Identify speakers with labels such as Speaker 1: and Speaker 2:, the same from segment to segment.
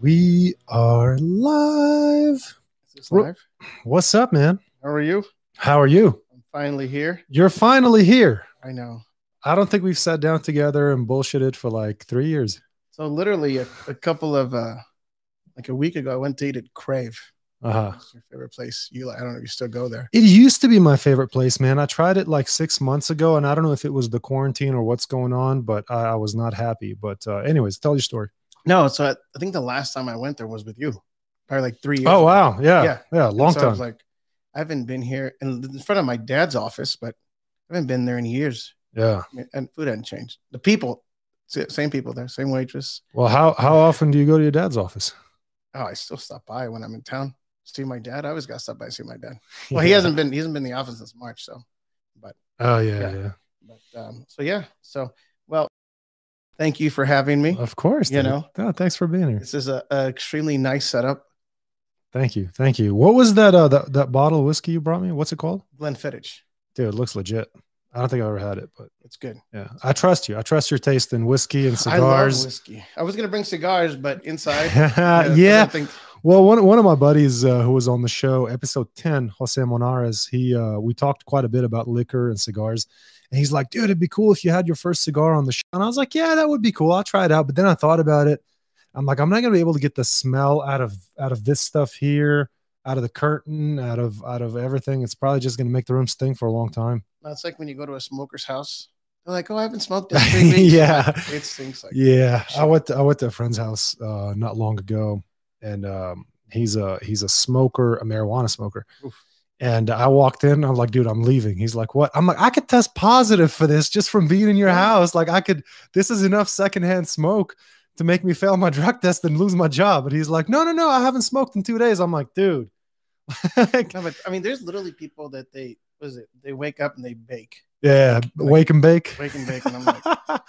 Speaker 1: We are live.
Speaker 2: Is this
Speaker 1: Ro-
Speaker 2: live?
Speaker 1: What's up, man?
Speaker 2: How are you?
Speaker 1: How are you?
Speaker 2: I'm finally here.
Speaker 1: You're finally here.
Speaker 2: I know.
Speaker 1: I don't think we've sat down together and bullshitted for like three years.
Speaker 2: So literally a, a couple of uh like a week ago, I went dated Crave.
Speaker 1: Uh huh.
Speaker 2: It's your favorite place. You like I don't know if you still go there.
Speaker 1: It used to be my favorite place, man. I tried it like six months ago, and I don't know if it was the quarantine or what's going on, but I, I was not happy. But, uh, anyways, tell your story.
Speaker 2: No, so I, I think the last time I went there was with you. Probably like three years.
Speaker 1: Oh,
Speaker 2: ago.
Speaker 1: wow. Yeah. Yeah.
Speaker 2: Yeah.
Speaker 1: long
Speaker 2: so I
Speaker 1: time.
Speaker 2: was like, I haven't been here in, in front of my dad's office, but I haven't been there in years.
Speaker 1: yeah.
Speaker 2: I mean, and food hadn't changed. The people, sa- same people there, same waitress.
Speaker 1: Well, how, how often do you go to your dad's office?
Speaker 2: Oh, I still stop by when I'm in town. See my dad. I always gotta stop by and see my dad. Well, he hasn't been he hasn't been in the office since March, so
Speaker 1: Oh, yeah.
Speaker 2: Yeah.
Speaker 1: Yeah.
Speaker 2: But um, so yeah, so well, thank you for having me.
Speaker 1: Of course.
Speaker 2: You
Speaker 1: dude.
Speaker 2: know.
Speaker 1: Oh, thanks for being here.
Speaker 2: This is a, a extremely nice setup,
Speaker 1: Thank you, thank you. What was that? Uh, that that bottle of whiskey you brought me? What's it called?
Speaker 2: Glenfiddich.
Speaker 1: Dude, it looks legit. I don't think I ever had it, but
Speaker 2: It's good.
Speaker 1: yeah, I trust you. I trust your taste in whiskey and
Speaker 2: I love
Speaker 1: cigars. Uh,
Speaker 2: whiskey. I was gonna bring cigars, but inside, I
Speaker 1: yeah.
Speaker 2: don't think
Speaker 1: Well, one one of my buddies uh, who was on the show, episode ten, Jose Monares. He uh, we talked quite a bit about liquor and cigars, and he's like, "Dude, it'd be cool if you had your first cigar on the show." And I was like, "Yeah, that would be cool. I'll try it out." But then I thought about it. I'm like, I'm not gonna be able to get the smell out of out of this stuff here, out of the curtain, out of out of everything. It's probably just gonna make the room stink for a long time.
Speaker 2: no, it's like when you go to a smoker's house. They're like, "Oh, I haven't smoked in three weeks."
Speaker 1: Yeah.
Speaker 2: it stinks like. oh,
Speaker 1: Yeah, I
Speaker 2: Sure.
Speaker 1: went to, I went to a friend's house uh, not long ago, and um, he's a he's a smoker, a marijuana smoker.
Speaker 2: Oof.
Speaker 1: And I walked in, I'm like, dude, I'm leaving. He's like, what? I'm like, I could test positive for this just from being in your
Speaker 2: Yeah.
Speaker 1: house. Like, I could. This is enough secondhand smoke to make me fail my drug test and lose my job. And he's like, no, no, no, I haven't smoked in two days. I'm like, dude. Like,
Speaker 2: No, but I mean, there's literally people that they what is it? They wake up and they bake,
Speaker 1: yeah, wake and bake.
Speaker 2: wake and bake, and I'm like,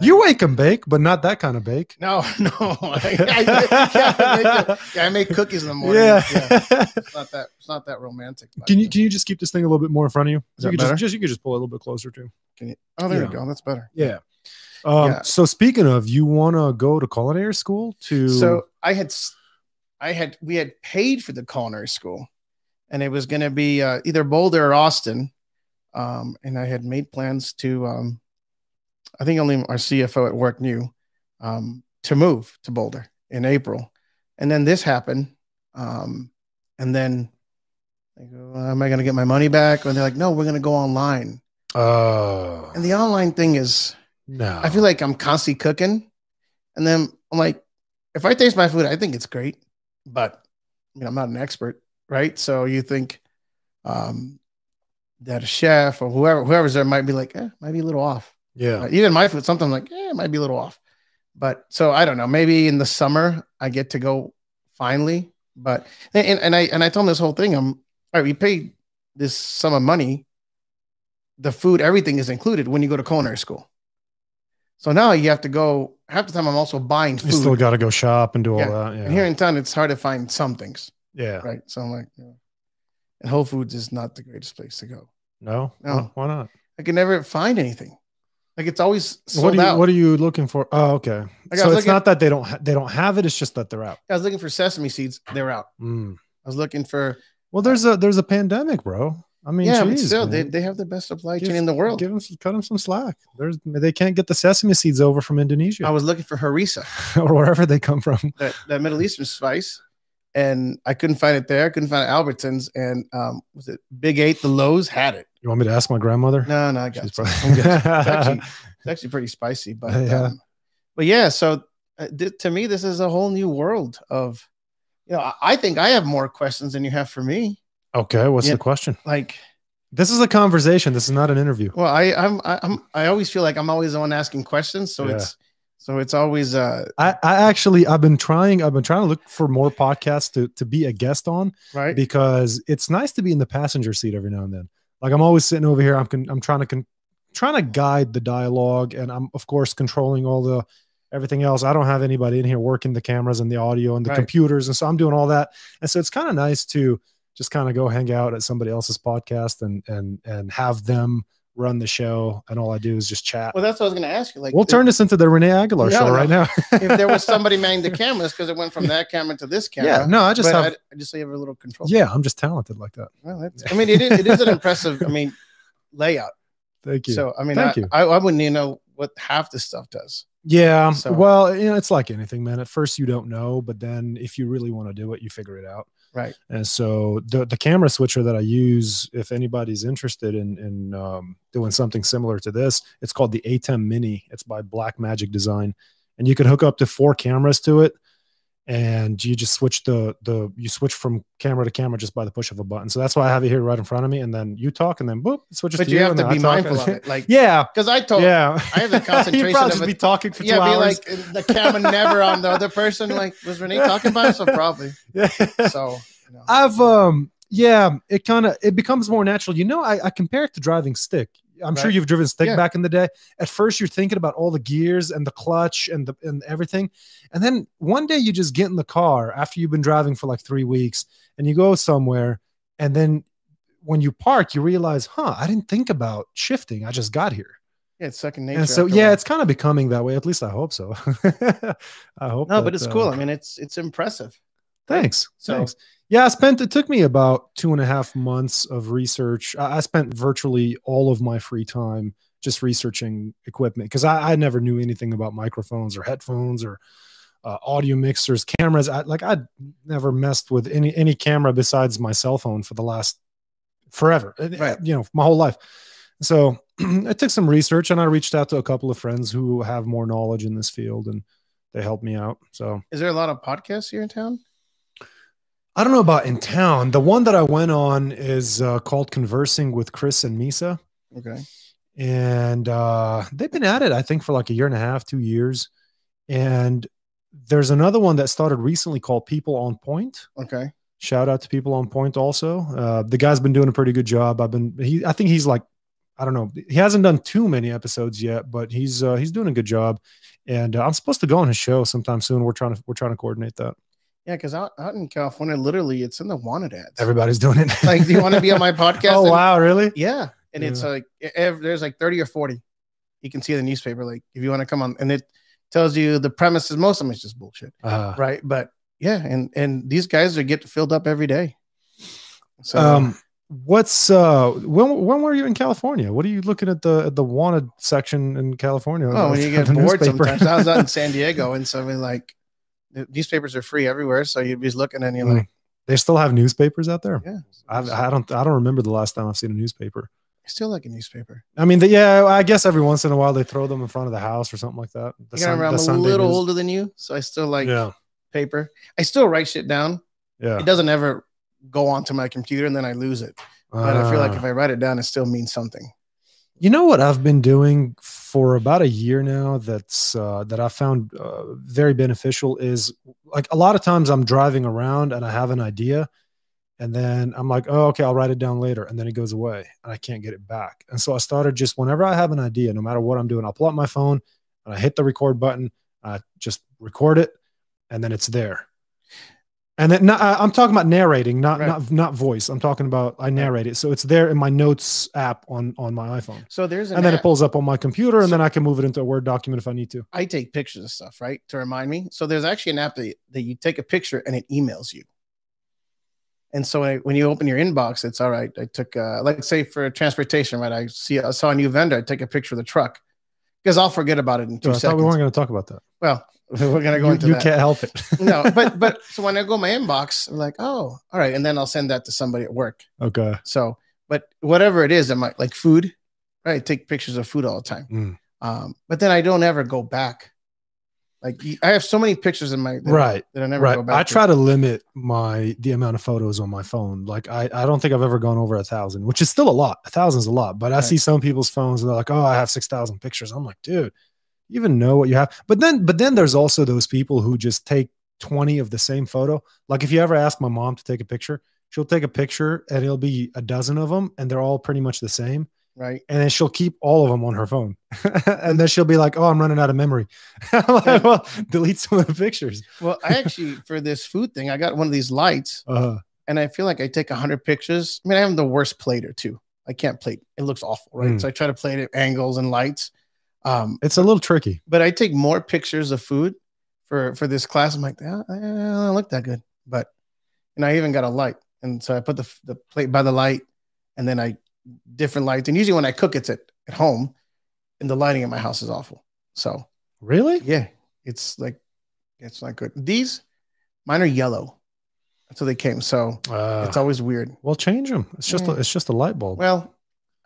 Speaker 1: you wake and bake, but not that kind of bake.
Speaker 2: No, no. I, I- yeah, I make, yeah, I make cookies in the morning.
Speaker 1: yeah.
Speaker 2: It's not that it's not that romantic. but-
Speaker 1: Can you can you just keep this thing a little bit more in front of you?
Speaker 2: Is
Speaker 1: you
Speaker 2: that
Speaker 1: could
Speaker 2: better?
Speaker 1: just, just you could just pull it a little bit closer to.
Speaker 2: oh, there
Speaker 1: yeah.
Speaker 2: you go. That's better.
Speaker 1: Yeah. Um,
Speaker 2: Yeah.
Speaker 1: So speaking of, you want to go to culinary school to?
Speaker 2: So I had, s- I had, we had paid for the culinary school, and it was going to be uh, either Boulder or Austin, um, and I had made plans to. Um, I think only our CFO at work knew um, to move to Boulder in April, and then this happened, um, and then. I go, am I going to get my money back? And they're like, no, we're going to go online.
Speaker 1: uh,
Speaker 2: And the online thing is,
Speaker 1: no,
Speaker 2: I feel like I'm constantly cooking, and then I'm like, if I taste my food, I think it's great, but I mean, I'm not an expert, right? So you think um, that a chef or whoever whoever's there might be like, eh, might be a little off.
Speaker 1: yeah,
Speaker 2: Uh, Even my food, sometimes I'm like, eh, it might be a little off. But so I don't know. Maybe in the summer I get to go finally. But and, and, and I and I told him this whole thing. I'm all right. We paid this sum of money. The food, everything is included when you go to culinary school. So now you have to go. Half the time I'm also buying
Speaker 1: you still
Speaker 2: food.
Speaker 1: got to go shop and do all
Speaker 2: Yeah.
Speaker 1: that. Yeah,
Speaker 2: And here in town, it's hard to find some things,
Speaker 1: yeah.
Speaker 2: right? So I'm like, yeah. and Whole Foods is not the greatest place to go.
Speaker 1: No,
Speaker 2: No.
Speaker 1: Why- Why not?
Speaker 2: I can never find anything. Like it's always sold
Speaker 1: what are you
Speaker 2: out.
Speaker 1: What are you looking for? Oh, okay.
Speaker 2: Like, I
Speaker 1: so
Speaker 2: was
Speaker 1: it's
Speaker 2: looking-
Speaker 1: not that they don't ha- they don't have it. It's just that they're out.
Speaker 2: I was looking for sesame seeds. They're out.
Speaker 1: Mm.
Speaker 2: I was looking for.
Speaker 1: Well, there's a there's a pandemic, bro. I mean,
Speaker 2: yeah, but
Speaker 1: geez,
Speaker 2: still, they,
Speaker 1: man.
Speaker 2: they have the best supply
Speaker 1: Give-
Speaker 2: chain in the world.
Speaker 1: Give them cut them some slack. There's they can't get the sesame seeds over from Indonesia.
Speaker 2: I was looking for harissa,
Speaker 1: or wherever they come from.
Speaker 2: that, that Middle Eastern spice, and I couldn't find it there. I couldn't find it at Albertsons, and um, was it Big Eight? The Lowe's had it.
Speaker 1: You want me to ask my grandmother?
Speaker 2: No, no, I got
Speaker 1: She's
Speaker 2: it.
Speaker 1: probably-
Speaker 2: I'm good. It's actually, it's actually pretty spicy, but
Speaker 1: Yeah.
Speaker 2: um, but yeah. So uh, thi- to me, this is a whole new world of, you know, I, I think I have more questions than you have for me.
Speaker 1: okay, what's
Speaker 2: Yeah.
Speaker 1: the question?
Speaker 2: Like,
Speaker 1: This is a conversation. This is not an interview.
Speaker 2: Well, I, I'm, I- I'm, I always feel like I'm always the one asking questions, so
Speaker 1: Yeah.
Speaker 2: it's, so it's always, uh,
Speaker 1: I, I actually I've been trying I've been trying to look for more podcasts to, to be a guest on
Speaker 2: right?
Speaker 1: because it's nice to be in the passenger seat every now and then. Like I'm always sitting over here. I'm con- I'm trying to con- trying to guide the dialogue, and I'm of course controlling all the everything else. I don't have anybody in here working the cameras and the audio and the
Speaker 2: Right.
Speaker 1: computers, and so I'm doing all that. And so it's kind of nice to just kind of go hang out at somebody else's podcast and and and have them run the show, and all I do is just chat.
Speaker 2: Well, that's what I was going to ask you. Like,
Speaker 1: we'll
Speaker 2: if-
Speaker 1: turn this into the Renee Aguilar
Speaker 2: No,
Speaker 1: show
Speaker 2: no.
Speaker 1: right now.
Speaker 2: if there was somebody manning the cameras because it went from that camera to this camera.
Speaker 1: yeah, no, I just
Speaker 2: but
Speaker 1: have.
Speaker 2: I, I just have a little control.
Speaker 1: yeah, I'm just talented like that.
Speaker 2: Well, that's, I mean, it is, it is an impressive. I mean, layout.
Speaker 1: Thank you.
Speaker 2: So I mean,
Speaker 1: Thank
Speaker 2: I,
Speaker 1: you.
Speaker 2: I, I wouldn't even know what half this stuff does.
Speaker 1: yeah,
Speaker 2: So-
Speaker 1: well, you know, it's like anything, man. At first, you don't know, but then if you really want to do it, you figure it out.
Speaker 2: Right.
Speaker 1: And so the, the camera switcher that I use, if anybody's interested in, in um, doing something similar to this, it's called the ATEM Mini. It's by Black Magic Design. And you can hook up to four cameras to it. And you just switch the the you switch from camera to camera just by the push of a button. So that's why I have it here right in front of me. And then you talk and then boop, it switches
Speaker 2: but
Speaker 1: to
Speaker 2: you
Speaker 1: you.
Speaker 2: have
Speaker 1: and
Speaker 2: to
Speaker 1: then
Speaker 2: be
Speaker 1: I talk.
Speaker 2: mindful of it. Like,
Speaker 1: Yeah.
Speaker 2: because I told,
Speaker 1: yeah.
Speaker 2: I have the concentration
Speaker 1: You'd probably
Speaker 2: of
Speaker 1: just
Speaker 2: a-
Speaker 1: be talking for two
Speaker 2: yeah, be
Speaker 1: hours.
Speaker 2: like the camera never on the other person. Like, was Renee talking about himself? Probably.
Speaker 1: Yeah.
Speaker 2: So, you know.
Speaker 1: I've um yeah, it kind of it becomes more natural. You know, I, I compare it to driving stick. I'm sure
Speaker 2: Right.
Speaker 1: you've driven stick
Speaker 2: Yeah.
Speaker 1: back in the day. At first, you're thinking about all the gears and the clutch and the and everything, and then one day you just get in the car after you've been driving for like three weeks, and you go somewhere, and then when you park, you realize, huh, I didn't think about shifting. I just got here,
Speaker 2: yeah, it's second nature.
Speaker 1: and so
Speaker 2: after a
Speaker 1: yeah,
Speaker 2: while.
Speaker 1: it's kind of becoming that way. At least I hope so. I hope.
Speaker 2: no, but
Speaker 1: that,
Speaker 2: it's
Speaker 1: uh,
Speaker 2: cool. I mean, it's it's impressive.
Speaker 1: Thanks.
Speaker 2: So-
Speaker 1: Thanks. Yeah, I spent it took me about two and a half months of research. I I spent virtually all of my free time just researching equipment because I, I never knew anything about microphones or headphones or uh, audio mixers, cameras. I, like I'd never messed with any any camera besides my cell phone for the last forever. It-
Speaker 2: Right.
Speaker 1: You know, my whole life. So I took some research and I reached out to a couple of friends who have more knowledge in this field and they helped me out. So
Speaker 2: Is there a lot of podcasts here in town?
Speaker 1: I don't know about in town. The one that I went on is uh, called Conversing with Chris and Misa.
Speaker 2: Okay.
Speaker 1: And uh, they've been at it, I think, for like a year and a half, two years. And there's another one that started recently called People on Point.
Speaker 2: Okay.
Speaker 1: Shout out to People on Point also. Uh, the guy's been doing a pretty good job. I've been, he, I think he's like, I don't know. He hasn't done too many episodes yet, but he's uh, he's doing a good job, and uh, I'm supposed to go on his show sometime soon. We're trying to we're trying to coordinate that.
Speaker 2: Yeah, because out, out in California, literally, it's in the wanted ads.
Speaker 1: Everybody's doing it.
Speaker 2: like, do you want to be on my podcast?
Speaker 1: Oh
Speaker 2: And-
Speaker 1: wow, really?
Speaker 2: Yeah, and it's like ev- there's like thirty or forty. You can see the newspaper. Like if you want to come on, and it tells you the premises. Most of them is just bullshit,
Speaker 1: Uh,
Speaker 2: right? But yeah, and and these guys are getting filled up every day. So
Speaker 1: um, what's uh, when when were you in California? What are you looking at the at the wanted section in California?
Speaker 2: oh, when you get
Speaker 1: The
Speaker 2: bored
Speaker 1: newspaper.
Speaker 2: sometimes. I was out in San Diego, and so I mean, like the newspapers are free everywhere. So you'd be looking, and you're
Speaker 1: Mm.
Speaker 2: like,
Speaker 1: they still have newspapers out there.
Speaker 2: yeah,
Speaker 1: I've, I don't I don't remember the last time I've seen a newspaper.
Speaker 2: I still like a newspaper.
Speaker 1: I mean, the, yeah, I guess every once in a while they throw them in front of the house or something like that. The
Speaker 2: You gotta
Speaker 1: Sun-
Speaker 2: remember,
Speaker 1: the
Speaker 2: I'm a
Speaker 1: Sunday
Speaker 2: little
Speaker 1: news.
Speaker 2: older than you, so I still like
Speaker 1: yeah,
Speaker 2: paper. I still write shit down.
Speaker 1: yeah.
Speaker 2: It doesn't ever go onto my computer, and then I lose it. But I feel like
Speaker 1: Ah.
Speaker 2: if I write it down, it still means something.
Speaker 1: You know what I've been doing for about a year now that's uh, that I found uh, very beneficial is like a lot of times I'm driving around and I have an idea and then I'm like, oh, okay, I'll write it down later. And then it goes away and I can't get it back. And so I started just whenever I have an idea, no matter what I'm doing, I'll pull up my phone and I hit the record button. I just record it and then it's there. And then not, I- I'm talking about narrating, not,
Speaker 2: Right.
Speaker 1: not, not voice. I'm talking about, I narrate it. So it's there in my notes app on, on my iPhone
Speaker 2: So there's an
Speaker 1: and then it
Speaker 2: app.
Speaker 1: pulls up on my computer, and then I can move it into a Word document if I need to.
Speaker 2: I take pictures of stuff, right? To remind me. So there's actually an app that, that you take a picture and it emails you. And so when, I, when you open your inbox, it's all right. I took, uh, like, say for transportation, right? I see, I saw a new vendor. I take a picture of the truck because I'll forget about it in
Speaker 1: Dude,
Speaker 2: two
Speaker 1: I thought we
Speaker 2: seconds.
Speaker 1: weren't going to talk about that.
Speaker 2: well, we're gonna go
Speaker 1: you,
Speaker 2: into
Speaker 1: you
Speaker 2: that.
Speaker 1: can't help it.
Speaker 2: no, but but so when I go in my inbox, I'm like, oh, all right, and then I'll send that to somebody at work.
Speaker 1: okay.
Speaker 2: So, but whatever it is, I'm like, like food, right? I take pictures of food all the time.
Speaker 1: Mm.
Speaker 2: Um, but then I don't ever go back. Like y- I have so many pictures in my that,
Speaker 1: Right.
Speaker 2: that I never
Speaker 1: Right.
Speaker 2: go back.
Speaker 1: I
Speaker 2: to.
Speaker 1: try to limit my the amount of photos on my phone. Like I, I don't think I've ever gone over a thousand, which is still a lot. A thousand's a lot, but I
Speaker 2: Right.
Speaker 1: see some people's phones and they're like, oh, I have six thousand pictures. I'm like, dude, you even know what you have. But then, but then there's also those people who just take twenty of the same photo. Like if you ever ask my mom to take a picture, she'll take a picture and it'll be a dozen of them, and they're all pretty much the same.
Speaker 2: right.
Speaker 1: and then she'll keep all of them on her phone and then she'll be like oh i'm running out of memory I'm like, well delete some of the pictures
Speaker 2: Well, I actually for this food thing, I got one of these lights,
Speaker 1: uh,
Speaker 2: and I feel like I take hundred pictures. I mean, I am the worst plater too. I can't play. It looks awful, right?
Speaker 1: Mm.
Speaker 2: So I try to play it at angles and lights. Um,
Speaker 1: It's a little tricky.
Speaker 2: but I take more pictures of food for for this class. I'm like, ah, I don't look that good, but and I even got a light, and so I put the the plate by the light, and then I different lights. And usually when I cook, it's at at home, and the lighting at my house is awful. So
Speaker 1: Really?
Speaker 2: yeah, it's like it's not good. These mine are yellow, so they came. So
Speaker 1: Uh,
Speaker 2: it's always weird.
Speaker 1: well, change them. It's just a,
Speaker 2: Mm.
Speaker 1: it's just a light bulb.
Speaker 2: Well,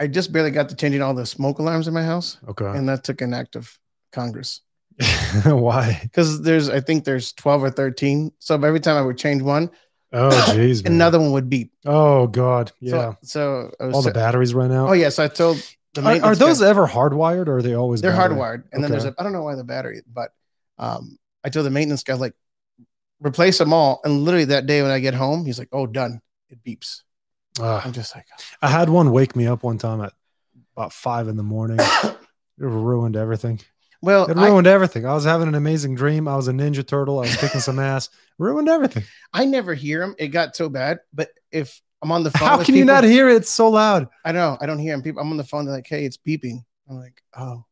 Speaker 2: I just barely got to changing all the smoke alarms in my house,
Speaker 1: okay.
Speaker 2: and that took an act of Congress.
Speaker 1: Why?
Speaker 2: because there's I think there's 12 or 13. So every time I would change one,
Speaker 1: Oh, jeez. man.
Speaker 2: another one would beep.
Speaker 1: Oh God.
Speaker 2: So-
Speaker 1: Yeah.
Speaker 2: So, I was
Speaker 1: All the
Speaker 2: sa-
Speaker 1: batteries ran out.
Speaker 2: Oh yeah, so I told the
Speaker 1: Are, are
Speaker 2: maintenance
Speaker 1: those
Speaker 2: guy-
Speaker 1: ever hardwired or are they always
Speaker 2: they're
Speaker 1: battery?
Speaker 2: hardwired. And
Speaker 1: Okay.
Speaker 2: then there's a I don't know why the battery, but um I told the maintenance guy like replace them all and literally that day when I get home, he's like, "Oh, done." It beeps.
Speaker 1: Ah.
Speaker 2: I'm just like,
Speaker 1: I had one wake me up one time at about five in the morning. it ruined everything.
Speaker 2: "Well,
Speaker 1: It
Speaker 2: I-
Speaker 1: ruined everything. I was having an amazing dream. I was a ninja turtle. I was kicking some ass. Ruined everything.
Speaker 2: I never hear them. It got so bad, but if I'm on the phone
Speaker 1: How
Speaker 2: with
Speaker 1: can you
Speaker 2: people-
Speaker 1: not hear it? It's so loud.
Speaker 2: I know. I don't hear him. People, I'm on the phone. They're like, "Hey, it's beeping." I'm like, "Oh,"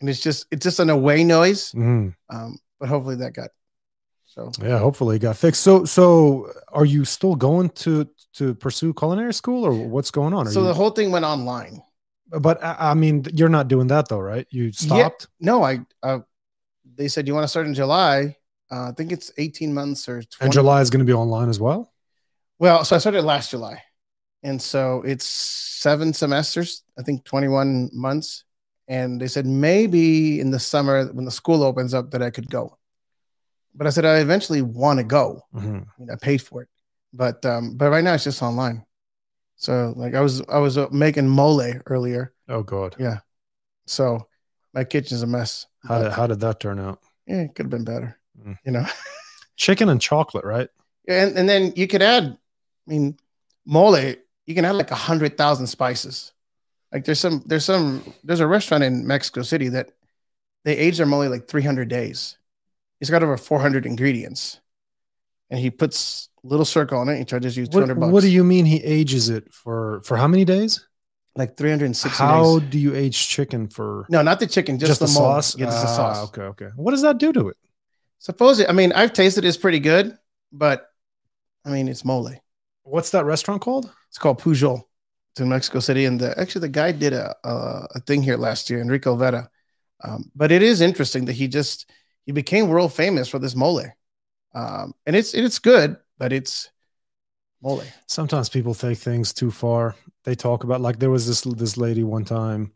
Speaker 2: and it's just it's just an away noise.
Speaker 1: Mhm.
Speaker 2: Um, but hopefully that got so.
Speaker 1: Yeah, hopefully it got fixed. So, so are you still going to to pursue culinary school or what's going on? Are
Speaker 2: So
Speaker 1: you,
Speaker 2: the whole thing went online.
Speaker 1: but I, I mean, you're not doing that though, right? You stopped.
Speaker 2: No, I. Uh, they said you want to start in July. Uh, I think it's 18 months or 20.
Speaker 1: And July is going to be online as well.
Speaker 2: Well, so I started last July, and so it's seven semesters. I think 21 months. And they said maybe in the summer when the school opens up that I could go. But I said I eventually want to go.
Speaker 1: Mhm.
Speaker 2: I mean, I paid for it, but um, but right now it's just online. So like I was I was uh, making mole earlier,
Speaker 1: Oh God,
Speaker 2: so my kitchen's a mess.
Speaker 1: how did
Speaker 2: But,
Speaker 1: how did that turn out?
Speaker 2: yeah, it could have been better,
Speaker 1: Mm.
Speaker 2: you know.
Speaker 1: Chicken and chocolate, right?
Speaker 2: And and then you could add, I mean, mole. You can add like a hundred thousand spices. Like there's some there's some there's a restaurant in Mexico City that they age their mole like 300 days. He's got over 400 ingredients, and he puts little circle on it. He charges you 200
Speaker 1: What,
Speaker 2: bucks.
Speaker 1: what do you mean he ages it for for how many days?
Speaker 2: like 360 days?
Speaker 1: How do you age chicken for
Speaker 2: No, not the chicken, just, the, mole. Yeah, just the
Speaker 1: Ah,
Speaker 2: sauce.
Speaker 1: Okay, okay. What does that do to it?
Speaker 2: Suppose I mean I've tasted it's pretty good, but I mean it's mole.
Speaker 1: What's that restaurant called?
Speaker 2: It's called Pujol. It's in Mexico City, and the, actually the guy did a, a a thing here last year, Enrico Vera. Um, but it is interesting that he just he became world famous for this mole, um, and it's it's good, but it's mole.
Speaker 1: Sometimes people take things too far. They talk about like there was this this lady one time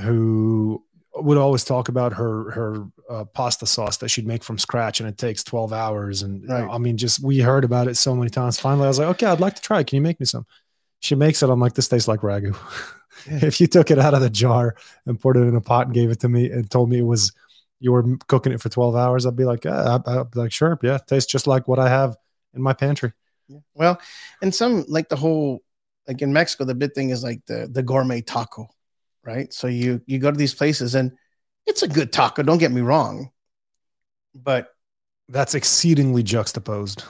Speaker 1: who would always talk about her her uh, pasta sauce that she'd make from scratch and it takes 12 hours and you know,
Speaker 2: Right.
Speaker 1: I mean just we heard about it so many times. Finally I was like, "Okay, I'd like to try it. Can you make me some?" She makes it. I'm like, "This tastes like ragu." if you took it out of the jar and poured it in a pot and gave it to me and told me it was you were cooking it for 12 hours, I'd be like, "Yeah, I- I'd be like, sure, yeah, it tastes just like what I have in my pantry."
Speaker 2: Yeah. Well, and some like the whole like in Mexico, the big thing is like the the gourmet taco, right? So you you go to these places and it's a good taco. Don't get me wrong, but
Speaker 1: That's exceedingly juxtaposed.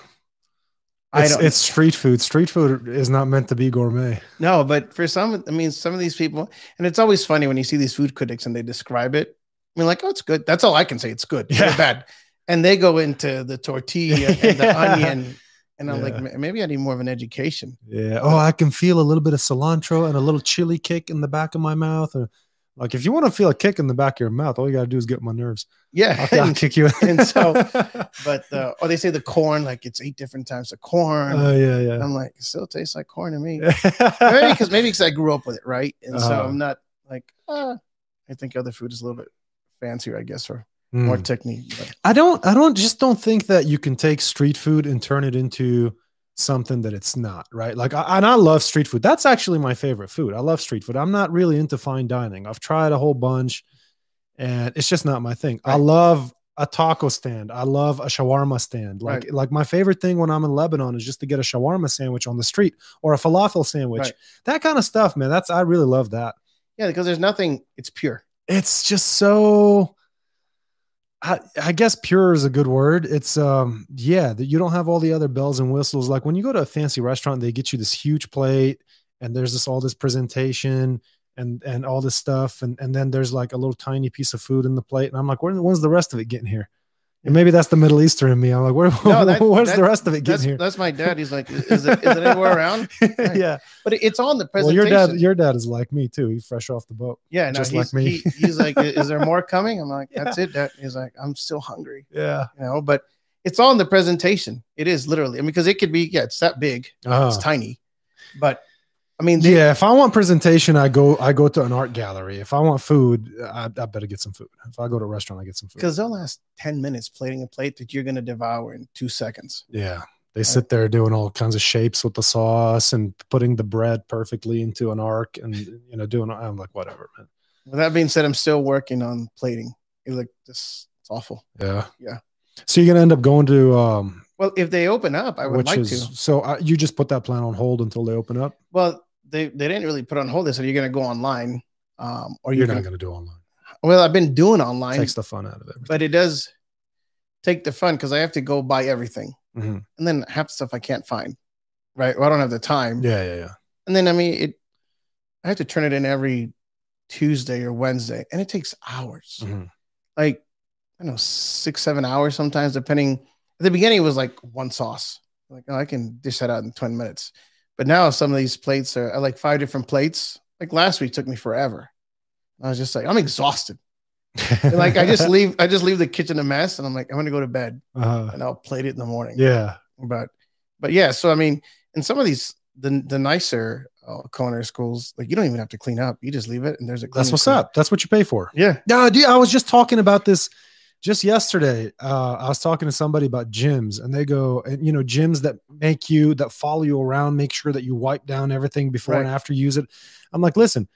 Speaker 2: I
Speaker 1: It's,
Speaker 2: don't-
Speaker 1: it's street food. Street food is not meant to be gourmet.
Speaker 2: no. But for some, I mean, some of these people, and it's always funny when you see these food critics and they describe it. I mean, like, oh, it's good. That's all I can say. It's good. Yeah.
Speaker 1: Yeah.
Speaker 2: bad. And they go into the tortilla and the
Speaker 1: Yeah.
Speaker 2: onion, and I'm like,
Speaker 1: Yeah.
Speaker 2: "Ma- maybe I need more of an education.
Speaker 1: Yeah. Oh, I can feel a little bit of cilantro and a little chili kick in the back of my mouth. Or, like, if you want to feel a kick in the back of your mouth, all you got to do is get my nerves.
Speaker 2: Yeah.
Speaker 1: I'll, I'll kick you.
Speaker 2: And so- but uh, or they say the corn, like it's eight different types of corn.
Speaker 1: oh, yeah, yeah.
Speaker 2: And I'm like, it still tastes like corn to me. maybe
Speaker 1: Very
Speaker 2: because maybe because I grew up with it, right? And so
Speaker 1: Uh-huh.
Speaker 2: I'm not like, ah, I think other food is a little bit fancier, I guess, or
Speaker 1: Mm.
Speaker 2: more technique. But
Speaker 1: I don't I don't just don't think that you can take street food and turn it into something that it's not, right? Like I, and I love street food. That's actually my favorite food. I love street food. I'm not really into fine dining. I've tried a whole bunch and it's just not my thing. I
Speaker 2: Right.
Speaker 1: love a taco stand. I love a shawarma stand. Like like my favorite thing when I'm in Lebanon is just to get a shawarma sandwich on the street or a falafel sandwich.
Speaker 2: Right.
Speaker 1: That kind of stuff, man. That's I really love that
Speaker 2: yeah, because there's nothing, it's pure.
Speaker 1: it's just so I, I guess pure is a good word. It's um yeah that you don't have all the other bells and whistles. Like when you go to a fancy restaurant, they get you this huge plate and there's this all this presentation and and all this stuff and and then there's like a little tiny piece of food in the plate and i'm like when, when's the rest of it getting here and maybe that's the middle eastern in me i'm like where,
Speaker 2: No, that-
Speaker 1: where's
Speaker 2: that-
Speaker 1: the rest of it
Speaker 2: That's,
Speaker 1: getting here
Speaker 2: that's my dad. He's like, is is it, is it anywhere around? right.
Speaker 1: yeah
Speaker 2: But it's on the
Speaker 1: well
Speaker 2: presentation.
Speaker 1: your dad your dad is like me too he's fresh off the boat
Speaker 2: yeah, no,
Speaker 1: just
Speaker 2: he's,
Speaker 1: like me.
Speaker 2: He, he's like, is there more coming? I'm like, that's it. Dad. He's like, I'm still hungry,
Speaker 1: yeah
Speaker 2: you know, but it's on the presentation. It is literally, I mean, because it could be, yeah, it's that big, it's
Speaker 1: Uh-huh.
Speaker 2: tiny, but I mean, they,
Speaker 1: yeah if i want presentation i go i go to an art gallery if i want food i, I better get some food if i go to a restaurant i get some food
Speaker 2: because they'll last 10 minutes plating a plate that you're going to devour in two seconds.
Speaker 1: yeah they sit there doing all kinds of shapes with the sauce and putting the bread perfectly into an arc and you know doing i'm like whatever man
Speaker 2: With that being said, I'm still working on plating. It's like, this, it's awful.
Speaker 1: yeah
Speaker 2: Yeah.
Speaker 1: so you're gonna end up going to um
Speaker 2: Well, if they open up, I would
Speaker 1: which
Speaker 2: like
Speaker 1: is
Speaker 2: to.
Speaker 1: so I, you just put that plan on hold until they open up
Speaker 2: Well, they, they didn't really put on hold. They said, you're going to go online. Um, or
Speaker 1: you're
Speaker 2: you're,
Speaker 1: not gonna
Speaker 2: gonna,
Speaker 1: do online
Speaker 2: well, I've been doing online.
Speaker 1: takes the fun out of it
Speaker 2: but it does take the fun because I have to go buy everything,
Speaker 1: Mhm.
Speaker 2: and then half the stuff I can't find, right? Or I don't have the time,
Speaker 1: yeah yeah yeah
Speaker 2: and then I mean it. I have to turn it in every Tuesday or Wednesday, and it takes hours.
Speaker 1: Mhm.
Speaker 2: Like I don't know six, seven hours sometimes, depending. At the beginning, it was like one sauce. Like oh, I can dish that out in twenty minutes, but now some of these plates are, are like five different plates. Like last week took me forever. I was just like, I'm exhausted. And like I just leave, I just leave the kitchen a mess, and I'm like, I'm gonna go to bed
Speaker 1: uh,
Speaker 2: and I'll plate it in the morning.
Speaker 1: yeah
Speaker 2: But but yeah, so I mean, and some of these the the nicer uh, culinary schools, like you don't even have to clean up. You just leave it, and there's a.
Speaker 1: that's
Speaker 2: cleaning
Speaker 1: what's
Speaker 2: crew.
Speaker 1: up that's what you pay for
Speaker 2: Yeah.
Speaker 1: No, dude, I was just talking about this just yesterday. Uh, I was talking to somebody about gyms, and they go, and you know, gyms that make you that follow you around, make sure that you wipe down everything before and
Speaker 2: Right.
Speaker 1: after you use it. I'm like, listen,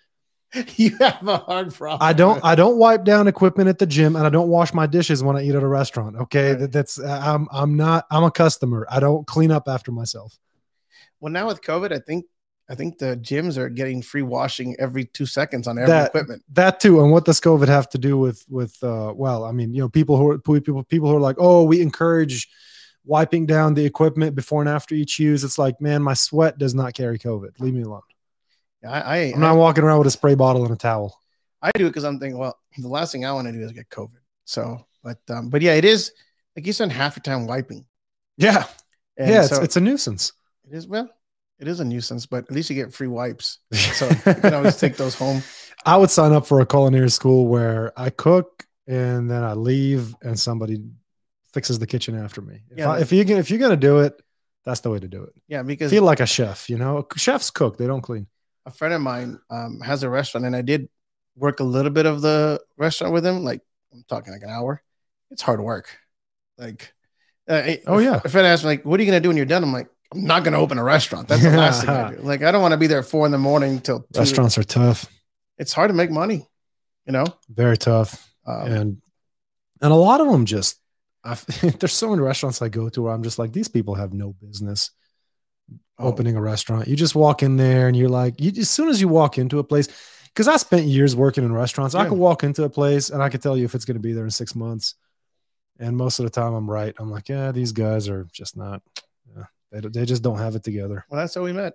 Speaker 2: you have a hard problem.
Speaker 1: I don't, I don't wipe down equipment at the gym, and I don't wash my dishes when I eat at a restaurant. Okay,
Speaker 2: Right.
Speaker 1: That- that's I'm, I'm not, I'm a customer. I don't clean up after myself.
Speaker 2: well, now with COVID, I think I think the gyms are getting free washing every two seconds on every
Speaker 1: That-
Speaker 2: equipment.
Speaker 1: That too, and what does COVID have to do with with? Uh, well, I mean, you know, people who are people people who are like, oh, we encourage wiping down the equipment before and after each use. It's like, man, my sweat does not carry COVID. Leave me alone.
Speaker 2: I I,
Speaker 1: I'm not walking around with a spray bottle and a towel.
Speaker 2: I do it because I'm thinking, well, the last thing I want to do is get COVID. So, but um, but yeah, it is like you spend half your time wiping.
Speaker 1: Yeah,
Speaker 2: And
Speaker 1: yeah, it's,
Speaker 2: so
Speaker 1: it's a nuisance.
Speaker 2: it is well, it is a nuisance, but at least you get free wipes. So you can always take those home.
Speaker 1: I would sign up for a culinary school where I cook and then I leave, and somebody fixes the kitchen after me. If,
Speaker 2: Yeah.
Speaker 1: I, if you can, if you're gonna do it, that's the way to do it.
Speaker 2: Yeah, because
Speaker 1: Feel like a chef, you know. Chefs cook; they don't clean.
Speaker 2: a friend of mine um, has a restaurant, and I did work a little bit of the restaurant with him. Like I'm talking like an hour. It's hard work. Like, uh, it-
Speaker 1: Oh, yeah.
Speaker 2: A friend asked me like, "What are you gonna do when you're done?" I'm like, "I'm not gonna open a restaurant. That's the last thing I do. Like, I don't want to be there at four in the morning till two.
Speaker 1: Restaurants are tough.
Speaker 2: It's hard to make money, you know.
Speaker 1: very tough
Speaker 2: Um,
Speaker 1: and and a lot of them just I've, there's so many restaurants i go to where i'm just like these people have no business
Speaker 2: Oh.
Speaker 1: opening a restaurant you just walk in there and you're like you, as soon as you walk into a place because i spent years working in restaurants i
Speaker 2: Yeah.
Speaker 1: could walk into a place and i could tell you if it's going to be there in six months and most of the time i'm right i'm like yeah these guys are just not yeah, they, don't- they just don't have it together
Speaker 2: Well, that's how we met,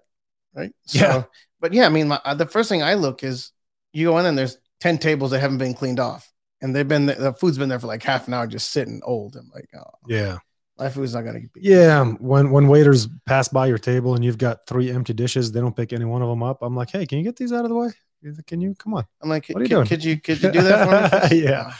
Speaker 2: right?
Speaker 1: Yeah.
Speaker 2: But yeah, I mean, my, the first thing I look is you go in and there's ten tables that haven't been cleaned off, and they've been the food's been there for like half an hour, just sitting old. I'm like, oh,
Speaker 1: yeah
Speaker 2: my food's not gonna be.
Speaker 1: yeah when when waiters pass by your table and you've got three empty dishes they don't pick any one of them up i'm like hey can you get these out of the way can you come on
Speaker 2: I'm like,
Speaker 1: What are you
Speaker 2: "Could-
Speaker 1: doing?"
Speaker 2: Could you could you do that for me? please?"
Speaker 1: Yeah.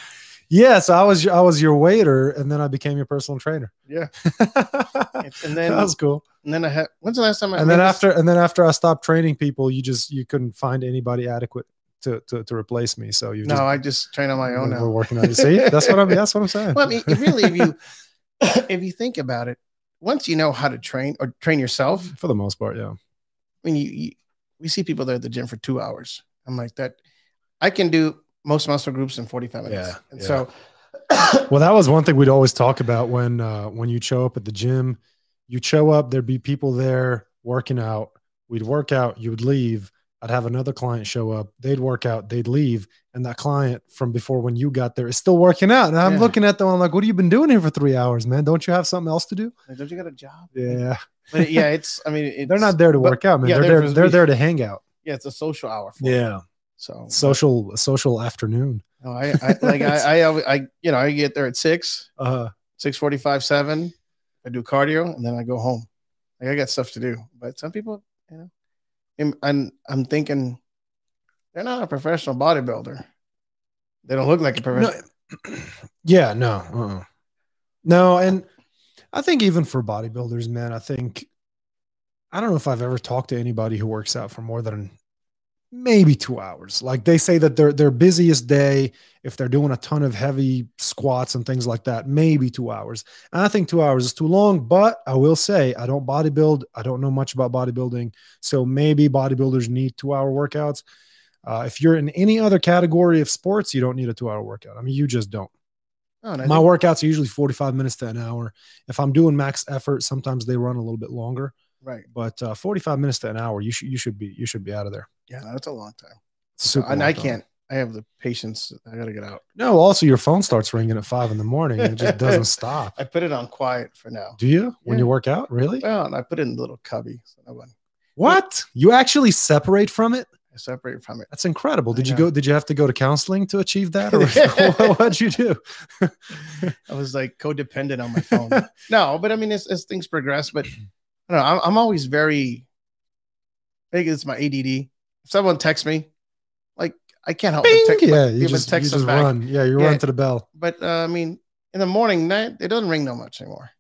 Speaker 1: yes i was i was your waiter and then i became your personal trainer
Speaker 2: Yeah.
Speaker 1: that
Speaker 2: And then
Speaker 1: was cool
Speaker 2: and then I had. When's the last time I?
Speaker 1: and then
Speaker 2: made this-
Speaker 1: after and then after i stopped training people you just you couldn't find anybody adequate to to, to replace me so you
Speaker 2: No,
Speaker 1: just
Speaker 2: I just train on my own
Speaker 1: we're
Speaker 2: now.
Speaker 1: working on it see that's what i'm that's what i'm saying
Speaker 2: Well, I mean, it really, if you if you think about it, once you know how to train or train yourself,
Speaker 1: for the most part yeah
Speaker 2: I mean, you, you we see people there at the gym for two hours. I'm like that. I can do most muscle groups in 45 minutes.
Speaker 1: Yeah,
Speaker 2: and
Speaker 1: yeah.
Speaker 2: so
Speaker 1: Well, that was one thing we'd always talk about when uh, when you show up at the gym. You would show up, there'd be people there working out. We'd work out, you would leave. I'd have another client show up. They'd work out, they'd leave, and that client from before when you got there is still working out. And I'm
Speaker 2: Yeah.
Speaker 1: looking at them, I'm like, "What have you been doing here for three hours, man? Don't you have something else to do?"
Speaker 2: like, don't you got a job?
Speaker 1: Yeah,
Speaker 2: But yeah, it's. I mean, it's,
Speaker 1: They're not there to
Speaker 2: but-
Speaker 1: work out, man.
Speaker 2: yeah,
Speaker 1: they're
Speaker 2: they're
Speaker 1: there.
Speaker 2: for-
Speaker 1: They're there to hang out.
Speaker 2: Yeah, it's a social hour. For them.
Speaker 1: Yeah,
Speaker 2: So
Speaker 1: social social afternoon.
Speaker 2: no, I, I like I, I always- I you know I get there at six
Speaker 1: Uh,
Speaker 2: six forty five seven. I do cardio and then I go home. Like I got stuff to do. But some people, you know, and I'm, I'm thinking they're not a professional bodybuilder. They don't look like a
Speaker 1: no,
Speaker 2: professional.
Speaker 1: yeah, no, uh-uh. no, and I think even for bodybuilders, man, I think I don't know if I've ever talked to anybody who works out for more than maybe two hours. Like they say that their their busiest day, if they're doing a ton of heavy squats and things like that, maybe two hours. And I think two hours is too long. But I will say I don't bodybuild. I don't know much about bodybuilding, so maybe bodybuilders need two hour workouts. Uh, if you're in any other category of sports, you don't need a two hour workout. I mean, you just don't.
Speaker 2: No, and I
Speaker 1: My
Speaker 2: think-
Speaker 1: workouts are usually 45 minutes to an hour. If I'm doing max effort, sometimes they run a little bit longer,
Speaker 2: right.
Speaker 1: but uh, 45 minutes to an hour, you should you should be you should be out of there.
Speaker 2: Yeah, no, that's a long time.
Speaker 1: It's a super
Speaker 2: and
Speaker 1: long
Speaker 2: I
Speaker 1: time.
Speaker 2: can't. I have the patience. I gotta get out.
Speaker 1: No, also your phone starts ringing at five in the morning. And it just doesn't stop.
Speaker 2: I put it on quiet for now.
Speaker 1: Do you when
Speaker 2: Yeah.
Speaker 1: you work out? Really?
Speaker 2: Well, and I put it in a little cubby. So no one.
Speaker 1: What? You actually separate from it?
Speaker 2: I separate from it.
Speaker 1: That's incredible.
Speaker 2: I
Speaker 1: Did you
Speaker 2: know.
Speaker 1: go? Did you have to go to counseling to achieve that, or what'd you do?
Speaker 2: I was like codependent on my phone. no, but I mean, as, as things progress, but I don't know. I'm, I'm always very, I think it's my ADD. If someone texts me, like I can't help
Speaker 1: Bing!
Speaker 2: but text,
Speaker 1: yeah,
Speaker 2: but,
Speaker 1: you
Speaker 2: but
Speaker 1: just, you
Speaker 2: text them
Speaker 1: just
Speaker 2: back.
Speaker 1: run. Yeah, you
Speaker 2: Yeah.
Speaker 1: run to the bell.
Speaker 2: But uh, I mean, in the morning, night, it doesn't ring no much anymore.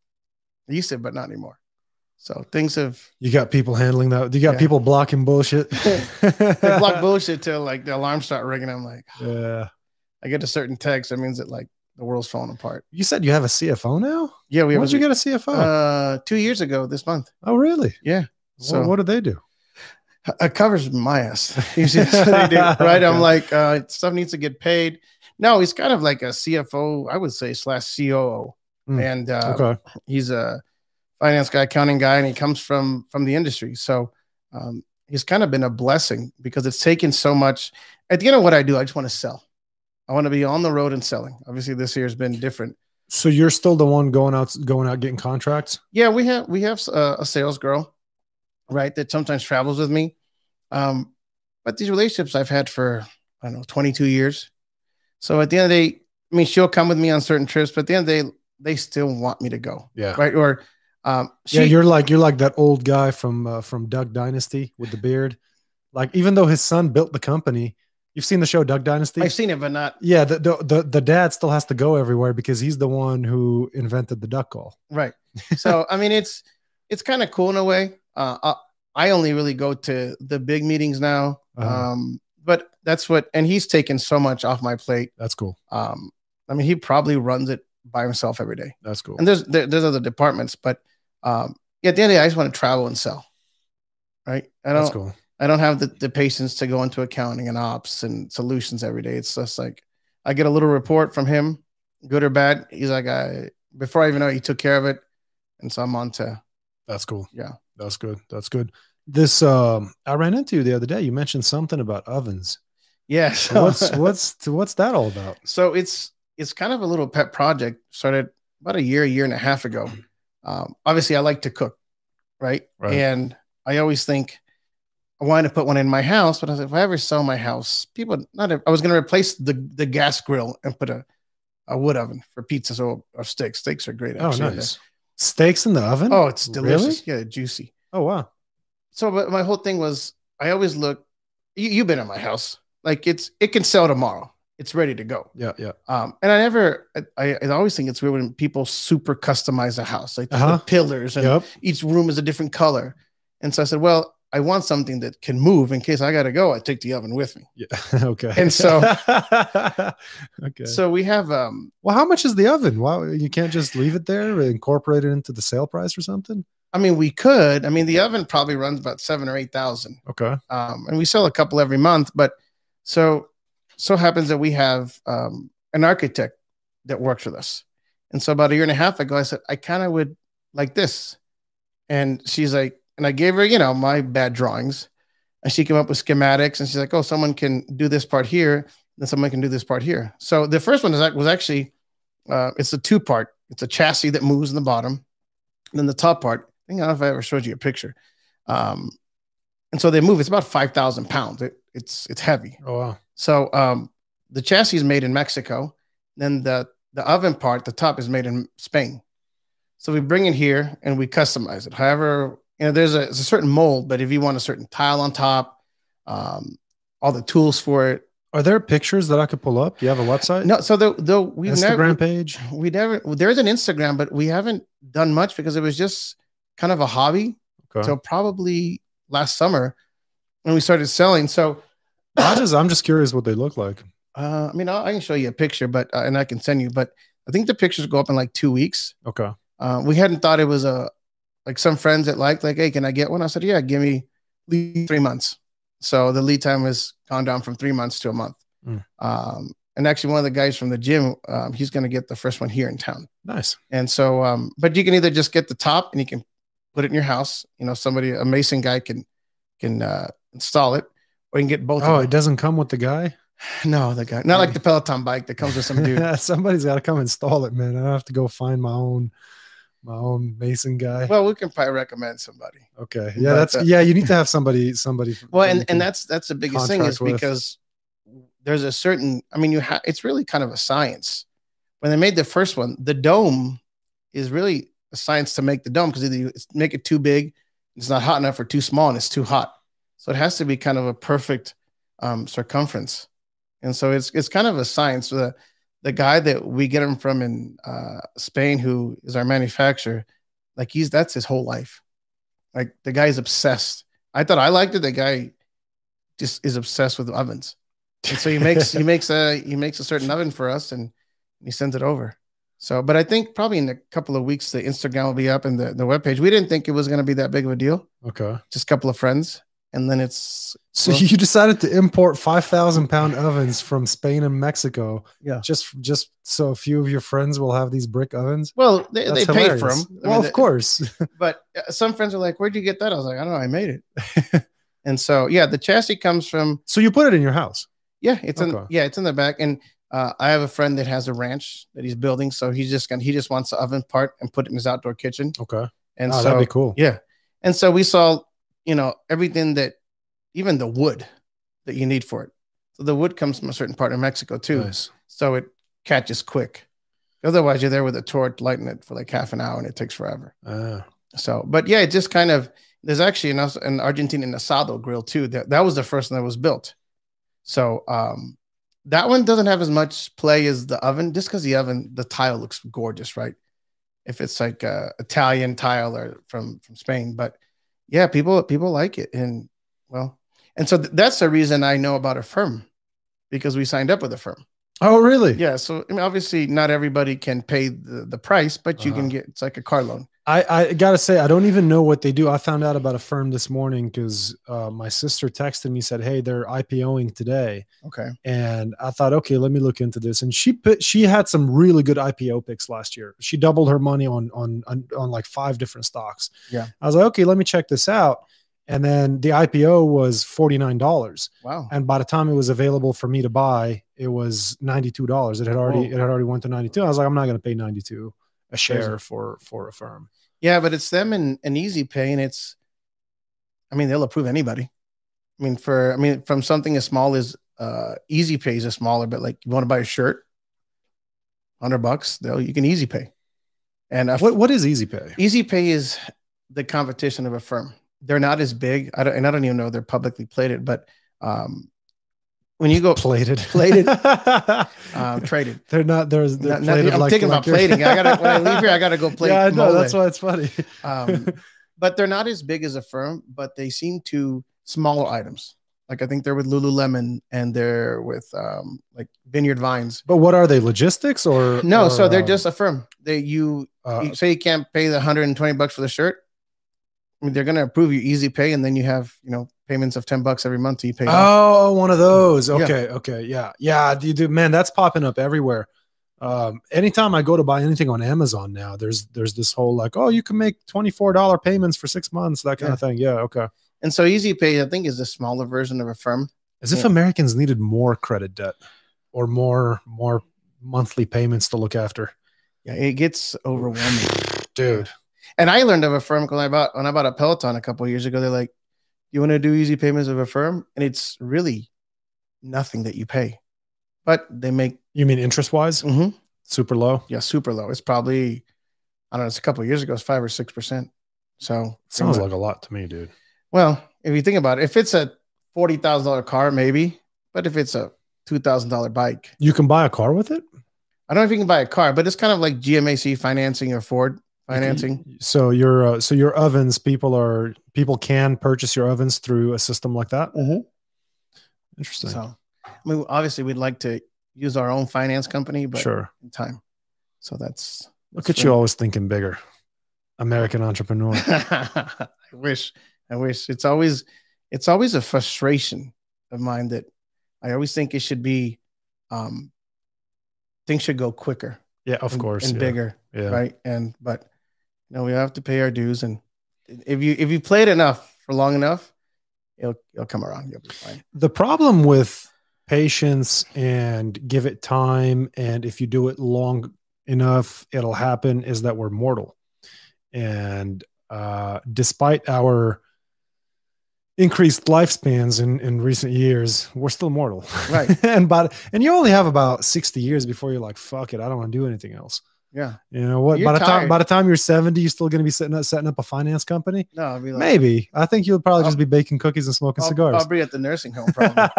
Speaker 2: It used to, but not anymore. So things have
Speaker 1: You got people handling that. You got
Speaker 2: Yeah.
Speaker 1: people blocking bullshit.
Speaker 2: they block bullshit till like the alarms start ringing. I'm like,
Speaker 1: Yeah.
Speaker 2: I get a certain text that means that like the world's falling apart.
Speaker 1: You said you have a CFO now.
Speaker 2: Yeah, we
Speaker 1: When
Speaker 2: have
Speaker 1: would you get a CFO?
Speaker 2: uh, two years ago this month.
Speaker 1: oh, really?
Speaker 2: Yeah.
Speaker 1: So what, do they do?
Speaker 2: It covers my ass. Usually that's what they do, right?
Speaker 1: Okay.
Speaker 2: I'm like, uh, stuff needs to get paid. No, he's kind of like a CFO, I would say, slash COO,
Speaker 1: Mm.
Speaker 2: and uh,
Speaker 1: okay.
Speaker 2: he's a finance guy, accounting guy, and he comes from from the industry. So um, he's kind of been a blessing because it's taken so much. At the end of what I do, I just want to sell. I want to be on the road and selling. Obviously, this year has been different.
Speaker 1: So you're still the one going out, going out getting contracts.
Speaker 2: Yeah, we have we have uh, a, a sales girl, right? That sometimes travels with me. Um, but these relationships I've had for I don't know 22 years. So at the end of the day, I mean, she'll come with me on certain trips, but at the end of the day, they still want me to go,
Speaker 1: Yeah.
Speaker 2: right? Or um, she,
Speaker 1: yeah. You're like you're like that old guy from uh, from Duck Dynasty with the beard. Like even though his son built the company, you've seen the show Duck Dynasty.
Speaker 2: I've seen it, but not
Speaker 1: yeah, the, the the the dad still has to go everywhere because he's the one who invented the duck call.
Speaker 2: right. So I mean, it's it's kind of cool in a way. Uh, I, I only really go to the big meetings now,
Speaker 1: Uh-huh.
Speaker 2: um, but that's what. And he's taken so much off my plate.
Speaker 1: That's cool.
Speaker 2: Um, I mean, he probably runs it by himself every day.
Speaker 1: That's cool.
Speaker 2: And there's there, there's other departments, but um, yeah, at the end of the day, I just want to travel and sell. Right? I
Speaker 1: That's
Speaker 2: don't
Speaker 1: cool.
Speaker 2: I don't have the, the patience to go into accounting and ops and solutions every day. It's just like I get a little report from him, good or bad. He's like, I before I even know it, he took care of it, and so I'm on to
Speaker 1: That's cool.
Speaker 2: Yeah.
Speaker 1: That's good. That's good. This um I ran into you the other day. You mentioned something about ovens.
Speaker 2: yeah. So,
Speaker 1: What's what's what's that all about?
Speaker 2: so it's it's kind of a little pet project started about a year, a year and a half ago. Um, obviously, I like to cook, right?
Speaker 1: Mm-hmm. Right.
Speaker 2: And I always think I wanted to put one in my house, but I was like, if I ever sell my house, people not. I was going to replace the the gas grill and put a a wood oven for pizzas or, or steaks. Steaks are great.
Speaker 1: Oh
Speaker 2: actually.
Speaker 1: nice. Steaks in the oven?
Speaker 2: Oh, it's
Speaker 1: Really?
Speaker 2: delicious. Yeah, juicy.
Speaker 1: Oh wow.
Speaker 2: So, but my whole thing was, I always look. You, you've been at my house. Like it's it can sell tomorrow. It's ready to go.
Speaker 1: Yeah, yeah.
Speaker 2: Um, and I never, I, I always think it's weird when people super customize a house, like the-
Speaker 1: Uh-huh.
Speaker 2: the pillars and
Speaker 1: Yep.
Speaker 2: each room is a different color. And so I said, well, I want something that can move in case I got to go. I take the oven with me.
Speaker 1: Yeah. okay.
Speaker 2: And so-
Speaker 1: Okay.
Speaker 2: So we have, um,
Speaker 1: well, how much is the oven? Wow, you can't just leave it there, incorporate it into the sale price or something?
Speaker 2: I mean, we could, I mean, the oven probably runs about seven or 8,000.
Speaker 1: Okay.
Speaker 2: Um, and we sell a couple every month, but so, so happens that we have, um, an architect that works with us. And so about a year and a half ago, I said, I kind of would like this. And she's like, and I gave her, you know, my bad drawings. And she came up with schematics and she's like, oh, someone can do this part here, then someone can do this part here. So the first one is that was actually uh, it's a two part. It's a chassis that moves in the bottom, and then the top part. I think I don't know if I ever showed you a picture. Um, and so they move. It's about five thousand pounds. It, it's it's heavy.
Speaker 1: Oh wow.
Speaker 2: So um, the chassis is made in Mexico. Then the the oven part, the top is made in Spain. So we bring it here and we customize it. However, you know, there's a, there's a certain mold, but if you want a certain tile on top, um, all the tools for it.
Speaker 1: Are there pictures that I could pull up? Do you have a website?
Speaker 2: No, so though though we
Speaker 1: Instagram
Speaker 2: never
Speaker 1: page.
Speaker 2: we never there's an Instagram, but we haven't done much because it was just kind of a hobby
Speaker 1: Okay.
Speaker 2: till probably last summer when we started selling. So
Speaker 1: I just I'm just curious what they look like.
Speaker 2: uh, I mean, I, I can show you a picture, but uh, and I can send you, but I think the pictures go up in like two weeks.
Speaker 1: Okay.
Speaker 2: Uh, we hadn't thought it was a like some friends that liked like, hey, can I get one? I said, yeah, give me lead three months. So the lead time has gone down from three months to a month.
Speaker 1: Mm.
Speaker 2: Um, and actually, one of the guys from the gym, um, he's going to get the first one here in town.
Speaker 1: Nice.
Speaker 2: And so, um, but you can either just get the top and you can put it in your house. You know, somebody, a mason guy can can uh, install it, or you can get both.
Speaker 1: Oh,
Speaker 2: of
Speaker 1: it doesn't come with the guy.
Speaker 2: them. no, the guy, not like the Peloton bike that comes with some dude.
Speaker 1: Somebody's got to come install it, man. I have to go find my own my own mason guy.
Speaker 2: well, we can probably recommend somebody.
Speaker 1: okay. Yeah,
Speaker 2: but,
Speaker 1: that's
Speaker 2: uh,
Speaker 1: yeah. You need to have somebody somebody.
Speaker 2: Well,
Speaker 1: that you
Speaker 2: and
Speaker 1: can-
Speaker 2: and that's that's the biggest thing is
Speaker 1: contract with.
Speaker 2: because there's a certain. I mean, you ha- it's really kind of a science. When they made the first one, the dome is really a science to make the dome because either you make it too big, it's not hot enough, or too small and it's too hot. So it has to be kind of a perfect um, circumference, and so it's it's kind of a science. The the guy that we get him from in uh, Spain, who is our manufacturer, like he's that's his whole life. Like the guy's obsessed. I thought I liked it. The guy just is obsessed with ovens, and so he makes he makes a he makes a certain oven for us, and he sends it over. So, but I think probably in a couple of weeks the Instagram will be up and the the webpage. We didn't think it was going to be that big of a deal.
Speaker 1: okay.
Speaker 2: Just a couple of friends, and then it's
Speaker 1: So
Speaker 2: Well-
Speaker 1: you decided to import five thousand pound ovens from Spain and Mexico.
Speaker 2: Yeah.
Speaker 1: Just just so a few of your friends will have these brick ovens.
Speaker 2: well they,
Speaker 1: That's
Speaker 2: they paid for them.
Speaker 1: hilarious. Well, of course.
Speaker 2: but uh, some friends are like, "Where'd you get that?" I was like, "I don't know. I made it." and so yeah, the chassis comes from
Speaker 1: so you put it in your house.
Speaker 2: Yeah, it's in
Speaker 1: Okay.
Speaker 2: yeah, it's in the back. And uh, I have a friend that has a ranch that he's building, so he's just gonna he just wants the oven part and put it in his outdoor kitchen.
Speaker 1: Okay.
Speaker 2: And
Speaker 1: oh,
Speaker 2: so
Speaker 1: that'd be cool.
Speaker 2: yeah, and so we saw you know everything that even the wood that you need for it. So the wood comes from a certain part of Mexico too,
Speaker 1: Nice.
Speaker 2: so it catches quick. Otherwise, you're there with a torch lighting it for like half an hour, and it takes forever.
Speaker 1: Ah,
Speaker 2: So, but yeah, it just kind of there's actually an, an Argentine asado grill too. That that was the first one that was built. So um, that one doesn't have as much play as the oven, just because the oven the tile looks gorgeous, right? If it's like uh, Italian tile or from from Spain, but yeah, people people like it, and well, and so th- that's the reason I know about a firm because we signed up with a firm.
Speaker 1: Oh, really?
Speaker 2: Yeah, so I mean, obviously not everybody can pay the, the price, but you
Speaker 1: Uh-huh.
Speaker 2: can get it's like a car loan.
Speaker 1: I, I gotta say, I don't even know what they do. I found out about a firm this morning because uh, my sister texted me said, "Hey, they're IPOing today,"
Speaker 2: Okay.
Speaker 1: and I thought, "Okay, let me look into this." And she put, she had some really good IPO picks last year. She doubled her money on on on, on like five different stocks.
Speaker 2: Yeah.
Speaker 1: I was like, "Okay, let me check this out." And then the IPO was forty nine dollars,
Speaker 2: Wow.
Speaker 1: and by the time it was available for me to buy, it was ninety two dollars. It had already
Speaker 2: Whoa.
Speaker 1: it had already went to ninety two. I was like, "I'm not gonna pay ninety two a share
Speaker 2: Crazy.
Speaker 1: for for a firm."
Speaker 2: Yeah, but it's them and, and Easy Pay, and it's, I mean, they'll approve anybody. I mean, for I mean, from something as small as uh, Easy Pay is a smaller, but like you want to buy a shirt, hundred bucks, they'll you can Easy Pay, and a,
Speaker 1: What what is Easy Pay?
Speaker 2: Easy Pay is the competition of a firm. They're not as big, I don't, and I don't even know they're publicly plated, but um, when you go
Speaker 1: plated
Speaker 2: Plated. um, traded,
Speaker 1: they're not they're, they're
Speaker 2: Not- not-
Speaker 1: plated
Speaker 2: I'm
Speaker 1: like-
Speaker 2: thinking
Speaker 1: like
Speaker 2: about
Speaker 1: you're-
Speaker 2: plating. I gotta when I leave here, I gotta go plate.
Speaker 1: yeah i know
Speaker 2: mole.
Speaker 1: that's why it's funny
Speaker 2: Um, but they're not as big as a firm, but they seem to smaller items. Like I think they're with Lululemon and they're with um, like Vineyard Vines.
Speaker 1: but what are they logistics or
Speaker 2: No,
Speaker 1: or,
Speaker 2: so they're
Speaker 1: um,
Speaker 2: just a firm. They you,
Speaker 1: uh,
Speaker 2: you say you can't pay the 120 bucks for the shirt. I mean, they're gonna approve you easy pay, and then you have you know payments of 10 bucks every month. that You pay. off.
Speaker 1: oh one of those
Speaker 2: Yeah.
Speaker 1: okay okay yeah yeah you do man that's popping up everywhere um anytime i go to buy anything on amazon now there's there's this whole like oh you can make $24 payments for six months that kind
Speaker 2: Yeah.
Speaker 1: of thing yeah okay
Speaker 2: And so easy pay, I think, is the smaller version of a firm.
Speaker 1: as if
Speaker 2: Yeah.
Speaker 1: americans needed more credit debt or more more monthly payments to look after
Speaker 2: Yeah, it gets overwhelming.
Speaker 1: dude
Speaker 2: And I learned of a firm when I bought when I bought a Peloton a couple years ago. They're like, "You want to do easy payments of a firm?" And it's really nothing that you pay, but they make
Speaker 1: You mean interest wise?
Speaker 2: mhm,
Speaker 1: Super low.
Speaker 2: yeah super low. It's probably I don't know. It's a couple years ago. It's five or six percent. So
Speaker 1: Sounds like a lot to me, dude.
Speaker 2: well, if you think about it, if it's a forty thousand dollar car, maybe, but if it's a two thousand dollar bike,
Speaker 1: You can buy a car with it.
Speaker 2: I don't know if you can buy a car, but it's kind of like GMAC financing or Ford
Speaker 1: Mm-hmm.
Speaker 2: financing.
Speaker 1: So your uh, so your ovens, people are people can purchase your ovens through a system like that.
Speaker 2: Mhm.
Speaker 1: Interesting.
Speaker 2: So, I mean, obviously, we'd like to use our own finance company, but
Speaker 1: sure.
Speaker 2: in time. So that's.
Speaker 1: Look
Speaker 2: that's
Speaker 1: at you
Speaker 2: really-
Speaker 1: always thinking bigger. American entrepreneur.
Speaker 2: I wish. I wish. It's always, it's always a frustration of mine that I always think it should be, um, things should go quicker,
Speaker 1: Yeah, of
Speaker 2: and-
Speaker 1: course.
Speaker 2: and
Speaker 1: yeah.
Speaker 2: bigger,
Speaker 1: Yeah.
Speaker 2: right? And but, you know, we have to pay our dues, and if you if you play it enough for long enough, it'll it'll come around. You'll be fine.
Speaker 1: The problem with patience and give it time, and if you do it long enough, it'll happen is that we're mortal. And uh, despite our increased lifespans in, in recent years, we're still mortal.
Speaker 2: Right.
Speaker 1: and but and you only have about 60 years before you're like, fuck it, I don't want to do anything else.
Speaker 2: Yeah.
Speaker 1: You know what?
Speaker 2: You're
Speaker 1: by the time
Speaker 2: tired.
Speaker 1: by the time you're 70, you're still gonna be setting up setting up a finance company.
Speaker 2: No, I'll be like,
Speaker 1: Maybe. I think you'll probably just be baking cookies and smoking
Speaker 2: I'll,
Speaker 1: cigars.
Speaker 2: I'll be at the nursing home probably.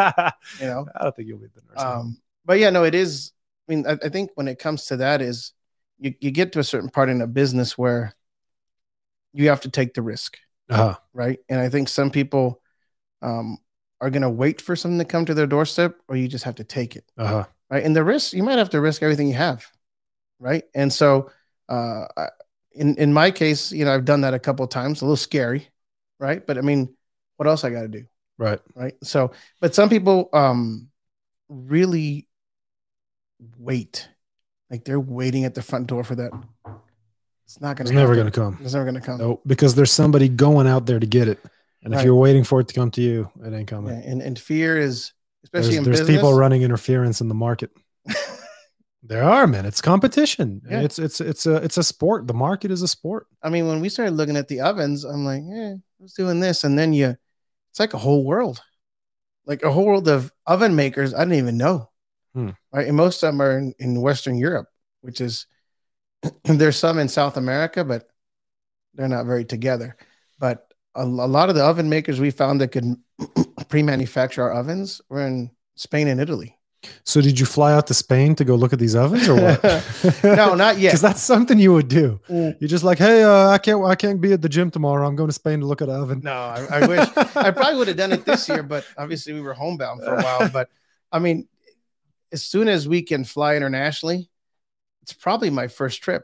Speaker 2: you know,
Speaker 1: I don't think you'll be the nurse.
Speaker 2: um, but yeah, no, it is. I mean, I, I think when it comes to that, is you you get to a certain part in a business where you have to take the risk,
Speaker 1: uh-huh.
Speaker 2: right? And I think some people um, are going to wait for something to come to their doorstep, or you just have to take it,
Speaker 1: Uh-huh.
Speaker 2: right? And the risk, you might have to risk everything you have, right? And so, uh, I- in in my case, you know, I've done that a couple of times, a little scary, right? But I mean, what else I got to do?
Speaker 1: Right.
Speaker 2: right so but some people um really wait like they're waiting at the front door for that it's not gonna
Speaker 1: It's never
Speaker 2: happen.
Speaker 1: going to come.
Speaker 2: it's never gonna come
Speaker 1: No, because there's somebody going out there to get it. And if
Speaker 2: Right.
Speaker 1: you're waiting for it to come to you, it ain't coming.
Speaker 2: Yeah, and and fear
Speaker 1: There's,
Speaker 2: is especially in
Speaker 1: there's
Speaker 2: business
Speaker 1: people running interference in the market. there are, man. It's competition.
Speaker 2: Yeah.
Speaker 1: It's it's it's a it's a sport. The market is a sport.
Speaker 2: i mean when we started looking at the ovens i'm like eh, who's doing this and then you it's like a whole world like a whole world of oven makers i didn't even know
Speaker 1: Hmm.
Speaker 2: right and most of them are in, in western europe which is there's some in south america but they're not very together but a, a lot of the oven makers we found that could pre-manufacture our ovens were in spain and italy
Speaker 1: So did you fly out to Spain to go look at these ovens or what?
Speaker 2: no not yet
Speaker 1: Because that's something you would do.
Speaker 2: Mm.
Speaker 1: You're just like, hey, uh, I can't, I can't be at the gym tomorrow. I'm going to Spain to look at an oven.
Speaker 2: no I, I wish I probably would have done it this year, but obviously we were homebound for a while. But I mean, as soon as we can fly internationally, it's probably my first trip.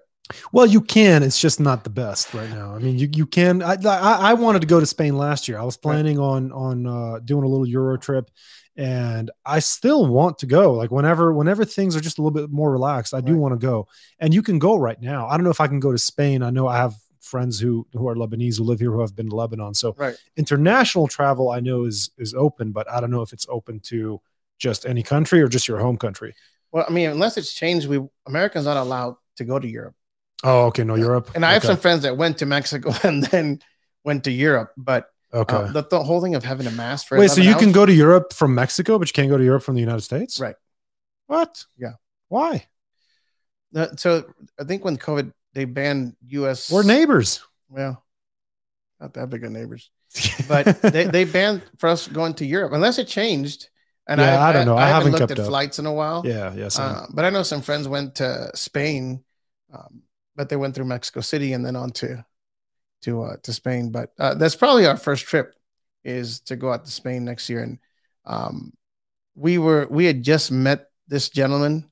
Speaker 1: Well, you can. It's just not the best right now. I mean, you you can. I I, I wanted to go to Spain last year. I was planning on on uh, doing a little Euro trip, and I still want to go. Like whenever whenever things are just a little bit more relaxed, I do
Speaker 2: Right.
Speaker 1: want to go. And you can go right now. I don't know if I can go to Spain. I know I have friends who who are Lebanese who live here who have been to Lebanon. So
Speaker 2: Right.
Speaker 1: international travel, I know is is open, but I don't know if it's open to just any country or just your home country.
Speaker 2: Well, I mean, unless it's changed, we Americans aren't allowed to go to Europe.
Speaker 1: Oh, okay, no Europe.
Speaker 2: And I have
Speaker 1: Okay.
Speaker 2: some friends that went to Mexico and then went to Europe. But
Speaker 1: okay.
Speaker 2: uh, the, the whole thing of having a mass for
Speaker 1: Wait, so
Speaker 2: 11
Speaker 1: you can
Speaker 2: hours-
Speaker 1: go to Europe from Mexico, but you can't go to Europe from the United States?
Speaker 2: Right.
Speaker 1: What?
Speaker 2: Yeah.
Speaker 1: Why?
Speaker 2: Uh, So I think when COVID they banned U.S.
Speaker 1: We're neighbors.
Speaker 2: Well, not that big of neighbors. but they, they banned for us going to Europe unless it changed. And
Speaker 1: Yeah, I don't know. I haven't
Speaker 2: looked
Speaker 1: kept
Speaker 2: at
Speaker 1: up.
Speaker 2: flights in a while.
Speaker 1: yeah, yeah. same.
Speaker 2: Uh, but I know some friends went to Spain, um, but they went through Mexico City and then on to to uh, to Spain. But uh, that's probably our first trip is to go out to Spain next year. And um, we were we had just met this gentleman,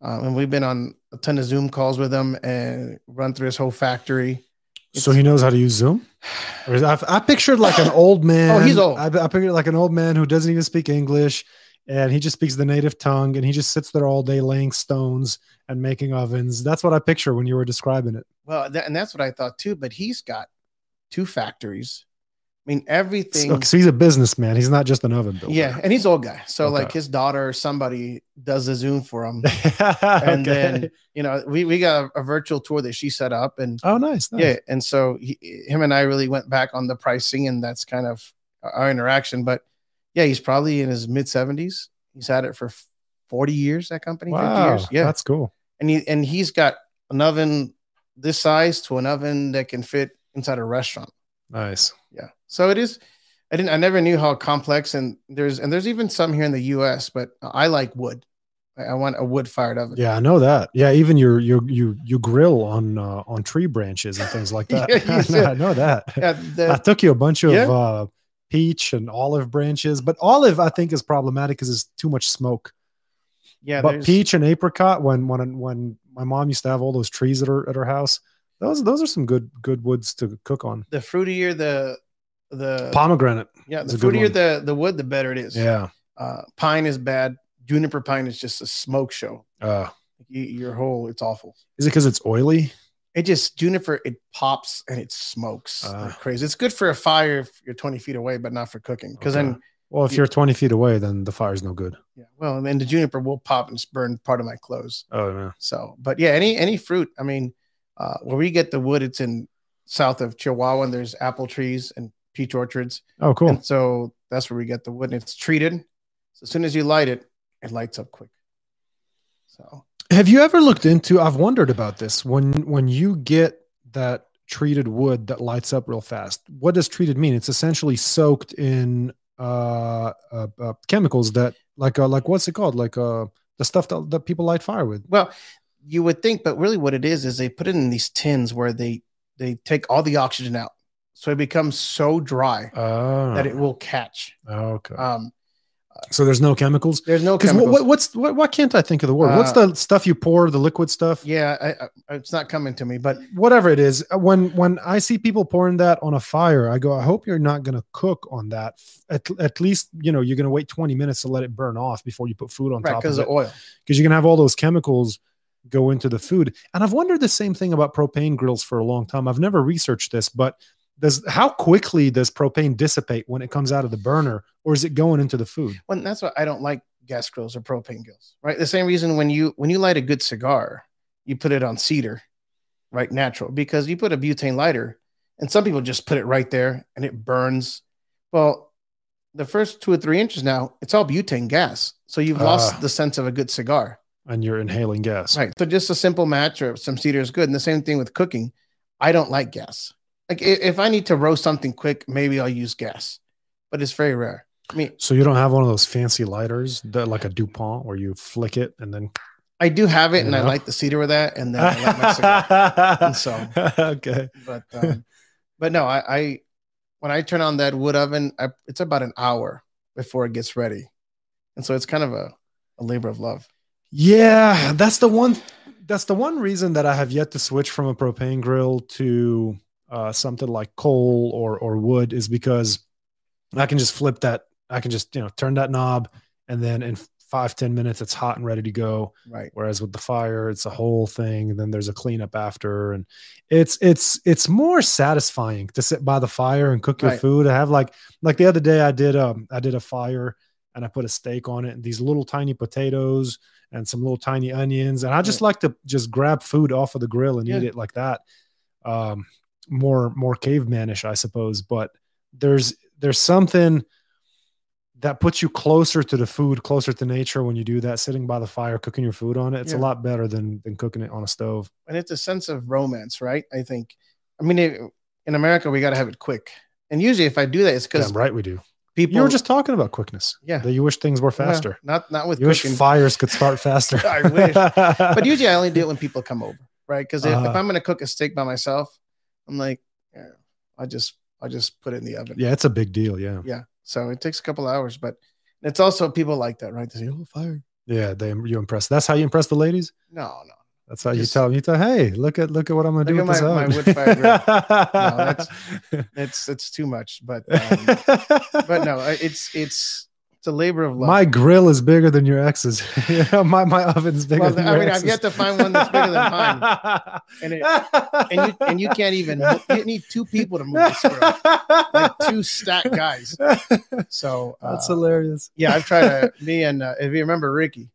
Speaker 2: um, and we've been on a ton of Zoom calls with him and run through his whole factory.
Speaker 1: so he knows how to use Zoom. Or is- I, I pictured like an old man.
Speaker 2: Oh, he's old.
Speaker 1: I, I pictured like an old man who doesn't even speak English, and he just speaks the native tongue, and he just sits there all day laying stones and making ovens. That's what I picture when you were describing it.
Speaker 2: Well, tha- and that's what I thought too. But he's got two factories mean, everything.
Speaker 1: So, so he's a businessman. He's not just an oven builder.
Speaker 2: yeah, and he's old guy. So
Speaker 1: Okay.
Speaker 2: like his daughter or somebody does the Zoom for him.
Speaker 1: and
Speaker 2: And then you know we we got a, a virtual tour that she set up, and
Speaker 1: oh, nice. nice.
Speaker 2: yeah, and so he, him and I really went back on the pricing, and that's kind of our interaction. But yeah, he's probably in his mid seventies. He's had it for forty years. That company,
Speaker 1: Wow,
Speaker 2: fifty years. Yeah,
Speaker 1: that's cool.
Speaker 2: and he and he's got an oven this size to an oven that can fit inside a restaurant.
Speaker 1: Nice.
Speaker 2: Yeah. So it is. I didn't. I never knew how complex and there's and there's even some here in the U.S. But I like wood. I, I want a wood fired oven.
Speaker 1: Yeah, I know that. Yeah, even your your you you grill on uh, on tree branches and things like that.
Speaker 2: Yeah, you
Speaker 1: I, know, I
Speaker 2: do.
Speaker 1: know that.
Speaker 2: Yeah,
Speaker 1: I
Speaker 2: the,
Speaker 1: took you a bunch of
Speaker 2: Yeah.
Speaker 1: uh, peach and olive branches, but olive I think is problematic because it's too much smoke.
Speaker 2: yeah.
Speaker 1: but
Speaker 2: there's-
Speaker 1: peach and apricot, when when when my mom used to have all those trees at her at her house, those those are some good good woods to cook on.
Speaker 2: the fruitier the the
Speaker 1: Pomegranate,
Speaker 2: yeah
Speaker 1: is
Speaker 2: the
Speaker 1: a good
Speaker 2: fruitier
Speaker 1: one.
Speaker 2: the the wood the better it is.
Speaker 1: yeah,
Speaker 2: Uh, pine is bad. Juniper pine is just a smoke show.
Speaker 1: uh,
Speaker 2: You, your whole it's awful.
Speaker 1: is it because it's oily?
Speaker 2: It just juniper it pops and it smokes
Speaker 1: Ah.
Speaker 2: like crazy. It's good for a fire if you're 20 feet away, but not for cooking because
Speaker 1: Okay.
Speaker 2: then
Speaker 1: Well, if
Speaker 2: Yeah.
Speaker 1: you're 20 feet away, then the fire's no good.
Speaker 2: yeah. Well, and then the juniper will pop and burn part of my clothes.
Speaker 1: Oh man,
Speaker 2: So, but yeah, any any fruit. I mean, uh, where we get the wood, it's in south of Chihuahua, and there's apple trees and peach orchards,
Speaker 1: oh cool.
Speaker 2: and so that's where we get the wood, and it's treated. So as soon as you light it, it lights up quick. So
Speaker 1: Have you ever looked into? I've wondered about this. When when you get that treated wood that lights up real fast, what does treated mean? It's essentially soaked in uh, uh, uh chemicals that like uh, like what's it called? Like uh the stuff that, that people light fire with.
Speaker 2: Well, you would think, but really what it is is they put it in these tins where they they take all the oxygen out. So it becomes so dry
Speaker 1: Oh,
Speaker 2: that it will catch.
Speaker 1: okay.
Speaker 2: Um
Speaker 1: Uh, so there's no chemicals.
Speaker 2: there's no
Speaker 1: Because what,
Speaker 2: chemicals.
Speaker 1: what, what's what, why can't I think of the word? what's
Speaker 2: Uh,
Speaker 1: the stuff you pour? The liquid stuff.
Speaker 2: yeah, I, I, it's not coming to me, but
Speaker 1: whatever it is uh, when when i see people pouring that on a fire i go i hope you're not going to cook on that at, at least you know you're going to wait 20 minutes to let it burn off before you put food on
Speaker 2: right
Speaker 1: top
Speaker 2: because
Speaker 1: of
Speaker 2: of
Speaker 1: it
Speaker 2: oil.
Speaker 1: because you're going to have all those chemicals go into the food and i've wondered the same thing about propane grills for a long time i've never researched this but does how quickly does propane dissipate when it comes out of the burner or is it going into the food
Speaker 2: Well, that's why I don't like gas grills or propane grills. Right, the same reason when you when you light a good cigar, you put it on cedar, right, natural, because you put a butane lighter, and some people just put it right there and it burns. Well, the first two or three inches now, it's all butane gas, so you've
Speaker 1: Ah.
Speaker 2: lost the sense of a good cigar.
Speaker 1: and you're inhaling gas
Speaker 2: Right, so just a simple match or some cedar is good, and the same thing with cooking. I don't like gas. Like i- if I need to roast something quick, maybe I'll use gas, but it's very rare. I mean,
Speaker 1: so you don't have one of those fancy lighters that like a dupont where you flick it and then
Speaker 2: I do have it, and I
Speaker 1: Yeah.
Speaker 2: like the cedar with that, and then I like my cigar. And so,
Speaker 1: okay.
Speaker 2: but um, but no, I, I when I turn on that wood oven, I, it's about an hour before it gets ready, and so it's kind of a, a labor of love.
Speaker 1: Yeah, that's the one. That's the one reason that I have yet to switch from a propane grill to uh, something like coal or or wood is because I can just flip that. I can just you know turn that knob, and then in five ten minutes it's hot and ready to go.
Speaker 2: Right.
Speaker 1: Whereas with the fire, it's a whole thing, and then there's a cleanup after, and it's it's it's more satisfying to sit by the fire and cook your
Speaker 2: Right.
Speaker 1: food. I have like like the other day I did um I did a fire and I put a steak on it and these little tiny potatoes and some little tiny onions, and I just like to just grab food off of the grill and
Speaker 2: Yeah.
Speaker 1: eat it like that. Um, more more cavemanish, I suppose, but there's there's something that puts you closer to the food, closer to nature when you do that, sitting by the fire, cooking your food on it. It's a
Speaker 2: Yeah.
Speaker 1: lot better than than cooking it on a stove.
Speaker 2: and it's a sense of romance, right? I think. I mean, it, in America, we got to have it quick, and usually, if I do that, it's because
Speaker 1: Damn right we do.
Speaker 2: people
Speaker 1: You were just talking about quickness.
Speaker 2: yeah
Speaker 1: That you wish things were faster.
Speaker 2: No, not not with
Speaker 1: you wish
Speaker 2: cooking.
Speaker 1: fires could start faster.
Speaker 2: I wish.
Speaker 1: but
Speaker 2: but usually I only do it when people come over, right? Because if,
Speaker 1: Uh-huh.
Speaker 2: if I'm going to cook a steak by myself, I'm like, eh, I just I just put it in the oven.
Speaker 1: yeah, it's a big deal. Yeah,
Speaker 2: Yeah. So it takes a couple hours, but it's also people like that, right? They say, "Oh, fire."
Speaker 1: yeah. They you impress. That's how you impress the ladies.
Speaker 2: No, no.
Speaker 1: That's how you
Speaker 2: Just-
Speaker 1: tell them. You tell, hey, look at look at what I'm gonna do
Speaker 2: Look
Speaker 1: with this
Speaker 2: at my- my
Speaker 1: oven.
Speaker 2: wood fire
Speaker 1: grill.
Speaker 2: um, that's- It's it's too much, but um, but no, I- it's it's it's a labor of love.
Speaker 1: My grill is bigger than your ex's. Yeah, my my oven's bigger
Speaker 2: Well,
Speaker 1: than
Speaker 2: I
Speaker 1: your
Speaker 2: mean, I've
Speaker 1: ex's.
Speaker 2: yet to find one that's bigger than mine, and, it, and you and you can't even you need two people to move this grill, like two stacked guys. So uh,
Speaker 1: That's hilarious.
Speaker 2: yeah, I've tried to. Me and uh, if you remember Ricky,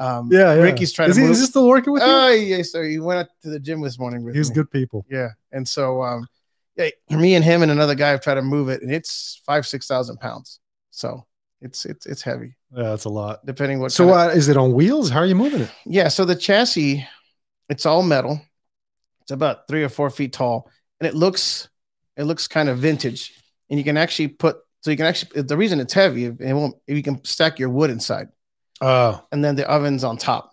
Speaker 2: um,
Speaker 1: Yeah, yeah.
Speaker 2: Ricky's trying
Speaker 1: is
Speaker 2: to
Speaker 1: he,
Speaker 2: move.
Speaker 1: Is he still working with
Speaker 2: Oh yeah, so he went up to the gym this morning
Speaker 1: you?
Speaker 2: with
Speaker 1: He's
Speaker 2: me.
Speaker 1: good people.
Speaker 2: Yeah, and so um, yeah, me and him and another guy have tried to move it, and it's five six thousand pounds. So it's it's it's heavy,
Speaker 1: Yeah, that's a lot.
Speaker 2: depending what.
Speaker 1: So
Speaker 2: kind of-
Speaker 1: uh, is it on wheels? How are you moving it?
Speaker 2: yeah, so the chassis, it's all metal. It's about three or four feet tall, and it looks it looks kind of vintage. And you can actually put so you can actually the reason it's heavy it won't you can stack your wood inside,
Speaker 1: Oh,
Speaker 2: and then the oven's on top.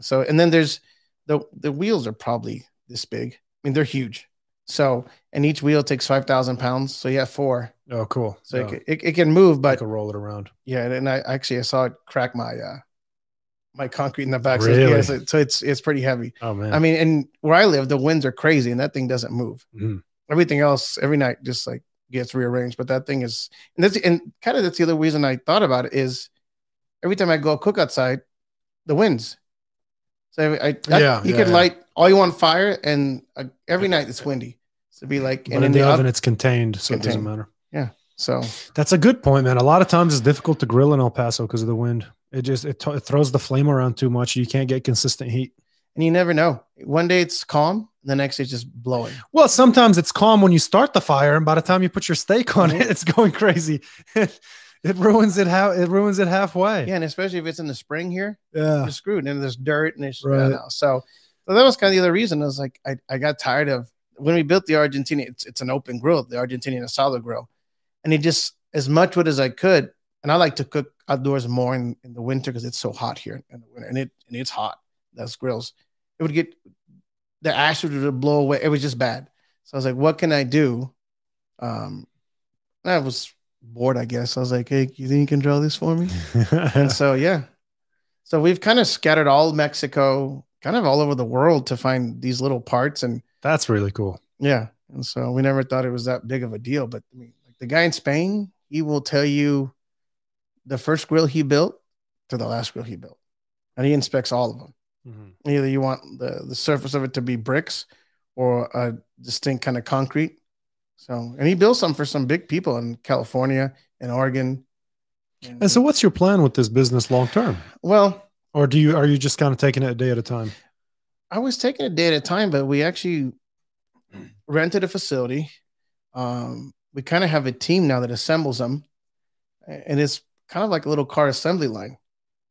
Speaker 2: So and then there's the the wheels are probably this big. I mean they're huge. So and each wheel takes five thousand pounds. So you have four.
Speaker 1: oh, cool.
Speaker 2: So
Speaker 1: Yeah.
Speaker 2: it, can- it it can move,
Speaker 1: I
Speaker 2: but
Speaker 1: could roll it around.
Speaker 2: yeah, and I actually I saw it crack my uh my concrete in the back. So,
Speaker 1: Really?
Speaker 2: yeah, so, so it's it's pretty heavy.
Speaker 1: Oh man,
Speaker 2: I mean, and where I live, the winds are crazy, and that thing doesn't move.
Speaker 1: Mhm.
Speaker 2: Everything else every night just like gets rearranged, but that thing is, and that's and kind of that's the other reason I thought about it is every time I go cook outside, the winds. So I, I that-
Speaker 1: Yeah,
Speaker 2: you
Speaker 1: yeah,
Speaker 2: could
Speaker 1: yeah.
Speaker 2: light all you want fire, and uh, every night it's windy. So it'd be like,
Speaker 1: but
Speaker 2: and
Speaker 1: in the
Speaker 2: out-
Speaker 1: oven, it's contained, so it doesn't
Speaker 2: Contained.
Speaker 1: matter.
Speaker 2: So
Speaker 1: That's a good point, man. A lot of times it's difficult to grill in El Paso because of the wind. It just it, t- it throws the flame around too much. You can't get consistent heat.
Speaker 2: and you never know. One day it's calm, the next day it's just blowing.
Speaker 1: Well, sometimes it's calm when you start the fire, and by the time you put your steak on it, it's going crazy. it ruins it how it ruins it halfway.
Speaker 2: Yeah, and especially if it's in the spring here,
Speaker 1: yeah.
Speaker 2: you're screwed. And there's dirt and it's
Speaker 1: Right.
Speaker 2: right. so so that was kind of the other reason. I was like, I, I got tired of when we built the Argentina, it's it's an open grill, the Argentinian asado grill. And it just as much wood as I could. And I like to cook outdoors more in, in the winter because it's so hot here in the winter. And it and it's hot. That's grills. It would get the ash would blow away. It was just bad. So I was like, what can I do? Um and I was bored, I guess. I was like, hey, you think you can draw this for me? And so yeah. So we've kind of scattered all Mexico, kind of all over the world to find these little parts and
Speaker 1: That's really cool.
Speaker 2: yeah. And so we never thought it was that big of a deal, but I mean, like the guy in Spain, he will tell you the first grill he built to the last grill he built. And he inspects all of them. Either you want the, the surface of it to be bricks or a distinct kind of concrete. So, and he built some for some big people in California and Oregon.
Speaker 1: And so, what's your plan with this business long term,
Speaker 2: well,
Speaker 1: or do you are you just kind of taking it a day at a time?
Speaker 2: I was taking a day at a time, but we actually rented a facility. Um, we kind of have a team now that assembles them, a- and it's kind of like a little car assembly line.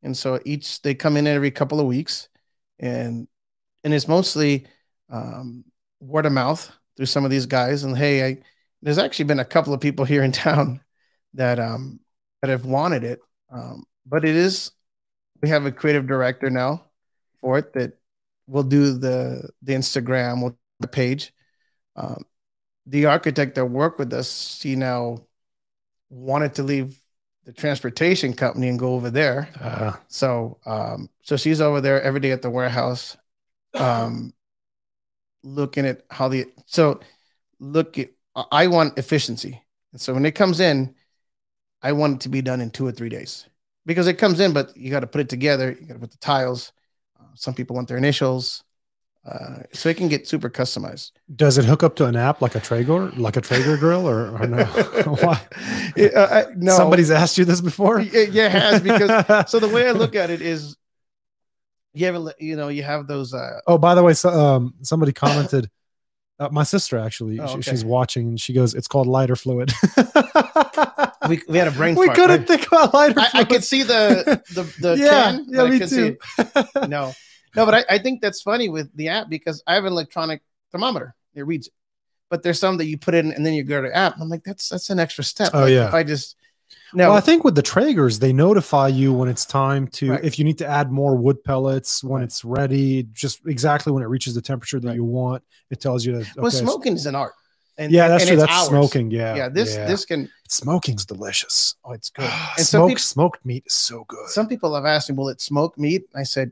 Speaker 2: And so each they come in every couple of weeks, and and it's mostly um, word of mouth through some of these guys. And hey, I, there's actually been a couple of people here in town that um, that have wanted it, um, but it is we have a creative director now for it that we'll do the the Instagram, we'll do the page. Um, the architect that worked with us, he now wanted to leave the transportation company and go over there.
Speaker 1: Uh,
Speaker 2: So, um, so she's over there every day at the warehouse, um, looking at how the so look at. I- I want efficiency, and so when it comes in, I want it to be done in two or three days because it comes in, but you got to put it together. You got to put the tiles. Uh, some people want their initials, uh, so it can get super customized.
Speaker 1: does it hook up to an app like a Traeger, like a Traeger grill, or, or no? Why?
Speaker 2: Yeah, uh, I- no,
Speaker 1: Somebody's asked you this before.
Speaker 2: it, yeah, it has because so the way I look at it is, you have a- you know you have those uh,
Speaker 1: Oh, by the way, so, um, somebody commented. Uh, my sister actually,
Speaker 2: Oh,
Speaker 1: she-
Speaker 2: okay.
Speaker 1: she's watching, and she goes, "It's called lighter fluid."
Speaker 2: we, we had a brain
Speaker 1: we
Speaker 2: fart.
Speaker 1: couldn't think about lighter
Speaker 2: I, I
Speaker 1: fluid.
Speaker 2: could see the the, the
Speaker 1: Yeah,
Speaker 2: can,
Speaker 1: yeah,
Speaker 2: but I
Speaker 1: me
Speaker 2: couldn't see
Speaker 1: too.
Speaker 2: it. No, no, but I, I think that's funny with the app because I have an electronic thermometer. It reads it, but there's some that you put in and then you go to the app. I'm like, that's that's an extra step.
Speaker 1: Oh,
Speaker 2: Like,
Speaker 1: yeah.
Speaker 2: if I just no,
Speaker 1: Well, I think with the Traegers, they notify you when it's time to,
Speaker 2: Right.
Speaker 1: if you need to add more wood pellets, when
Speaker 2: Right.
Speaker 1: it's ready, just exactly when it reaches the temperature that
Speaker 2: Right.
Speaker 1: you want. It tells you to. Okay,
Speaker 2: well,
Speaker 1: it's-
Speaker 2: smoking is an art. And,
Speaker 1: yeah,
Speaker 2: and-
Speaker 1: that's
Speaker 2: and
Speaker 1: true.
Speaker 2: it's
Speaker 1: That's
Speaker 2: hours.
Speaker 1: smoking. Yeah.
Speaker 2: Yeah, this
Speaker 1: yeah.
Speaker 2: this can.
Speaker 1: smoking's delicious.
Speaker 2: Oh, it's good. And some
Speaker 1: Smoked
Speaker 2: people-
Speaker 1: smoked meat is so good.
Speaker 2: Some people have asked me, "Will it smoke meat?" I said,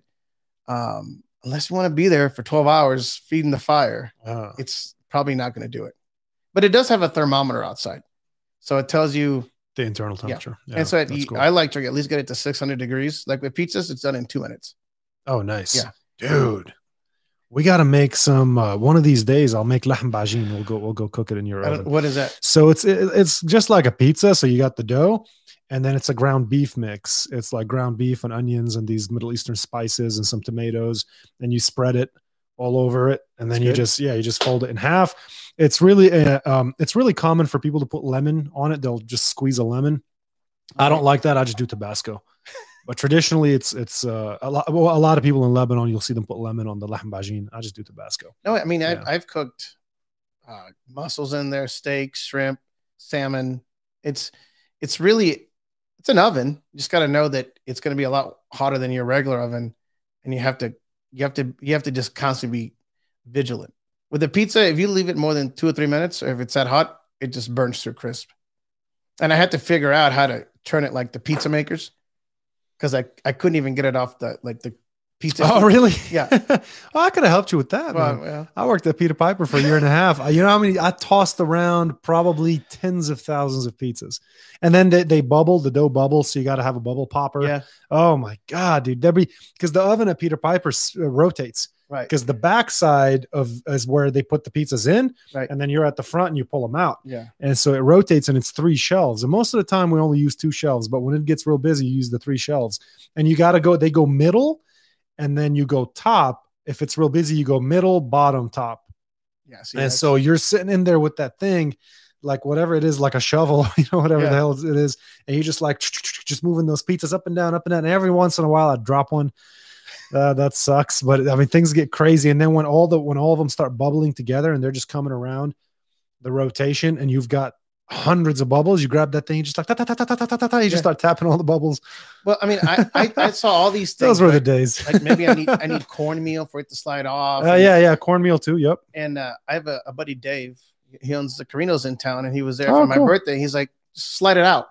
Speaker 2: um, "Unless you want to be there for 12 hours feeding the fire."
Speaker 1: Uh,
Speaker 2: it's probably not going to do it. But it does have a thermometer outside. So it tells you
Speaker 1: the internal temperature. Yeah.
Speaker 2: and so at,
Speaker 1: that's cool.
Speaker 2: I like to at least get it to 600 degrees. Like with pizzas, it's done in two minutes.
Speaker 1: oh, nice.
Speaker 2: Yeah.
Speaker 1: Dude. We gotta make some uh, one of these days. I'll make lahm bajin. We'll go. We'll go cook it in your
Speaker 2: I don't,
Speaker 1: oven.
Speaker 2: what is that?
Speaker 1: So it's it, it's just like a pizza. So you got the dough, and then it's a ground beef mix. It's like ground beef and onions and these Middle Eastern spices and some tomatoes, and you spread it all over it, and then
Speaker 2: That's
Speaker 1: you
Speaker 2: good.
Speaker 1: just yeah you just fold it in half. It's really uh, um, it's really common for people to put lemon on it. They'll just squeeze a lemon. I don't like that. I just do Tabasco. But traditionally, it's it's uh, a lot. Well, a lot of people in Lebanon, you'll see them put lemon on the lahm bajin. I just do Tabasco.
Speaker 2: No, I mean,
Speaker 1: Yeah.
Speaker 2: I've, I've cooked uh, mussels in there, steak, shrimp, salmon. It's it's really it's an oven. You just got to know that it's going to be a lot hotter than your regular oven, and you have to you have to you have to just constantly be vigilant. With the pizza, if you leave it more than two or three minutes, or if it's that hot, it just burns through crisp. And I had to figure out how to turn it like the pizza makers, because I I couldn't even get it off the like the pizza.
Speaker 1: Oh, really?
Speaker 2: Yeah.
Speaker 1: oh, I could have helped you with that. man.
Speaker 2: Well, yeah.
Speaker 1: I worked at Peter Piper for a year and a half. I- You know how many I tossed around probably tens of thousands of pizzas, and then they, they bubble the dough bubbles, so you got to have a bubble popper.
Speaker 2: Yeah.
Speaker 1: Oh my god, dude, Debbie, because the oven at Peter Piper s- uh, rotates
Speaker 2: Right.
Speaker 1: because the backside of is where they put the pizzas in,
Speaker 2: Right.
Speaker 1: and then you're at the front and you pull them out,
Speaker 2: Yeah.
Speaker 1: and so it rotates and it's three shelves. And most of the time we only use two shelves, but when it gets real busy, you use the three shelves, and you got to go. They go middle, and then you go top. If it's real busy, you go middle, bottom, top
Speaker 2: Yeah. see,
Speaker 1: and
Speaker 2: that's-
Speaker 1: so you're sitting in there with that thing, like whatever it is, like a shovel, you know, whatever the
Speaker 2: Yeah.
Speaker 1: hell it is, and you're just like just moving those pizzas up and down, up and down. And every once in a while, I drop one. Uh, that sucks, but I mean things get crazy. And then when all the when all of them start bubbling together and they're just coming around the rotation, and you've got hundreds of bubbles, you grab that thing, you just like ta ta ta ta ta ta ta ta. ta, You
Speaker 2: Yeah.
Speaker 1: just start tapping all the bubbles.
Speaker 2: Well, I mean, I, I, I saw all these things.
Speaker 1: Those were the
Speaker 2: like,
Speaker 1: days.
Speaker 2: like maybe I need I need cornmeal for it to slide off.
Speaker 1: Uh, yeah, yeah, cornmeal too. Yep.
Speaker 2: And uh, I have a, a buddy Dave. He owns the Carinos in town, and he was there
Speaker 1: Oh,
Speaker 2: for my
Speaker 1: cool.
Speaker 2: birthday. He's like, slide it out.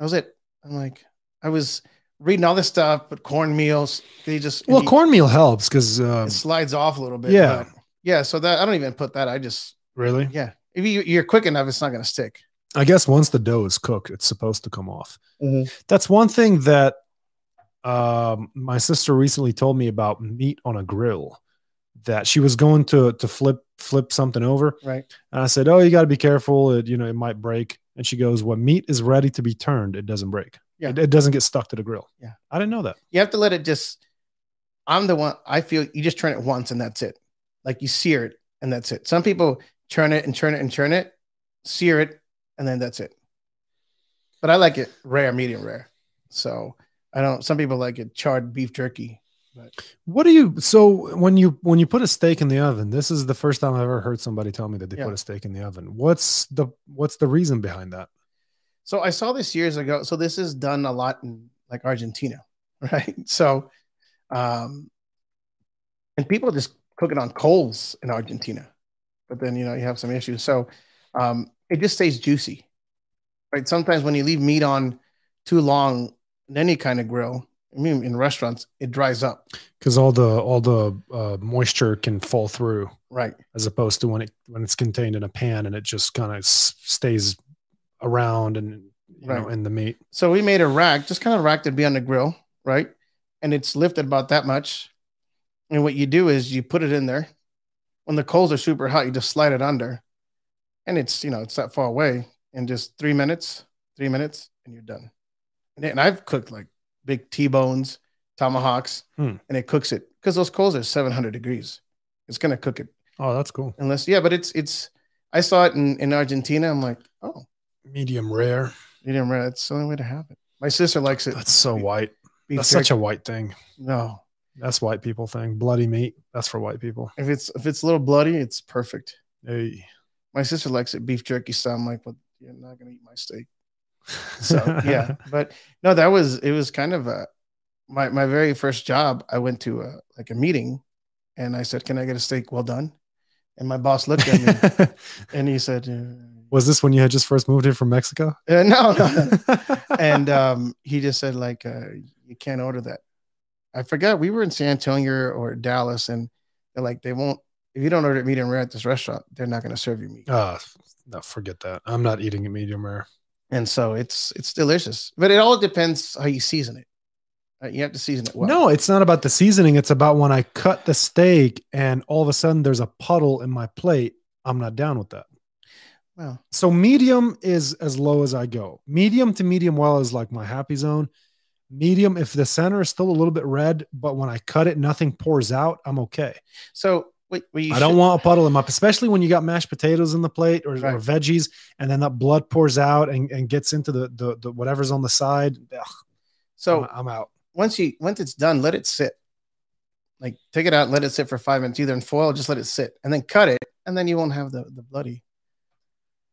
Speaker 2: That was it. I'm like, I was reading all this stuff, but cornmeal. They just and
Speaker 1: Well,
Speaker 2: he-
Speaker 1: cornmeal helps because um,
Speaker 2: it slides off a little bit.
Speaker 1: Yeah.
Speaker 2: but- yeah. So that I don't even put that. I just
Speaker 1: really,
Speaker 2: yeah. If you, you're quick enough, it's not going to stick.
Speaker 1: I guess once the dough is cooked, it's supposed to come off.
Speaker 2: Mm-hmm.
Speaker 1: That's one thing that um, my sister recently told me about meat on a grill. That she was going to to flip flip something over,
Speaker 2: Right.
Speaker 1: and I said, "Oh, you got to be careful. It you know it might break." And she goes, "When meat is ready to be turned, it doesn't break.
Speaker 2: Yeah.
Speaker 1: It, it doesn't get stuck to the grill."
Speaker 2: Yeah.
Speaker 1: I didn't know that.
Speaker 2: you have to let it just i'm the one i feel you just turn it once and that's it like you sear it and that's it some people turn it and turn it and turn it sear it and then that's it but i like it rare medium rare so i don't some people like it charred beef jerky
Speaker 1: What do you so when you when you put a steak in the oven? This is the first time I've ever heard somebody tell me that they
Speaker 2: Yeah.
Speaker 1: put a steak in the oven. What's the what's the reason behind that?
Speaker 2: so i saw this years ago so this is done a lot in like argentina right so um and people just cook it on coals in argentina but then you know you have some issues so um it just stays juicy right sometimes when you leave meat on too long in any kind of grill i mean in restaurants it dries up
Speaker 1: Because all the all the uh, moisture can fall through.
Speaker 2: right
Speaker 1: as opposed to when it when it's contained in a pan and it just kind of s- stays around and you know
Speaker 2: Right.
Speaker 1: in the meat.
Speaker 2: So we made a rack, just kind of rack that'd be on the grill, right? And it's lifted about that much. And what you do is you put it in there. When the coals are super hot, you just slide it under. And it's, you know, it's that far away in just three minutes, three minutes, and you're done. And, and I've cooked like big T bones, tomahawks,
Speaker 1: Hmm.
Speaker 2: and it cooks it because those coals are 700 degrees. It's going to cook it.
Speaker 1: Oh, that's cool.
Speaker 2: Unless, yeah, but it's, it's, I saw it in, in Argentina. I'm like, oh,
Speaker 1: Medium rare.
Speaker 2: you didn't realize it's the only way to have it. My sister likes it.
Speaker 1: That's so white.
Speaker 2: beef
Speaker 1: That's
Speaker 2: jerky.
Speaker 1: such a white thing.
Speaker 2: No,
Speaker 1: That's white people thing. Bloody meat. That's for white people.
Speaker 2: if it's if it's a little bloody, it's perfect.
Speaker 1: Hey.
Speaker 2: My sister likes it beef jerky, so I'm like, well, you're not gonna eat my steak. So yeah, but no, that was it was kind of a my my very first job. I went to a, like a meeting, and I said, "Can I get a steak well done?" And my boss looked at me and he said, uh,
Speaker 1: Was this when you had just first moved here from Mexico?
Speaker 2: uh, "No, no." and um, he just said like uh, you can't order that. I forgot we were in San Antonio or Dallas, and they're like they won't. If you don't order medium rare at this restaurant, they're not going to serve you meat.
Speaker 1: Uh, no, forget that. I'm not eating a medium rare.
Speaker 2: and so it's it's delicious. But it all depends how you season it. Uh, you have to season it well.
Speaker 1: No, it's not about the seasoning. It's about when I cut the steak and all of a sudden there's a puddle in my plate. I'm not down with that.
Speaker 2: well,
Speaker 1: So medium is as low as I go. Medium to medium well is like my happy zone. Medium, if the center is still a little bit red, but when I cut it, nothing pours out, I'm okay.
Speaker 2: so what, what you
Speaker 1: I don't
Speaker 2: should-
Speaker 1: want a puddle in my, especially when you got mashed potatoes in the plate or, or
Speaker 2: Right.
Speaker 1: veggies, and then that blood pours out and, and gets into the, the the whatever's on the side. Ugh,
Speaker 2: So
Speaker 1: I'm, I'm out.
Speaker 2: once you once it's done, let it sit. Like take it out, and let it sit for five minutes, either in foil, just let it sit, and then cut it, and then you won't have the the bloody.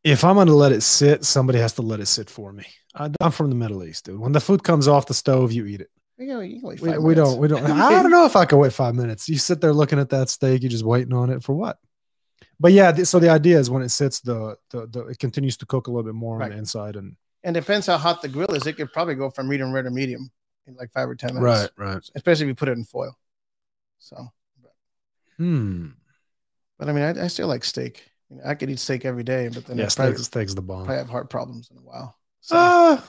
Speaker 1: If I'm gonna let it sit, somebody has to let it sit for me. I, I'm from the Middle East, dude. When the food comes off the stove, you eat it.
Speaker 2: You know, you can wait
Speaker 1: We,
Speaker 2: five
Speaker 1: we
Speaker 2: minutes.
Speaker 1: don't. We don't. I don't know if I can wait five minutes. You sit there looking at that steak. You're just waiting on it for what? But yeah, th- so the idea is when it sits, the the, the it continues to cook a little bit more on
Speaker 2: Right.
Speaker 1: the inside and
Speaker 2: And depends how hot the grill is. It could probably go from medium rare to medium in like five or ten minutes.
Speaker 1: right.
Speaker 2: Especially if you put it in foil. So,
Speaker 1: Hmm.
Speaker 2: but I mean, I, I still like steak. You know, I could eat steak every day, but then
Speaker 1: Yeah,
Speaker 2: I probably,
Speaker 1: steak, steak's the bomb.
Speaker 2: probably have heart problems in a while. So
Speaker 1: Uh,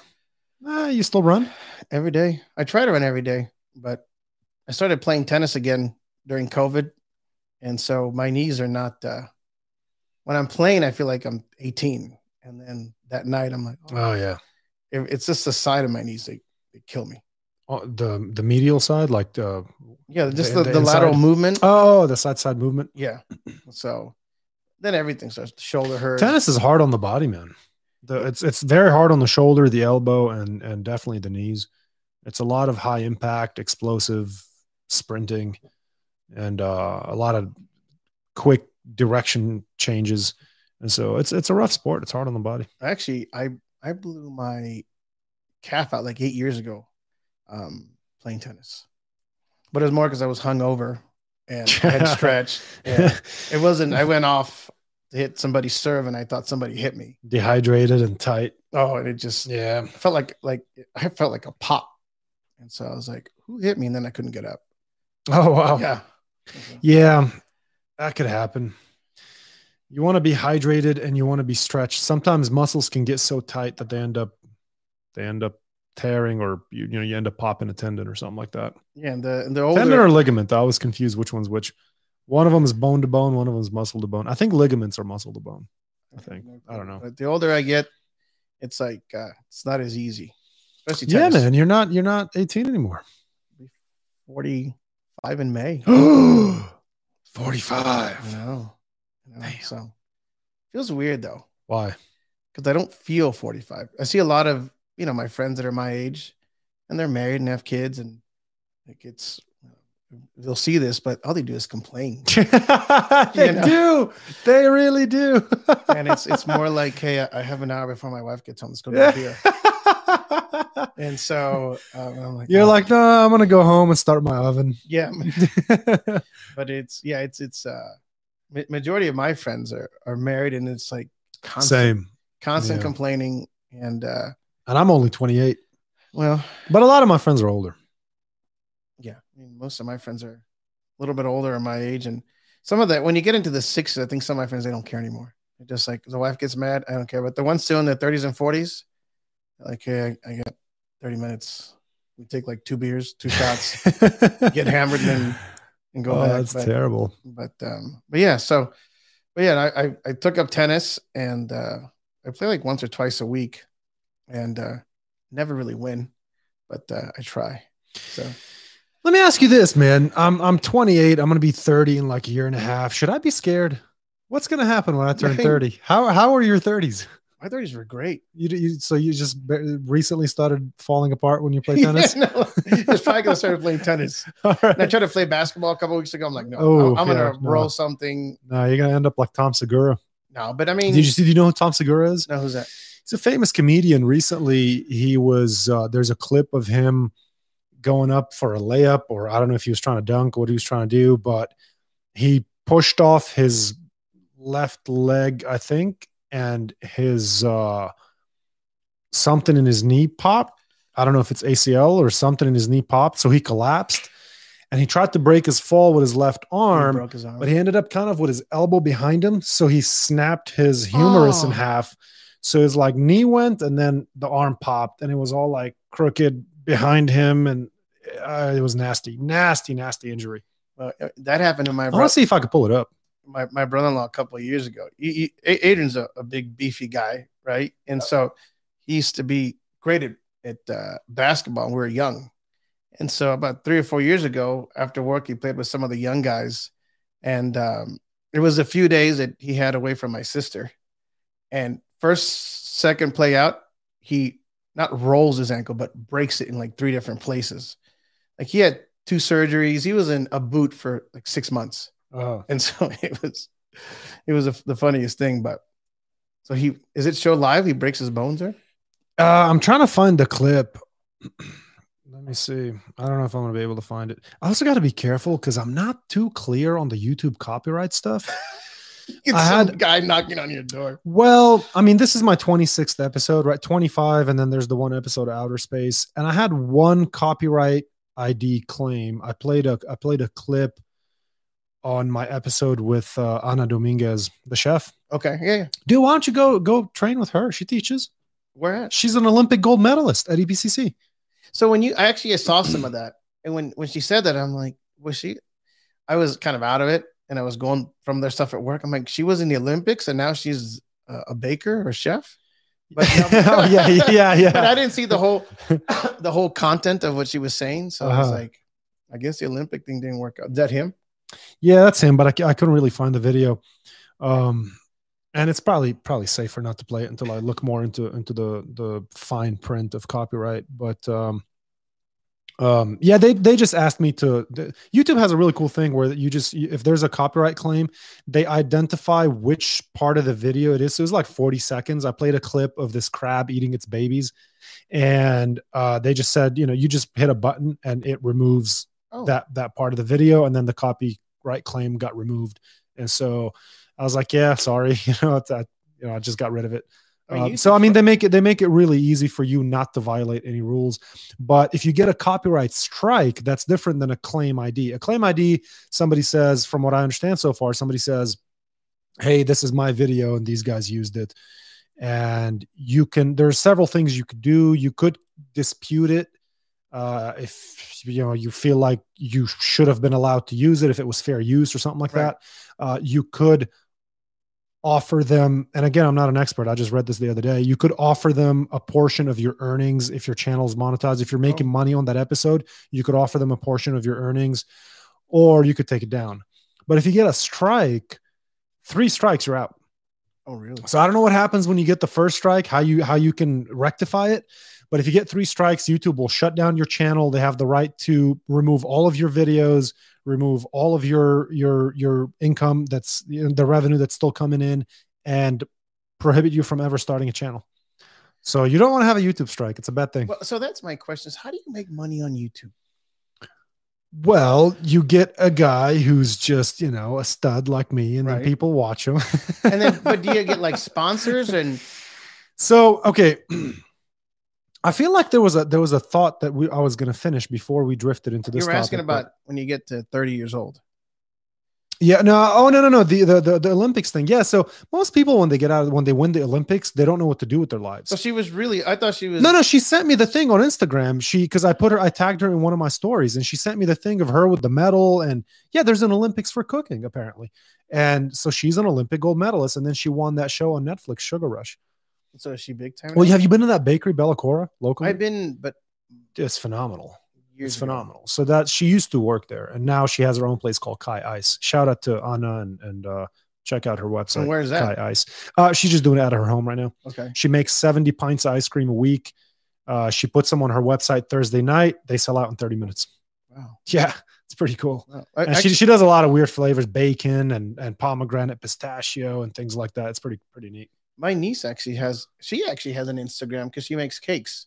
Speaker 1: uh, you still run?
Speaker 2: every day, I try to run every day, but I started playing tennis again during COVID, and so my knees are not. Uh, when I'm playing, I feel like I'm 18, and then that night I'm like, oh,
Speaker 1: yeah,
Speaker 2: it- it's just the side of my knees they, they kill me.
Speaker 1: oh, the the medial side, like the
Speaker 2: Yeah, just
Speaker 1: The-
Speaker 2: the,
Speaker 1: the
Speaker 2: the, lateral
Speaker 1: inside?
Speaker 2: movement.
Speaker 1: oh the side side movement.
Speaker 2: Yeah. So then everything starts to shoulder hurt.
Speaker 1: Tennis is hard on the body, man. The, it's it's very hard on the shoulder, the elbow, and and definitely the knees. It's a lot of high impact, explosive sprinting, and uh, a lot of quick direction changes. And so it's it's a rough sport. It's hard on the body.
Speaker 2: Actually, I I blew my calf out like eight years ago, um, playing tennis. But it was more because I was hungover and had stretched. Yeah. It wasn't. I went off to hit somebody's serve, and I thought somebody hit me.
Speaker 1: Dehydrated and tight.
Speaker 2: Oh, and it just
Speaker 1: Yeah.
Speaker 2: I felt like like I felt like a pop, and so I was like, "Who hit me?" And then I couldn't get up.
Speaker 1: Oh wow.
Speaker 2: Yeah.
Speaker 1: Yeah, that could happen. You want to be hydrated and you want to be stretched. Sometimes muscles can get so tight that they end up they end up tearing or you, you know you end up popping a tendon or something like that.
Speaker 2: Yeah, and the and the older
Speaker 1: Tendon or ligament. I always confuse which one's which. One of them is bone to bone, one of them is muscle to bone. I think ligaments are muscle to bone. I think. I don't know.
Speaker 2: But the older I get, it's like uh, it's not as easy. Especially
Speaker 1: Yeah,
Speaker 2: tennis.
Speaker 1: man, you're not you're not 18 anymore.
Speaker 2: 45 in May.
Speaker 1: 45.
Speaker 2: I know. I know.
Speaker 1: Damn.
Speaker 2: So feels weird though,
Speaker 1: Why?
Speaker 2: because I don't feel 45. I see a lot of you know my friends that are my age, and they're married and have kids, and like it's uh, they'll see this, but all they do is complain.
Speaker 1: they do. They really do.
Speaker 2: and it's it's more like, hey, I I have an hour before my wife gets home. Let's go get a beer.
Speaker 1: Yeah.
Speaker 2: And so um, I'm like,
Speaker 1: You're
Speaker 2: "Oh,
Speaker 1: like, no, I'm gonna go home and start my oven.
Speaker 2: yeah, but it's yeah, it's it's uh ma- majority of my friends are are married, and it's like constant
Speaker 1: Same.
Speaker 2: constant
Speaker 1: Yeah.
Speaker 2: complaining and uh
Speaker 1: And I'm only 28,
Speaker 2: well
Speaker 1: but a lot of my friends are older.
Speaker 2: yeah I mean, most of my friends are a little bit older or my age and some of that when you get into the 60s i think some of my friends they don't care anymore They're just like the wife gets mad i don't care but the ones still in their 30s and 40s like hey i, I got 30 minutes we take like two beers two shots Get hammered and then and go
Speaker 1: oh,
Speaker 2: back
Speaker 1: that's
Speaker 2: but,
Speaker 1: terrible.
Speaker 2: but um but yeah so but yeah I, I i took up tennis and uh i play like once or twice a week and uh never really win but uh i try so
Speaker 1: Let me ask you this, man. I'm I'm 28. I'm gonna be 30 in like a year and a half. Should I be scared? What's gonna happen when I turn
Speaker 2: Nothing.
Speaker 1: 30? How how are your 30s?
Speaker 2: my 30s were great
Speaker 1: You, you so you just ba- recently started falling apart when you play
Speaker 2: Yeah,
Speaker 1: tennis.
Speaker 2: no, it's probably gonna start playing tennis
Speaker 1: All
Speaker 2: and i
Speaker 1: right.
Speaker 2: tried to play basketball a couple weeks ago i'm like no
Speaker 1: Oh,
Speaker 2: i'm, I'm
Speaker 1: yeah,
Speaker 2: gonna
Speaker 1: no.
Speaker 2: roll something
Speaker 1: No, you're gonna end up like Tom Segura.
Speaker 2: no but i mean
Speaker 1: Did you see? Do you know who Tom Segura is?
Speaker 2: know who's that
Speaker 1: he's a famous comedian. Recently, he was uh, there's a clip of him going up for a layup, or I don't know if he was trying to dunk, what he was trying to do, but he pushed off his left leg, I think, and his uh, something in his knee popped. I don't know if it's ACL or something in his knee popped, so he collapsed. and he tried to break his fall with his left arm,
Speaker 2: broke his arm.
Speaker 1: but he ended up kind of with his elbow behind him. So he snapped his humerus in
Speaker 2: Oh.
Speaker 1: half. So his like knee went and then the arm popped and it was all like crooked behind him. And uh, it was nasty, nasty, nasty injury.
Speaker 2: Well, uh, that happened to my
Speaker 1: I want
Speaker 2: brother.
Speaker 1: to see if I could pull it up.
Speaker 2: my, my brother-in-law a couple of years ago. He, he- A- Adrian's a, a big beefy guy, right? And so he used to be great at, at uh, basketball when we were young. And so about three or four years ago, after work, he played with some of the young guys, and um, it was a few days that he had away from my sister. And first, second play out, he not rolls his ankle, but breaks it in like three different places. Like he had two surgeries. He was in a boot for like six months
Speaker 1: Oh,
Speaker 2: and so it was it was a, the funniest thing but so he is it show live he breaks his bones there
Speaker 1: uh, I'm trying to find the clip. Let me see. I don't know if I'm going to be able to find it. I also got to be careful because I'm not too clear on the YouTube copyright stuff.
Speaker 2: it's
Speaker 1: I
Speaker 2: some
Speaker 1: had-
Speaker 2: guy knocking on your door
Speaker 1: Well, I mean, this is my 26th episode, right? 25, and then there's the one episode of Outer Space. And I had one copyright ID claim. I played a I played a clip on my episode with uh, Ana Dominguez, the chef.
Speaker 2: okay yeah, yeah.
Speaker 1: Dude, why don't you go go train with her? She teaches.
Speaker 2: where at
Speaker 1: She's an Olympic gold medalist at E EPCC.
Speaker 2: so when you i actually saw some of that and when when she said that i'm like was she i was kind of out of it and i was going from their stuff at work i'm like she was in the olympics and now she's a, a baker or chef But no-
Speaker 1: oh, yeah, yeah, yeah.
Speaker 2: but i didn't see the whole the whole content of what she was saying so i was
Speaker 1: Uh-huh.
Speaker 2: like i guess the olympic thing didn't work out is that him
Speaker 1: Yeah, that's him, but I, c- I couldn't really find the video. Um, and it's probably probably safer not to play it until I look more into into the the fine print of copyright. But um, um, yeah, they they just asked me to. The, YouTube has a really cool thing where you just if there's a copyright claim, they identify which part of the video it is. So it was like 40 seconds. I played a clip of this crab eating its babies, and uh, they just said, you know, you just hit a button and it removes
Speaker 2: oh
Speaker 1: that that part of the video and then the copyright claim got removed and so i was like yeah sorry you know it's, I, you know i just got rid of it
Speaker 2: I mean,
Speaker 1: Um,
Speaker 2: you
Speaker 1: so
Speaker 2: can
Speaker 1: i mean
Speaker 2: fi-
Speaker 1: they make it they make it really easy for you not to violate any rules but if you get a copyright strike that's different than a claim id a claim id somebody says from what i understand so far somebody says hey this is my video and these guys used it and you can there's several things you could do you could dispute it uh, if you know you feel like you should have been allowed to use it if it was fair use or something like
Speaker 2: Right.
Speaker 1: that uh, you could offer them and again i'm not an expert i just read this the other day you could offer them a portion of your earnings if your channel is monetized if you're making money on that episode you could offer them a portion of your earnings or you could take it down but if you get a strike three strikes you're out
Speaker 2: oh really
Speaker 1: so I don't know what happens when you get the first strike, how you how you can rectify it. But if you get three strikes, YouTube will shut down your channel. They have the right to remove all of your videos, remove all of your your your income that's you know, the revenue that's still coming in, and prohibit you from ever starting a channel. So you don't want to have a YouTube strike. It's a bad thing.
Speaker 2: Well, so that's my question: is how do you make money on YouTube?
Speaker 1: Well, you get a guy who's just you know a stud like me, and
Speaker 2: Right.
Speaker 1: then people watch him.
Speaker 2: And then, but do you get like sponsors and
Speaker 1: So okay, I feel like there was a there was a thought that we I was going to finish before we drifted into
Speaker 2: you
Speaker 1: this.
Speaker 2: were asking
Speaker 1: topic, but-
Speaker 2: about when you get to thirty years old?
Speaker 1: yeah, no, oh no, no, no, the, the the the Olympics thing. Yeah, so most people when they get out when they win the Olympics, they don't know what to do with their lives.
Speaker 2: So she was really. I thought she was.
Speaker 1: No, no, she sent me the thing on Instagram. She because I put her, I tagged her in one of my stories, and she sent me the thing of her with the medal. And yeah, there's an Olympics for cooking apparently, and so she's an Olympic gold medalist, and then she won that show on Netflix, Sugar Rush.
Speaker 2: So is she big time?
Speaker 1: Well,
Speaker 2: now?
Speaker 1: have you been to that bakery, Bellacora, locally?
Speaker 2: I've been, but
Speaker 1: it's phenomenal.
Speaker 2: years
Speaker 1: it's
Speaker 2: ago.
Speaker 1: phenomenal. So that she used to work there, and now she has her own place called Kai Ice. Shout out to Anna and and uh, check out her
Speaker 2: And
Speaker 1: website.
Speaker 2: where's that?
Speaker 1: Kai Ice. Uh, she's just doing it out of her home right now.
Speaker 2: Okay.
Speaker 1: She makes seventy pints of ice cream a week. Uh, she puts them on her website Thursday night. They sell out in thirty minutes.
Speaker 2: Wow.
Speaker 1: Yeah, it's pretty cool.
Speaker 2: Wow. I-
Speaker 1: And
Speaker 2: actually,
Speaker 1: she she does a lot of weird flavors, bacon and and pomegranate pistachio and things like that. It's pretty pretty neat.
Speaker 2: my niece actually has. She actually has an Instagram because she makes cakes.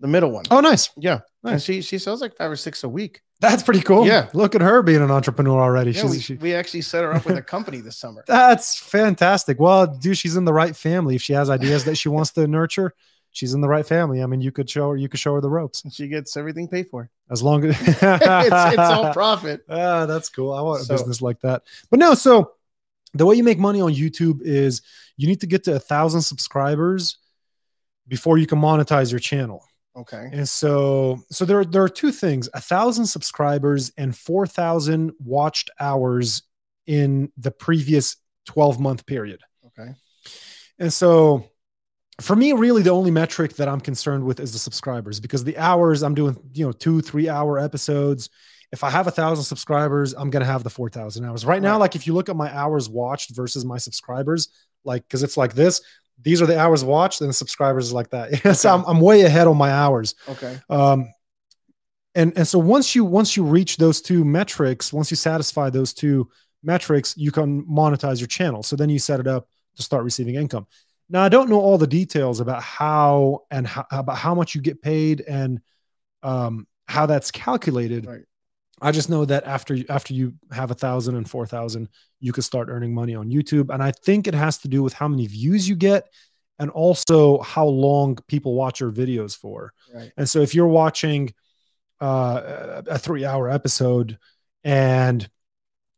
Speaker 2: The middle one.
Speaker 1: Oh, nice.
Speaker 2: yeah. And
Speaker 1: nice.
Speaker 2: she she sells like five or six a week.
Speaker 1: That's pretty cool.
Speaker 2: Yeah.
Speaker 1: look at her being an entrepreneur already.
Speaker 2: Yeah,
Speaker 1: she's,
Speaker 2: we,
Speaker 1: she,
Speaker 2: we actually set her up with a company this summer.
Speaker 1: That's fantastic. Well, dude, she's in the right family. If she has ideas that she wants to nurture, she's in the right family. I mean, you could show her, you could show her the ropes.
Speaker 2: And she gets everything paid for.
Speaker 1: As long as it's,
Speaker 2: it's, it's all profit.
Speaker 1: Ah, that's cool. I want
Speaker 2: So-
Speaker 1: a business like that. But no, so the way you make money on YouTube is you need to get to a thousand subscribers before you can monetize your channel.
Speaker 2: Okay.
Speaker 1: And so, so there there are two things: a thousand subscribers and four thousand watched hours in the previous twelve month period.
Speaker 2: Okay.
Speaker 1: And so for me, really the only metric that I'm concerned with is the subscribers because the hours I'm doing, you know, two, three hour episodes. If I have a thousand subscribers, I'm gonna have the four thousand hours. Right now,
Speaker 2: Right.
Speaker 1: like if you look at my hours watched versus my subscribers, like because it's like this, these are the hours watched, and the subscribers is like that. so I'm, I'm way ahead on my hours
Speaker 2: Okay.
Speaker 1: um, and and so once you once you reach those two metrics once you satisfy those two metrics you can monetize your channel so then you set it up to start receiving income now i don't know all the details about how and how, about how much you get paid and um, how that's calculated
Speaker 2: Right.
Speaker 1: i just know that after you after you have a thousand and four thousand you can start earning money on youtube and i think it has to do with how many views you get and also how long people watch your videos for
Speaker 2: Right.
Speaker 1: and so if you're watching uh, a three hour episode and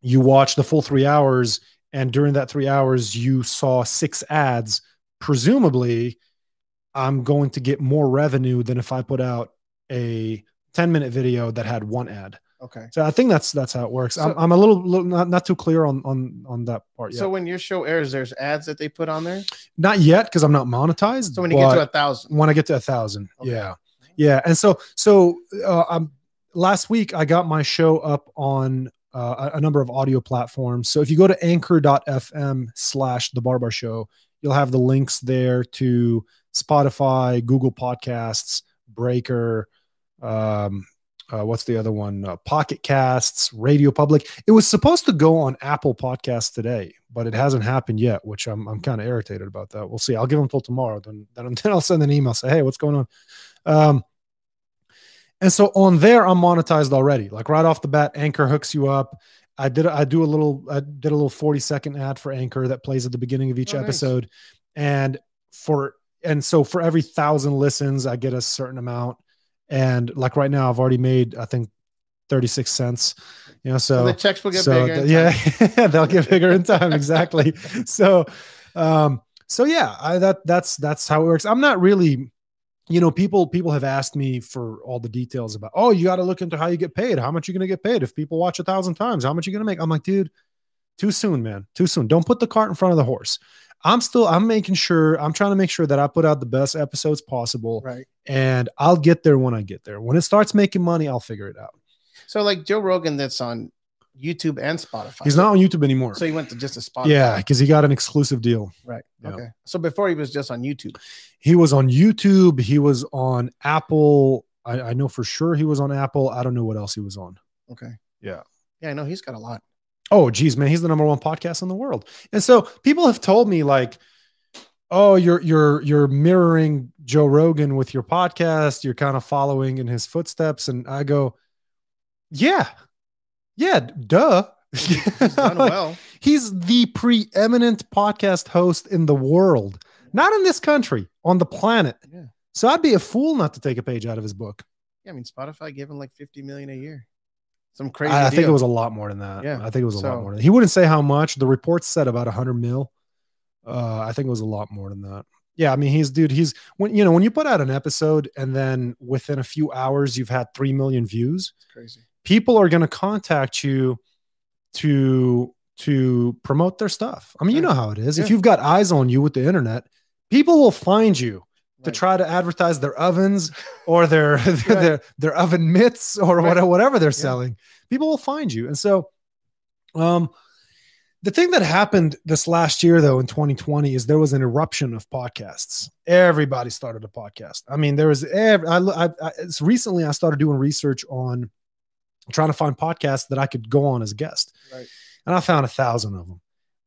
Speaker 1: you watch the full three hours, and during that three hours, you saw six ads, presumably I'm going to get more revenue than if I put out a 10 minute video that had one ad.
Speaker 2: Okay.
Speaker 1: So I think that's that's how it works. I'm,
Speaker 2: So-
Speaker 1: I'm a little, little not, not too clear on on on that part yet.
Speaker 2: So when your show airs, there's ads that they put on there.
Speaker 1: not yet because I'm not monetized.
Speaker 2: So when you get
Speaker 1: but-
Speaker 2: to a thousand,
Speaker 1: when I get to a thousand.
Speaker 2: Okay.
Speaker 1: Yeah, yeah. And so, so uh, um, last week I got my show up on uh, a a number of audio platforms. So if you go to anchor.fm slash the Barbar Show, you'll have the links there to Spotify, Google Podcasts, Breaker. Um, uh, what's the other one? Uh, Pocket Casts, Radio Public. It was supposed to go on Apple Podcasts today, but it hasn't happened yet, which I'm, I'm kind of irritated about that. We'll see. I'll give them till tomorrow. Then, then, then I'll send an email say, hey, what's going on? Um, and so on there, I'm monetized already. Like right off the bat, Anchor hooks you up. I did I do a little I did a little 40 second ad for Anchor that plays at the beginning of each
Speaker 2: Oh, nice.
Speaker 1: episode, and for and so for every thousand listens, I get a certain amount and like right now i've already made i think 36 cents you know
Speaker 2: so
Speaker 1: so
Speaker 2: the checks will get
Speaker 1: so
Speaker 2: bigger.
Speaker 1: th-
Speaker 2: in time.
Speaker 1: yeah they'll get bigger in time exactly so um so yeah i that that's that's how it works i'm not really you know people people have asked me for all the details about oh you got to look into how you get paid how much you going to get paid if people watch a thousand times how much you going to make i'm like dude too soon man too soon don't put the cart in front of the horse i'm still i'm making sure i'm trying to make sure that i put out the best episodes possible
Speaker 2: Right.
Speaker 1: and I'll get there when I get there. When it starts making money, I'll figure it out.
Speaker 2: So like Joe Rogan, that's on YouTube and Spotify.
Speaker 1: He's not on YouTube anymore.
Speaker 2: So he went to just a Spotify.
Speaker 1: yeah, because he got an exclusive deal.
Speaker 2: Right.
Speaker 1: Yeah.
Speaker 2: Okay. So before he was just on YouTube.
Speaker 1: He was on YouTube. He was on Apple. I, I know for sure he was on Apple. I don't know what else he was on.
Speaker 2: Okay.
Speaker 1: Yeah.
Speaker 2: Yeah, I know he's got a lot.
Speaker 1: Oh, geez, man, he's the number one podcast in the world. And so people have told me like, oh, you're you're you're mirroring Joe Rogan with your podcast. You're kind of following in his footsteps. And I go, yeah, yeah, duh.
Speaker 2: He's done well.
Speaker 1: He's the preeminent podcast host in the world, not in this country, on the planet.
Speaker 2: Yeah.
Speaker 1: So I'd be a fool not to take a page out of his book.
Speaker 2: Yeah, I mean Spotify gave him like 50 million a year. Some crazy.
Speaker 1: I, I think it
Speaker 2: deal.
Speaker 1: was a lot more than that.
Speaker 2: Yeah.
Speaker 1: I think it was a lot
Speaker 2: So-
Speaker 1: more. Than, he wouldn't say how much. The report said about 100 mil. Uh, I think it was a lot more than that. Yeah, I mean, he's dude. He's when you know when you put out an episode and then within a few hours you've had three million views.
Speaker 2: It's crazy.
Speaker 1: people are going to contact you to to promote their stuff. I mean, you
Speaker 2: Yeah.
Speaker 1: know how it is. If
Speaker 2: Yeah.
Speaker 1: you've got eyes on you with the internet, people will find you to
Speaker 2: Right.
Speaker 1: try to advertise their ovens or their
Speaker 2: Right.
Speaker 1: their their oven mitts or
Speaker 2: Right.
Speaker 1: whatever whatever they're
Speaker 2: Yeah.
Speaker 1: selling. People will find you. And so um the thing that happened this last year though in 2020 is there was an eruption of podcasts. Everybody started a podcast. I mean, there was every, I, I, I it's recently I started doing research on trying to find podcasts that I could go on as a guest.
Speaker 2: Right.
Speaker 1: And I found a thousand of them.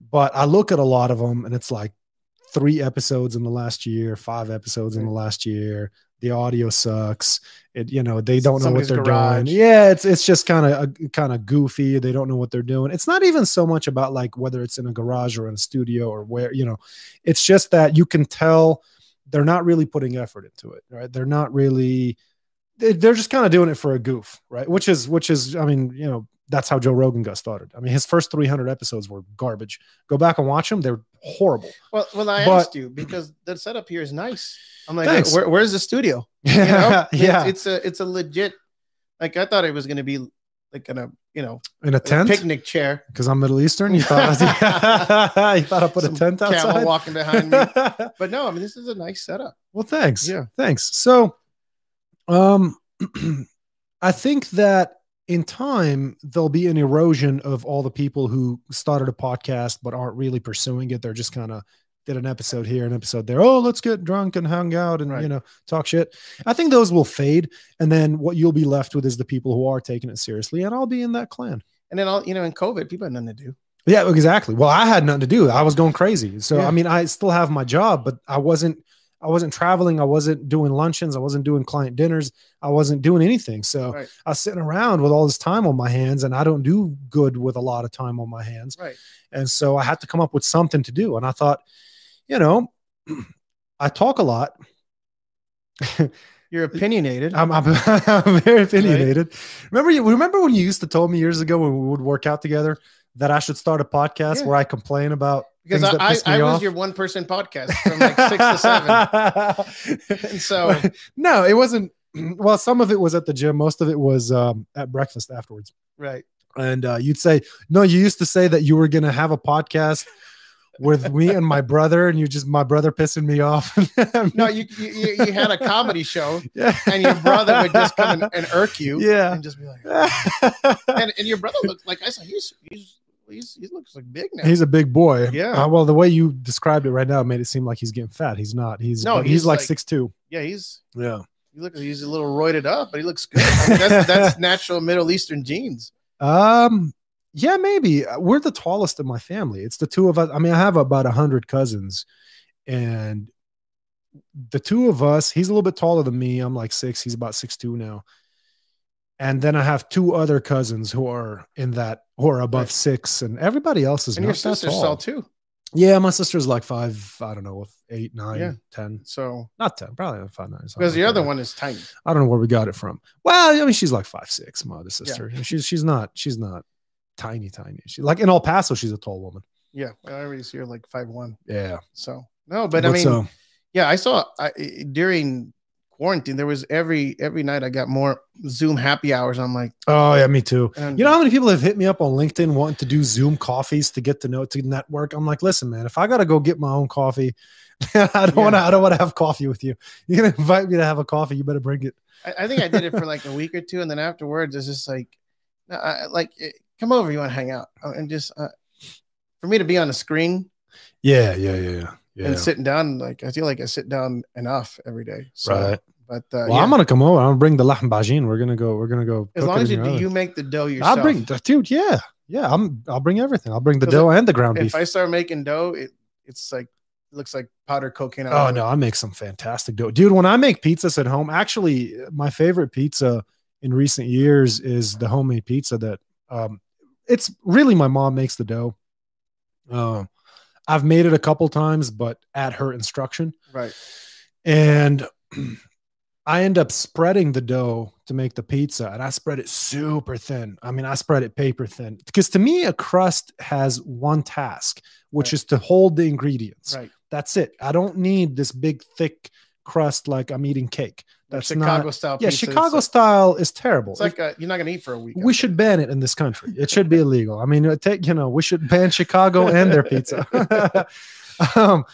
Speaker 1: But I look at a lot of them and it's like three episodes in the last year, five episodes in the last year. The audio sucks. It, you know, they don't
Speaker 2: Somebody's
Speaker 1: know what they're
Speaker 2: garage.
Speaker 1: doing. Yeah, it's it's just kind of kind of goofy. They don't know what they're doing. It's not even so much about like whether it's in a garage or in a studio or where, you know. It's just that you can tell they're not really putting effort into it, right? They're not really they- they're just kind of doing it for a goof, right? Which is which is I mean, you know, that's how Joe Rogan got started. I mean, his first 300 episodes were garbage. Go back and watch them; they're horrible.
Speaker 2: Well, well, I
Speaker 1: But-
Speaker 2: asked you because the setup here is nice. I'm like,
Speaker 1: Thanks.
Speaker 2: Where, where's the studio? You know?
Speaker 1: yeah,
Speaker 2: it's, it's a it's a legit. Like I thought it was gonna be like in a you know
Speaker 1: in a
Speaker 2: a
Speaker 1: tent
Speaker 2: picnic chair.
Speaker 1: because I'm Middle Eastern. You thought, I, you thought I put
Speaker 2: Some
Speaker 1: a tent
Speaker 2: Camel
Speaker 1: outside?
Speaker 2: walking behind me. But no, I mean this is a nice setup.
Speaker 1: well, thanks.
Speaker 2: Yeah.
Speaker 1: thanks. So, um, I think that in time there'll be an erosion of all the people who started a podcast but aren't really pursuing it. They're just kind of did an episode here, an episode there. Oh, let's get drunk and hang out and
Speaker 2: Right.
Speaker 1: you know talk shit. I think those will fade, and then what you'll be left with is the people who are taking it seriously, and I'll be in that clan.
Speaker 2: And then all you know, in COVID, people had nothing to do.
Speaker 1: Yeah, exactly. Well, I had nothing to do. I was going crazy. So
Speaker 2: Yeah.
Speaker 1: I mean, I still have my job, but I wasn't I wasn't traveling, I wasn't doing luncheons, I wasn't doing client dinners, I wasn't doing anything. So
Speaker 2: Right.
Speaker 1: I was sitting around with all this time on my hands and I don't do good with a lot of time on my hands.
Speaker 2: Right.
Speaker 1: And so I had to come up with something to do and I thought, you know, I talk a lot.
Speaker 2: You're opinionated.
Speaker 1: I'm, I'm, I'm very opinionated. Remember you remember when you used to tell me years ago when we would work out together that I should start a podcast
Speaker 2: Yeah.
Speaker 1: where I complain about
Speaker 2: because
Speaker 1: things that
Speaker 2: I,
Speaker 1: piss me
Speaker 2: I, I was
Speaker 1: off.
Speaker 2: your one person podcast from like six to seven.
Speaker 1: seven.
Speaker 2: And so
Speaker 1: no, it wasn't. Well, some of it was at the gym. Most of it was um, at breakfast afterwards.
Speaker 2: right.
Speaker 1: And uh, you'd say, no, you used to say that you were going to have a podcast with me and my brother, and you just my brother pissing me off.
Speaker 2: No, you, you you you had a comedy show
Speaker 1: yeah.
Speaker 2: and your brother would just come and, and irk you
Speaker 1: Yeah.
Speaker 2: and just be like and, and your brother looked like I said he's he's he's he looks like big now.
Speaker 1: He's a big boy.
Speaker 2: Yeah.
Speaker 1: Uh, well, the way you described it right now made it seem like he's getting fat. He's not. He's
Speaker 2: No,
Speaker 1: no, he's,
Speaker 2: he's
Speaker 1: like
Speaker 2: like-
Speaker 1: six two.
Speaker 2: yeah, he's
Speaker 1: Yeah.
Speaker 2: he looks he's a little roided up, but he looks good. I mean, that's, that's natural Middle Eastern genes.
Speaker 1: Um, yeah, maybe Uh, we're the tallest in my family. It's the two of us. I mean, I have about a hundred cousins, and the two of us. He's a little bit taller than me. I'm like six. He's about six two now. And then I have two other cousins who are in that who are above
Speaker 2: Right.
Speaker 1: six, and everybody else is
Speaker 2: And
Speaker 1: not
Speaker 2: your
Speaker 1: that
Speaker 2: sister's
Speaker 1: tall.
Speaker 2: tall too.
Speaker 1: yeah, my sister's like five. I don't know, eight, nine,
Speaker 2: Yeah.
Speaker 1: ten.
Speaker 2: So
Speaker 1: Not ten, probably five nine. something
Speaker 2: because the
Speaker 1: like
Speaker 2: other
Speaker 1: that.
Speaker 2: one is tiny.
Speaker 1: I don't know where we got it from. Well, I mean, she's like five six, my other sister. She's she's not she's not tiny tiny. She like in El Paso, she's a tall woman.
Speaker 2: Yeah, well, I already see her like five one.
Speaker 1: Yeah, uh,
Speaker 2: So no, but I mean,
Speaker 1: so,
Speaker 2: yeah, I saw I, during quarantine there was every every night I got more Zoom happy hours. I'm like,
Speaker 1: oh yeah, me too.
Speaker 2: and,
Speaker 1: You know how many people have hit me up on LinkedIn wanting to do Zoom coffees to get to know to network? I'm like, listen, man, if I gotta go get my own coffee, I don't
Speaker 2: Yeah.
Speaker 1: want to. I don't want to have coffee with you. You're gonna invite me to have a coffee. You better bring it.
Speaker 2: I, I think I did it for like a week or two, and then afterwards it's just like, no, I, I- like eh, come over, you want to hang out, Uh, and just uh, for me to be on the screen
Speaker 1: Yeah, yeah, yeah, yeah.
Speaker 2: and sitting down, like I feel like I sit down enough every day. So,
Speaker 1: right.
Speaker 2: But uh,
Speaker 1: well,
Speaker 2: yeah,
Speaker 1: I'm gonna come over. I'm gonna bring the lahm bajin. We're gonna go. We're gonna go.
Speaker 2: as
Speaker 1: cook
Speaker 2: long
Speaker 1: it in
Speaker 2: as you
Speaker 1: your
Speaker 2: do,
Speaker 1: oven.
Speaker 2: you make the dough yourself.
Speaker 1: I'll bring, dude. Yeah, yeah. I'm. I'll bring everything. I'll bring the
Speaker 2: 'Cause
Speaker 1: dough and the ground
Speaker 2: If
Speaker 1: beef.
Speaker 2: I start making dough, it it's like looks like powdered cocaine. all
Speaker 1: oh
Speaker 2: over.
Speaker 1: no, I make some fantastic dough, dude. When I make pizzas at home, actually, my favorite pizza in recent years is the homemade pizza that um, it's really my mom makes the dough. Um, I've made it a couple times, but at her instruction,
Speaker 2: right?
Speaker 1: and I end up spreading the dough to make the pizza, and I spread it super thin. I mean, I spread it paper thin because to me, a crust has one task, which
Speaker 2: Right.
Speaker 1: is to hold the ingredients.
Speaker 2: Right.
Speaker 1: That's it. I don't need this big, thick crust like I'm eating cake.
Speaker 2: Like
Speaker 1: That's
Speaker 2: Chicago
Speaker 1: not.
Speaker 2: style.
Speaker 1: Yeah,
Speaker 2: pizza, it's
Speaker 1: Chicago
Speaker 2: like-
Speaker 1: style is terrible.
Speaker 2: It's like uh you're not gonna eat for a week.
Speaker 1: we should ban it in this country. It should be illegal. I mean, it take you know, we should ban Chicago and their pizza. um,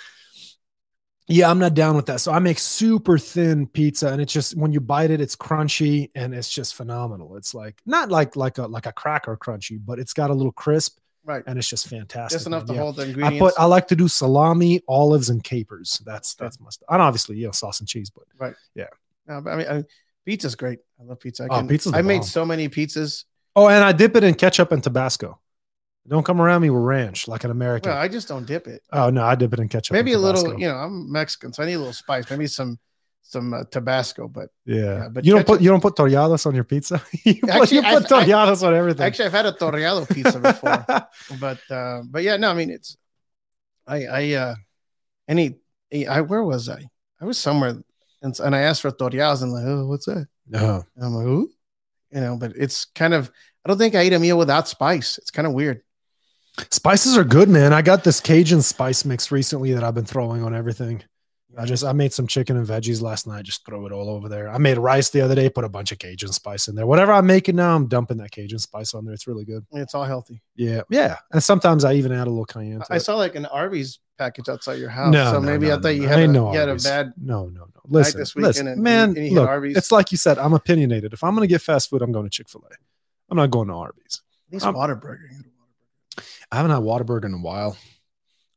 Speaker 1: yeah, I'm not down with that. So I make super thin pizza, and it's just when you bite it, it's crunchy and it's just phenomenal. It's like not like like a like a cracker crunchy, but it's got a little crisp
Speaker 2: right?
Speaker 1: and it's just fantastic.
Speaker 2: Just enough
Speaker 1: man.
Speaker 2: to
Speaker 1: Yeah.
Speaker 2: hold the
Speaker 1: I
Speaker 2: ingredients.
Speaker 1: put I like to do salami, olives, and capers. That's that's my stuff. And obviously, you know, sauce and cheese, but
Speaker 2: No, but I mean, I, pizza's great. I love pizza. I,
Speaker 1: Oh,
Speaker 2: can,
Speaker 1: pizza's the
Speaker 2: I made
Speaker 1: bomb.
Speaker 2: so many pizzas.
Speaker 1: oh, and I dip it in ketchup and Tabasco. Don't come around me with ranch like an American.
Speaker 2: Well, I just don't dip it.
Speaker 1: Oh no, I dip it in ketchup.
Speaker 2: Maybe a
Speaker 1: and
Speaker 2: little.
Speaker 1: Tabasco.
Speaker 2: You know, I'm Mexican, so I need a little spice. Maybe some some uh, Tabasco. But
Speaker 1: Yeah.
Speaker 2: yeah, but
Speaker 1: you don't
Speaker 2: ketchup-
Speaker 1: put you don't put torradas on your pizza. you put,
Speaker 2: Actually,
Speaker 1: you put
Speaker 2: I've- I-
Speaker 1: torradas on everything.
Speaker 2: actually, I've had a torreado pizza before. but uh, but yeah, no, I mean it's. I I uh, eh, any I where was I? I was somewhere, and, and I asked for torreados, and like, oh, what's that?
Speaker 1: Uh,
Speaker 2: And I'm like, ooh, you know, but it's kind of, I don't think I ate a meal without spice. It's kind of weird.
Speaker 1: spices are good, man. I got this Cajun spice mix recently that I've been throwing on everything. I just I made some chicken and veggies last night. Just throw it all over there. I made rice the other day. Put a bunch of Cajun spice in there. Whatever I'm making now, I'm dumping that Cajun spice on there. It's really good.
Speaker 2: It's all healthy.
Speaker 1: Yeah, yeah. And sometimes I even add a little cayenne. To
Speaker 2: I
Speaker 1: it.
Speaker 2: saw like an Arby's package outside your house.
Speaker 1: No,
Speaker 2: so
Speaker 1: no,
Speaker 2: maybe
Speaker 1: no,
Speaker 2: I thought
Speaker 1: no,
Speaker 2: you
Speaker 1: no.
Speaker 2: had, a,
Speaker 1: Ain't no
Speaker 2: you had a
Speaker 1: Arby's.
Speaker 2: bad
Speaker 1: No, no, no. Listen,
Speaker 2: this weekend
Speaker 1: listen
Speaker 2: and-
Speaker 1: man.
Speaker 2: and you hit
Speaker 1: look,
Speaker 2: Arby's.
Speaker 1: it's like you said. I'm opinionated. If I'm gonna get fast food, I'm going to Chick Fil A. I'm not going to Arby's.
Speaker 2: at least
Speaker 1: Um,
Speaker 2: Whataburger.
Speaker 1: I haven't had Whataburger in a while.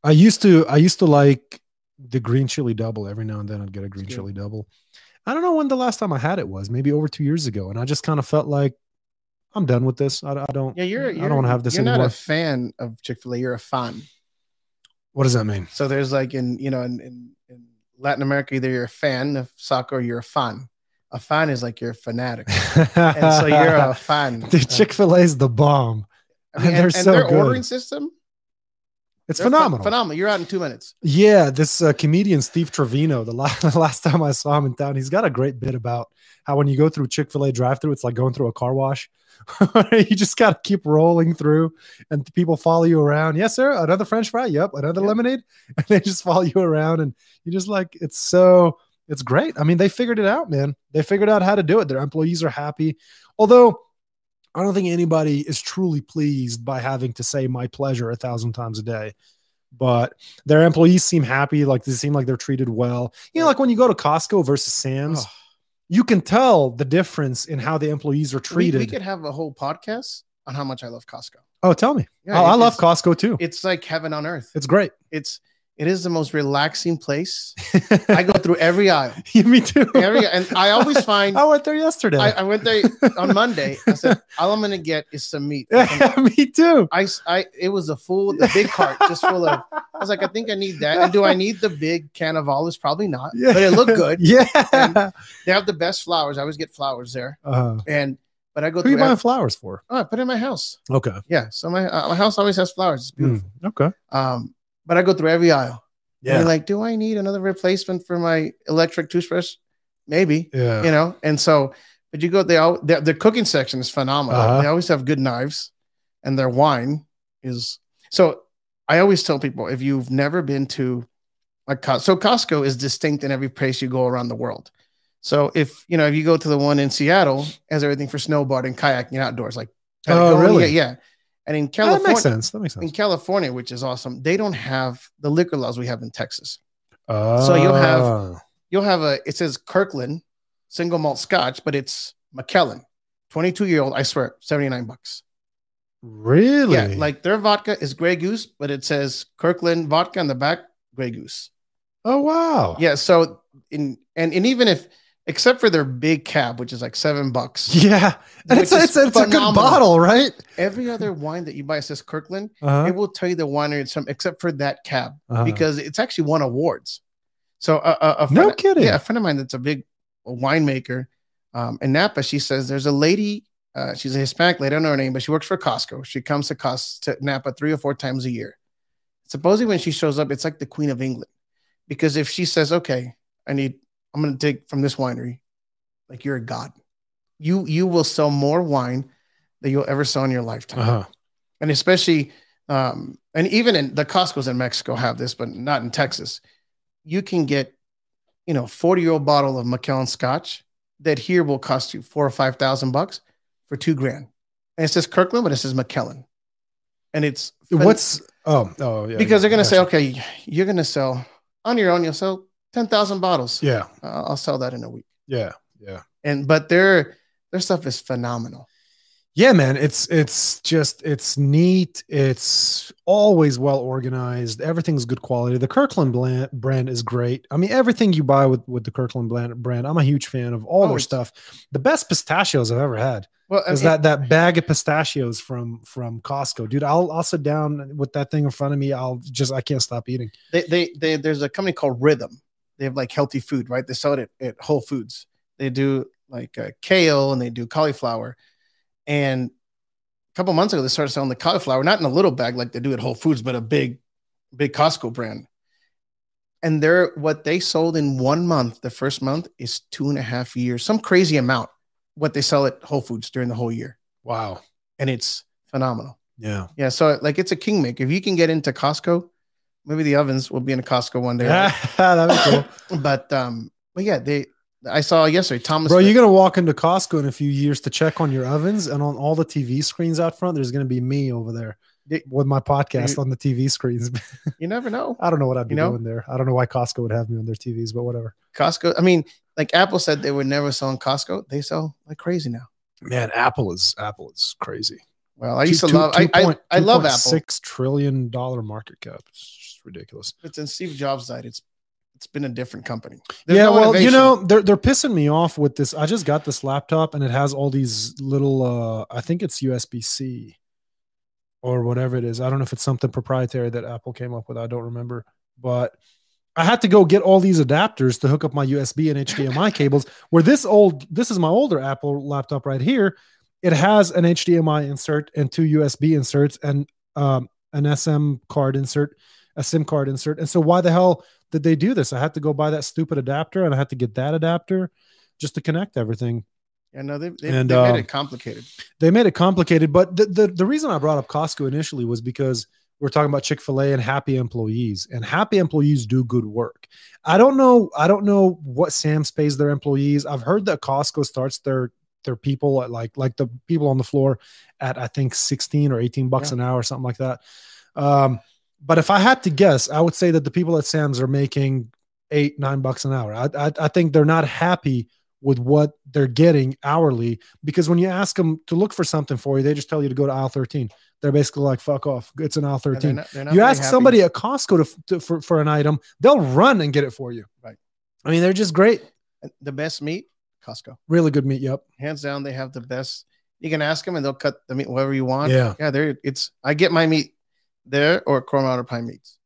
Speaker 1: I used to. I used to like the green chili double. Every now and then, I'd get a green
Speaker 2: good.
Speaker 1: chili double. I don't know when the last time I had it was. Maybe over two years ago, and I just kind of felt like I'm done with this. I, I don't.
Speaker 2: Yeah, you're,
Speaker 1: I
Speaker 2: you're
Speaker 1: don't want to have this
Speaker 2: You're
Speaker 1: anymore.
Speaker 2: not a fan of Chick fil A, you're a fan.
Speaker 1: what does that mean?
Speaker 2: So there's like in you know in, in, in Latin America, either you're a fan of soccer or you're a fan. A fan is like you're a fanatic. And so you're a fan.
Speaker 1: Dude, Chick Fil A is the bomb.
Speaker 2: I mean,
Speaker 1: they're
Speaker 2: and, and
Speaker 1: so
Speaker 2: their
Speaker 1: good.
Speaker 2: ordering system,
Speaker 1: It's
Speaker 2: they're phen-
Speaker 1: phenomenal.
Speaker 2: phenomenal. You're out in two minutes.
Speaker 1: Yeah, this uh, comedian Steve Trevino. The last, the last time I saw him in town, he's got a great bit about how when you go through Chick Fil A drive-through, it's like going through a car wash. you just gotta keep rolling through, and people follow you around. Yes, sir. Another French fry. Yep. Another
Speaker 2: Yeah.
Speaker 1: lemonade. And they just follow you around, and you just like it's so it's great. I mean, they figured it out, man. They figured out how to do it. Their employees are happy, although. I don't think anybody is truly pleased by having to say my pleasure a thousand times a day. But their employees seem happy, like they seem like they're treated well. You know, like when you go to Costco versus Sam's,
Speaker 2: Oh,
Speaker 1: you can tell the difference in how the employees are
Speaker 2: we,
Speaker 1: treated.
Speaker 2: we could have a whole podcast on how much I love Costco.
Speaker 1: oh, tell me.
Speaker 2: Yeah,
Speaker 1: oh, I
Speaker 2: it-
Speaker 1: love
Speaker 2: it's-
Speaker 1: Costco too.
Speaker 2: It's like heaven on earth.
Speaker 1: It's great.
Speaker 2: It's it is the most relaxing place. I go through every aisle,
Speaker 1: Yeah, me too.
Speaker 2: every and I always find.
Speaker 1: I went there yesterday.
Speaker 2: I, I went there on Monday. I said all I'm gonna get is some meat.
Speaker 1: yeah, me too.
Speaker 2: I, I it was a full the big cart just full of I was like I think I need that and do I need the big can of olives probably not
Speaker 1: Yeah.
Speaker 2: but it looked good
Speaker 1: Yeah.
Speaker 2: And- they have the best flowers I always get flowers there
Speaker 1: Uh,
Speaker 2: and but I go
Speaker 1: who are you
Speaker 2: through
Speaker 1: buying
Speaker 2: every,
Speaker 1: flowers for?
Speaker 2: oh, I put it in my house
Speaker 1: Okay.
Speaker 2: yeah so my uh, my house always has flowers it's
Speaker 1: Hmm.
Speaker 2: beautiful
Speaker 1: okay.
Speaker 2: um but I go through every aisle yeah
Speaker 1: Yeah.
Speaker 2: like do I need another replacement for my electric toothbrush maybe
Speaker 1: Yeah.
Speaker 2: you know and so but you go they all the, the cooking section is phenomenal
Speaker 1: Uh-huh.
Speaker 2: they always have good knives and their wine is so i always tell people if you've never been to like Cos- so costco is distinct in every place you go around the world so if you know if you go to the one in seattle it has everything for snowboarding kayaking and outdoors like
Speaker 1: Oh,
Speaker 2: Patagonia,
Speaker 1: really?
Speaker 2: yeah and in
Speaker 1: Oh, that makes
Speaker 2: california
Speaker 1: sense. That makes
Speaker 2: in
Speaker 1: sense.
Speaker 2: california which is awesome they don't have the liquor laws we have in texas
Speaker 1: So
Speaker 2: you'll have-
Speaker 1: Oh,
Speaker 2: you'll have a it says Kirkland single malt scotch, but it's McKellen, 22 year old, I swear, 79 bucks.
Speaker 1: really
Speaker 2: Yeah, like their vodka is Grey Goose, but it says Kirkland vodka on the back, Grey Goose.
Speaker 1: oh wow
Speaker 2: Yeah, so in and and even if except for their big cab, which is like seven bucks,
Speaker 1: yeah and it's,
Speaker 2: Which
Speaker 1: a-
Speaker 2: is
Speaker 1: it's, a- it's a good
Speaker 2: phenomenal.
Speaker 1: bottle right
Speaker 2: every other wine that you buy says Kirkland,
Speaker 1: uh-huh.
Speaker 2: it will tell you the winery it's from, except for that cab
Speaker 1: Uh-huh.
Speaker 2: because it's actually won awards. So a, a, a
Speaker 1: no
Speaker 2: friend-
Speaker 1: kidding
Speaker 2: Yeah, a friend of mine that's a big winemaker um, in Napa. She says there's a lady. Uh, she's a Hispanic lady. I don't know her name, but she works for Costco. She comes to Costco to Napa three or four times a year. Supposedly, when she shows up, it's like the Queen of England, because if she says, "Okay, I need, I'm going to take from this winery," like you're a god. You you will sell more wine than you'll ever sell in your lifetime
Speaker 1: uh-huh.
Speaker 2: and especially um, and even in the Costco's in Mexico have this, but not in Texas. You can get, you know, forty year old bottle of Macallan Scotch that here will cost you four or five thousand bucks for two grand, and it says Kirkland, but it says Macallan, and it's
Speaker 1: what's oh oh yeah
Speaker 2: because
Speaker 1: yeah,
Speaker 2: they're gonna say,
Speaker 1: gotcha.
Speaker 2: okay, you're gonna sell on your own, you'll sell ten thousand bottles.
Speaker 1: yeah
Speaker 2: Uh, I'll sell that in a week,
Speaker 1: yeah yeah
Speaker 2: and but their their stuff is phenomenal.
Speaker 1: yeah man it's it's just it's neat it's always well organized everything's good quality the kirkland brand, brand is great i mean everything you buy with with the kirkland brand, brand i'm a huge fan of all
Speaker 2: Oh,
Speaker 1: their
Speaker 2: it's-
Speaker 1: stuff the best pistachios i've ever had
Speaker 2: Well,
Speaker 1: is
Speaker 2: and-
Speaker 1: that that bag of pistachios from from Costco, dude? I'll I'll sit down with that thing in front of me. I'll just I can't stop eating.
Speaker 2: they, they, they there's a company called Rhythm. They have like healthy food, right? They sell it at, at Whole Foods. They do like uh, kale and they do cauliflower. And a couple months ago, they started selling the cauliflower, not in a little bag like they do at Whole Foods, but a big, big Costco brand. And they're what they sold in one month, the first month is two and a half years, some crazy amount. what they sell at Whole Foods during the whole year,
Speaker 1: Wow.
Speaker 2: and it's phenomenal.
Speaker 1: Yeah.
Speaker 2: Yeah, so like it's a king make. If you can get into Costco, maybe the ovens will be in a Costco one day.
Speaker 1: That'd be cool.
Speaker 2: But um, but yeah, they I saw yesterday Thomas.
Speaker 1: Bro, you're gonna walk into Costco in a few years to check on your ovens, and on all the TV screens out front, there's gonna be me over there
Speaker 2: They-
Speaker 1: with my podcast
Speaker 2: Dude.
Speaker 1: on the TV screens.
Speaker 2: you never know.
Speaker 1: I don't know what I'd be
Speaker 2: You know?
Speaker 1: doing there. I don't know why Costco would have me on their TVs, but whatever.
Speaker 2: Costco. I mean, like Apple said, they would never sell in Costco. They sell like crazy now.
Speaker 1: Man, Apple is Apple is crazy.
Speaker 2: Well, I used to love. I I, I love Apple.
Speaker 1: Six trillion dollar market cap. It's just ridiculous.
Speaker 2: But since Steve Jobs died, it's it's been a different company.
Speaker 1: yeah,
Speaker 2: no
Speaker 1: well, you
Speaker 2: innovation.
Speaker 1: know, they're they're pissing me off with this. I just got this laptop and it has all these little uh I think it's USB C or whatever it is. I don't know if it's something proprietary that Apple came up with. I don't remember. But I had to go get all these adapters to hook up my USB and HDMI cables. Where this old this is my older Apple laptop right here. It has an HDMI insert and two USB inserts and um an SM card insert, a SIM card insert. And so why the hell did they do this? I had to go buy that stupid adapter and I had to get that adapter just to connect everything.
Speaker 2: yeah, no, they they,
Speaker 1: And,
Speaker 2: they
Speaker 1: um,
Speaker 2: made it complicated.
Speaker 1: They made it complicated, but the, the, the reason I brought up Costco initially was because we're talking about Chick-fil-A and happy employees and happy employees do good work. I don't know. I don't know what Sam's pays their employees. I've heard that Costco starts their, their people at like, like the people on the floor at, I think 16 or 18 bucks
Speaker 2: Yeah.
Speaker 1: an hour or something like that. Um, but if I had to guess, I would say that the people at Sam's are making eight, nine bucks an hour. I, I, I think they're not happy with what they're getting hourly because when you ask them to look for something for you, they just tell you to go to aisle 13. They're basically like, fuck off. It's an aisle
Speaker 2: Yeah, they're
Speaker 1: 13.
Speaker 2: not- they're not
Speaker 1: you
Speaker 2: very
Speaker 1: ask
Speaker 2: happy.
Speaker 1: somebody at Costco to, to, for, for an item, they'll run and get it for you.
Speaker 2: Right.
Speaker 1: I mean, they're just great.
Speaker 2: the best meat, Costco,
Speaker 1: Really good meat. Yep.
Speaker 2: hands down. They have the best. You can ask them, and they'll cut the meat whatever you want.
Speaker 1: Yeah.
Speaker 2: yeah. There, it's I get my meat there or corn outer pie meats.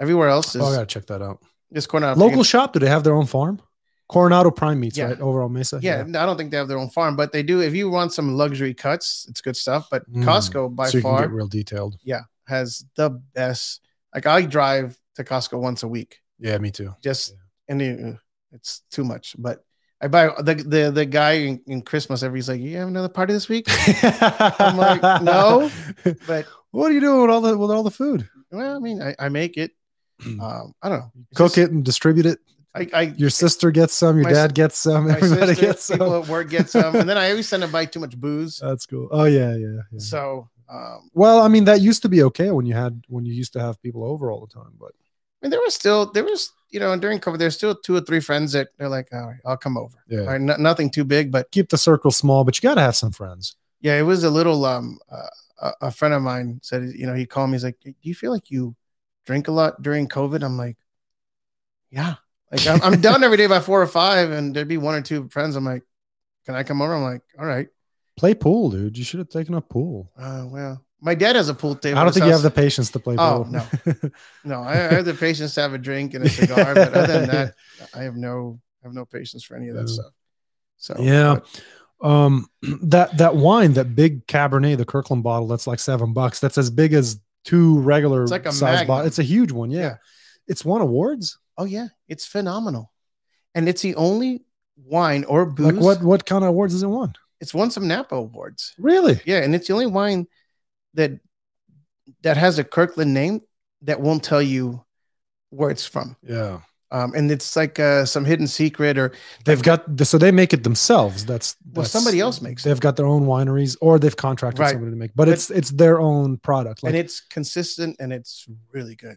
Speaker 2: Everywhere else is
Speaker 1: Oh, I got to check that out.
Speaker 2: just corn outer pie.
Speaker 1: Local shop, do they have their own farm? Coronado Prime Meats,
Speaker 2: Yeah.
Speaker 1: right? Over on Mesa.
Speaker 2: Yeah, I don't think they have their own farm, but they do. If you want some luxury cuts, it's good stuff. But
Speaker 1: Mm.
Speaker 2: Costco by
Speaker 1: so you
Speaker 2: far
Speaker 1: can get real detailed.
Speaker 2: has the best. Like I drive to Costco once a week,
Speaker 1: Yeah, me too.
Speaker 2: just
Speaker 1: Yeah.
Speaker 2: and it- it's too much. But I buy the the, the guy in, in Christmas every. He's like, "You have another party this week?"
Speaker 1: I'm
Speaker 2: like, no. But
Speaker 1: What are you doing with all the with all the food?
Speaker 2: well, I mean, I, I make it. Um, I don't know. It's
Speaker 1: Cook
Speaker 2: just-
Speaker 1: it and distribute it.
Speaker 2: I, I
Speaker 1: Your sister gets some. Your
Speaker 2: My
Speaker 1: dad gets some.
Speaker 2: my
Speaker 1: Everybody
Speaker 2: sister,
Speaker 1: gets some.
Speaker 2: people at work get some, and then I always send them buy too much booze.
Speaker 1: That's cool. Oh yeah, yeah. yeah.
Speaker 2: So. Um,
Speaker 1: well, I mean, that used to be okay when you had when you used to have people over all the time, but
Speaker 2: I mean, there was still there was you know during COVID there's still two or three friends that they're like, all right, I'll come over.
Speaker 1: yeah,
Speaker 2: All right, no, nothing too big, but
Speaker 1: keep the circle small. But you gotta have some friends.
Speaker 2: yeah, it was a little. Um, uh, a- a friend of mine said, you know, he called me. He's like, do you feel like you drink a lot during COVID? I'm like, yeah, like I'm, I'm done every day by four or five, and there'd be one or two friends. I'm like, can I come over? I'm like, all right.
Speaker 1: Play pool, dude. You should have taken up pool.
Speaker 2: Uh, well, my dad has a pool table.
Speaker 1: I
Speaker 2: at
Speaker 1: don't
Speaker 2: his
Speaker 1: think you have the
Speaker 2: house.
Speaker 1: patience to play
Speaker 2: Oh,
Speaker 1: pool.
Speaker 2: no. No, I, I have the patience to have a drink and a cigar, but other than that, I have no, I have no patience for any of that
Speaker 1: Yeah.
Speaker 2: stuff. So
Speaker 1: Yeah.
Speaker 2: but
Speaker 1: Um that that wine, that big Cabernet, the Kirkland bottle, that's like seven bucks. That's as big as two regular
Speaker 2: It's like a
Speaker 1: size
Speaker 2: Magnum.
Speaker 1: bottles. It's a huge one, yeah.
Speaker 2: Yeah.
Speaker 1: It's won awards.
Speaker 2: oh yeah, it's phenomenal, and it's the only wine or booze.
Speaker 1: Like what what kind of awards has it won?
Speaker 2: It's won some Napa awards.
Speaker 1: Really?
Speaker 2: Yeah, and it's the only wine that that has a Kirkland name that won't tell you where it's from.
Speaker 1: Yeah.
Speaker 2: Um, and it's like uh, some hidden secret, or
Speaker 1: They've got the, so they make it themselves. That's,
Speaker 2: Well,
Speaker 1: that's-
Speaker 2: somebody else makes it.
Speaker 1: They've got their own wineries or they've contracted
Speaker 2: Right.
Speaker 1: somebody to make. But it's it's their own product. Like
Speaker 2: and it's consistent and it's really good.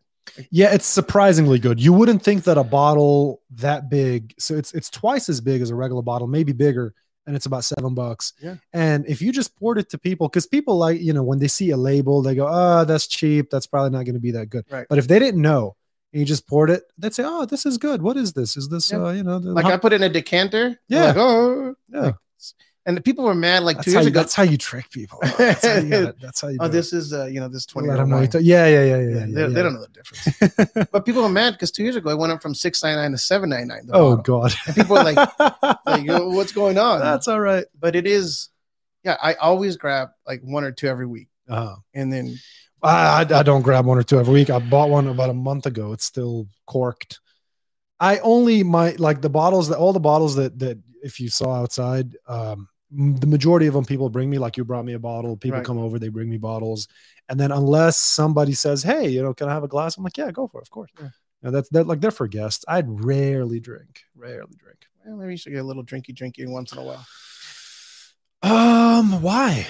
Speaker 1: Yeah, it's surprisingly good. You wouldn't think that a bottle that big, so it's it's twice as big as a regular bottle, maybe bigger, and it's about seven bucks.
Speaker 2: Yeah.
Speaker 1: And if you just poured it to people, because people like, you know, when they see a label, they go, Oh, that's cheap. That's probably not gonna be that good.
Speaker 2: Right.
Speaker 1: But if they didn't know and you just poured it, they'd say, Oh, this is good. What is this? Is this
Speaker 2: Yeah.
Speaker 1: uh, you know, the,
Speaker 2: Like
Speaker 1: how-
Speaker 2: I put it in a decanter. they're
Speaker 1: Yeah.
Speaker 2: Like, oh.
Speaker 1: Yeah.
Speaker 2: like- and the people were mad like two
Speaker 1: that's, how
Speaker 2: years
Speaker 1: you,
Speaker 2: ago.
Speaker 1: that's how you trick people. That's how you, gotta- that's how you
Speaker 2: Oh,
Speaker 1: do it.
Speaker 2: this is uh, you know this
Speaker 1: Let
Speaker 2: twenty. year
Speaker 1: them
Speaker 2: old
Speaker 1: know you
Speaker 2: wine.
Speaker 1: took- yeah, yeah, yeah, yeah,
Speaker 2: Yeah,
Speaker 1: yeah,
Speaker 2: they,
Speaker 1: yeah.
Speaker 2: they don't know the difference. but people are mad because two years ago I went up from six ninety nine to seven ninety nine.
Speaker 1: Oh god.
Speaker 2: people are like- like,
Speaker 1: like,
Speaker 2: "Yo, what's going on?
Speaker 1: that's all right.
Speaker 2: but it is, yeah. I always grab like one or two every week,
Speaker 1: Uh-huh.
Speaker 2: and then
Speaker 1: I, I I don't grab one or two every week. I bought one about a month ago. It's still corked. I only my like the bottles that all the bottles that that if you saw outside, um, m- the majority of them people bring me like you brought me a bottle people
Speaker 2: Right.
Speaker 1: come over they bring me bottles and then unless somebody says hey you know can i have a glass i'm like yeah go for it of course
Speaker 2: Yeah.
Speaker 1: You know, that's that like they're for guests i'd rarely drink rarely drink
Speaker 2: Well, maybe you should get a little drinky drinky once in a while.
Speaker 1: um why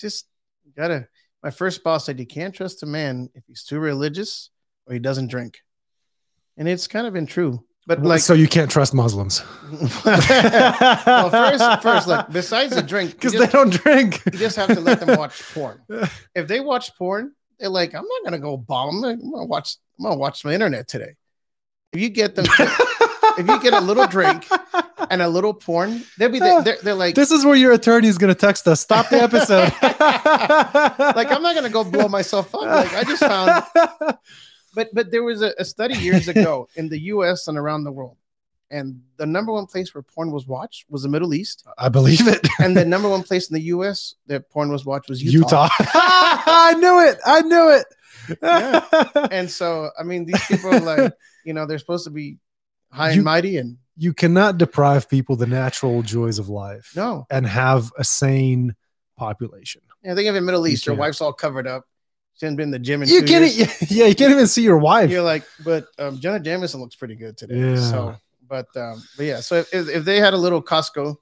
Speaker 2: Just you gotta. My first boss said you can't trust a man if he's too religious or he doesn't drink, and it's kind of been true. But like,
Speaker 1: so you can't trust muslims
Speaker 2: well, first, first, look. Besides the drink,
Speaker 1: because
Speaker 2: you
Speaker 1: they
Speaker 2: just,
Speaker 1: don't drink
Speaker 2: you just have to let them watch porn. If they watch porn, they're like, I'm not gonna go bomb. I'm gonna watch. I'm gonna watch my internet today. If you get them to- if you get a little drink and a little porn, they'll be there. They're, they're like,
Speaker 1: This is where your attorney is going to text us. Stop the episode.
Speaker 2: like I'm not gonna go blow myself up. Like I just found, but but there was a, a study years ago in the U.S. and around the world, and the number one place where porn was watched was the Middle East,
Speaker 1: I believe it.
Speaker 2: and the number one place in the U.S. that porn was watched was Utah.
Speaker 1: Utah. I knew it. I knew it.
Speaker 2: And so I mean, these people are like, you know, they're supposed to be high
Speaker 1: You-
Speaker 2: and mighty, and
Speaker 1: You cannot deprive people the natural joys of life
Speaker 2: no,
Speaker 1: and have a sane population.
Speaker 2: yeah, think of it Middle
Speaker 1: You
Speaker 2: East. Your
Speaker 1: can't.
Speaker 2: wife's all covered up. She hasn't been in the gym in
Speaker 1: You
Speaker 2: two
Speaker 1: can't.
Speaker 2: years.
Speaker 1: Yeah, you can't even see your wife.
Speaker 2: You're like, but um, Jenna Jameson looks pretty good today.
Speaker 1: Yeah.
Speaker 2: So, but um, but yeah. So if, if if they had a little Costco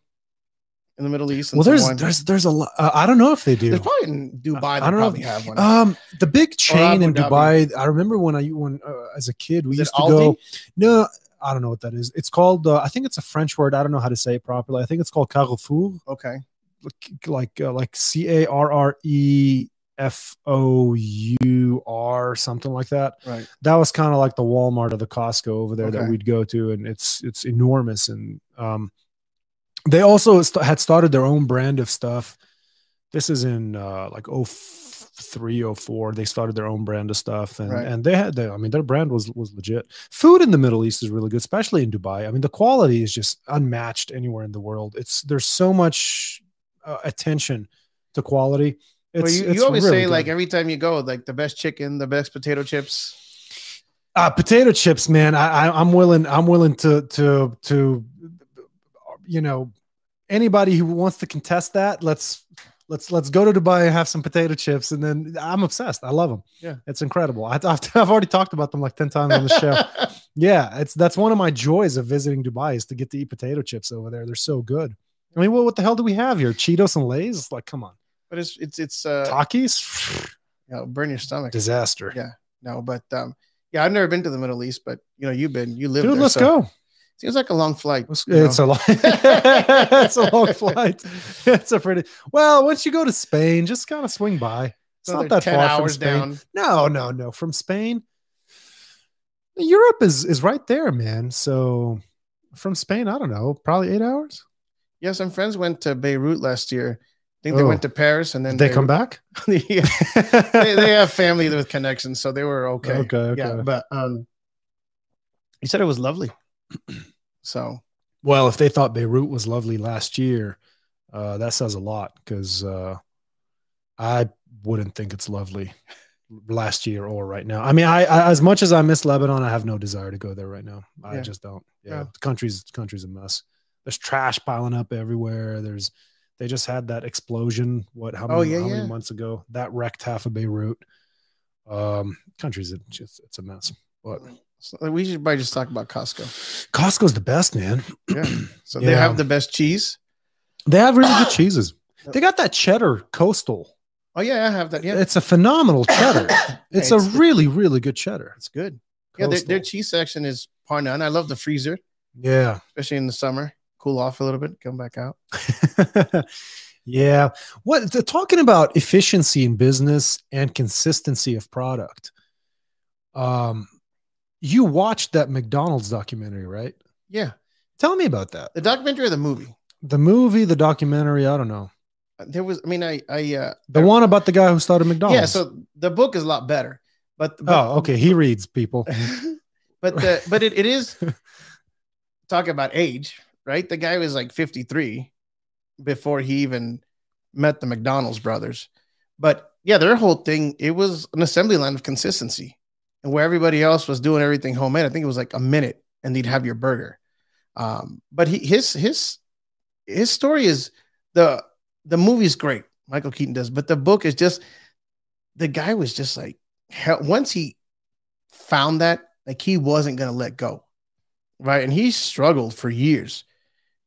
Speaker 2: in the Middle East, and
Speaker 1: well, there's
Speaker 2: some wine-
Speaker 1: there's there's a lot. Uh, I don't know if they do.
Speaker 2: there's probably in Dubai.
Speaker 1: I
Speaker 2: They
Speaker 1: don't know
Speaker 2: probably
Speaker 1: if-
Speaker 2: have one.
Speaker 1: Um, the big chain
Speaker 2: Abu
Speaker 1: in
Speaker 2: Dhabi.
Speaker 1: Dubai. I remember when I when uh, as a kid we
Speaker 2: Is it
Speaker 1: used to
Speaker 2: Aldi?
Speaker 1: go. No, I don't know what that is. It's called. Uh, I think it's a French word. I don't know how to say it properly. I think it's called Carrefour,
Speaker 2: okay.
Speaker 1: like like uh, like C A R R E F O U R something like that.
Speaker 2: Right.
Speaker 1: That was kind of like the Walmart or the Costco over there that
Speaker 2: Okay.
Speaker 1: we'd go to, and it's it's enormous. And um, they also st- had started their own brand of stuff. This is in uh, like oh three oh four. They started their own brand of stuff, and
Speaker 2: Right.
Speaker 1: and they had the I mean their brand was was legit. Food in the Middle East is really good, especially in Dubai. I mean the quality is just unmatched anywhere in the world. It's there's so much uh, attention to quality. It's,
Speaker 2: well, you,
Speaker 1: it's
Speaker 2: you always
Speaker 1: really
Speaker 2: say
Speaker 1: good.
Speaker 2: like every time you go, like the best chicken, the best potato chips.
Speaker 1: Uh, potato chips, man. I, I, I'm willing. I'm willing to to to, you know, anybody who wants to contest that, let's let's let's go to Dubai and have some potato chips, and then I'm obsessed. I love them.
Speaker 2: Yeah.
Speaker 1: it's incredible. I, I've, I've already talked about them like ten times on the show. yeah, it's that's one of my joys of visiting Dubai is to get to eat potato chips over there. They're so good. I mean, well, what the hell do we have here? Cheetos and Lay's? Like, come on,
Speaker 2: but it's it's it's uh,
Speaker 1: Takis?
Speaker 2: you know, burn your stomach.
Speaker 1: Disaster.
Speaker 2: Yeah. No, but um, yeah, I've never been to the Middle East, but you know, you've been, you live.
Speaker 1: Dude,
Speaker 2: there,
Speaker 1: let's
Speaker 2: so
Speaker 1: go.
Speaker 2: Seems like a long flight.
Speaker 1: It's,
Speaker 2: you
Speaker 1: it's a long, it's a long flight. It's a pretty well. Once you go to Spain, just kind of swing by. It's
Speaker 2: Another
Speaker 1: not that
Speaker 2: 10
Speaker 1: far from
Speaker 2: hours
Speaker 1: Spain.
Speaker 2: down.
Speaker 1: No, no, no. From Spain, Europe is is right there, man. So from Spain, I don't know, probably eight hours.
Speaker 2: Yeah, some friends went to Beirut last year. I think they
Speaker 1: Oh.
Speaker 2: went to Paris and then
Speaker 1: Did they come back?
Speaker 2: back. yeah, they, they have family with connections, so they were okay.
Speaker 1: okay, okay.
Speaker 2: Yeah, but um, he said it was lovely. So
Speaker 1: Well, if they thought Beirut was lovely last year, uh, that says a lot because uh, I wouldn't think it's lovely last year or right now. I mean, I, I as much as I miss Lebanon, I have no desire to go there right now. I
Speaker 2: Yeah.
Speaker 1: just don't. Yeah,
Speaker 2: Yeah.
Speaker 1: the country's the country's a mess. There's trash piling up everywhere. There's they just had that explosion. What? How many,
Speaker 2: Oh, yeah,
Speaker 1: how many
Speaker 2: yeah.
Speaker 1: months ago? That wrecked half of Beirut. Um, country's it's just it's a mess. But
Speaker 2: so we should probably just talk about Costco.
Speaker 1: Costco's the best, man.
Speaker 2: Yeah. So they
Speaker 1: Yeah.
Speaker 2: have the best cheese.
Speaker 1: They have really good cheeses. They got that cheddar coastal.
Speaker 2: Oh yeah, I have that. Yeah,
Speaker 1: It's a phenomenal cheddar. It's a
Speaker 2: It's-
Speaker 1: really, really good cheddar.
Speaker 2: it's good. Yeah, their, their
Speaker 1: Coastal.
Speaker 2: cheese section is par none. I love the freezer,
Speaker 1: yeah.
Speaker 2: especially in the summer. Cool off a little bit, come back out.
Speaker 1: yeah. What they're talking about efficiency in business and consistency of product. Um, you watched that McDonald's documentary, right?
Speaker 2: Yeah,
Speaker 1: Tell me about that.
Speaker 2: the documentary or the movie.
Speaker 1: The movie, the documentary, I don't know.
Speaker 2: There was, I mean, I, I, uh,
Speaker 1: The one about the guy who started McDonald's.
Speaker 2: yeah. So the book is a lot better, but, but
Speaker 1: oh, okay. He reads people.
Speaker 2: but the but it, it is talk about age, right? The guy was like 53 before he even met the McDonald's brothers. But yeah, their whole thing, it was an assembly line of consistency. And where everybody else was doing everything homemade, I think it was like a minute and they'd have your burger. Um, but he, his his his story is the the movie's great. Michael Keaton does, but the book is just the guy was just like hell, once he found that like he wasn't gonna let go, right? And he struggled for years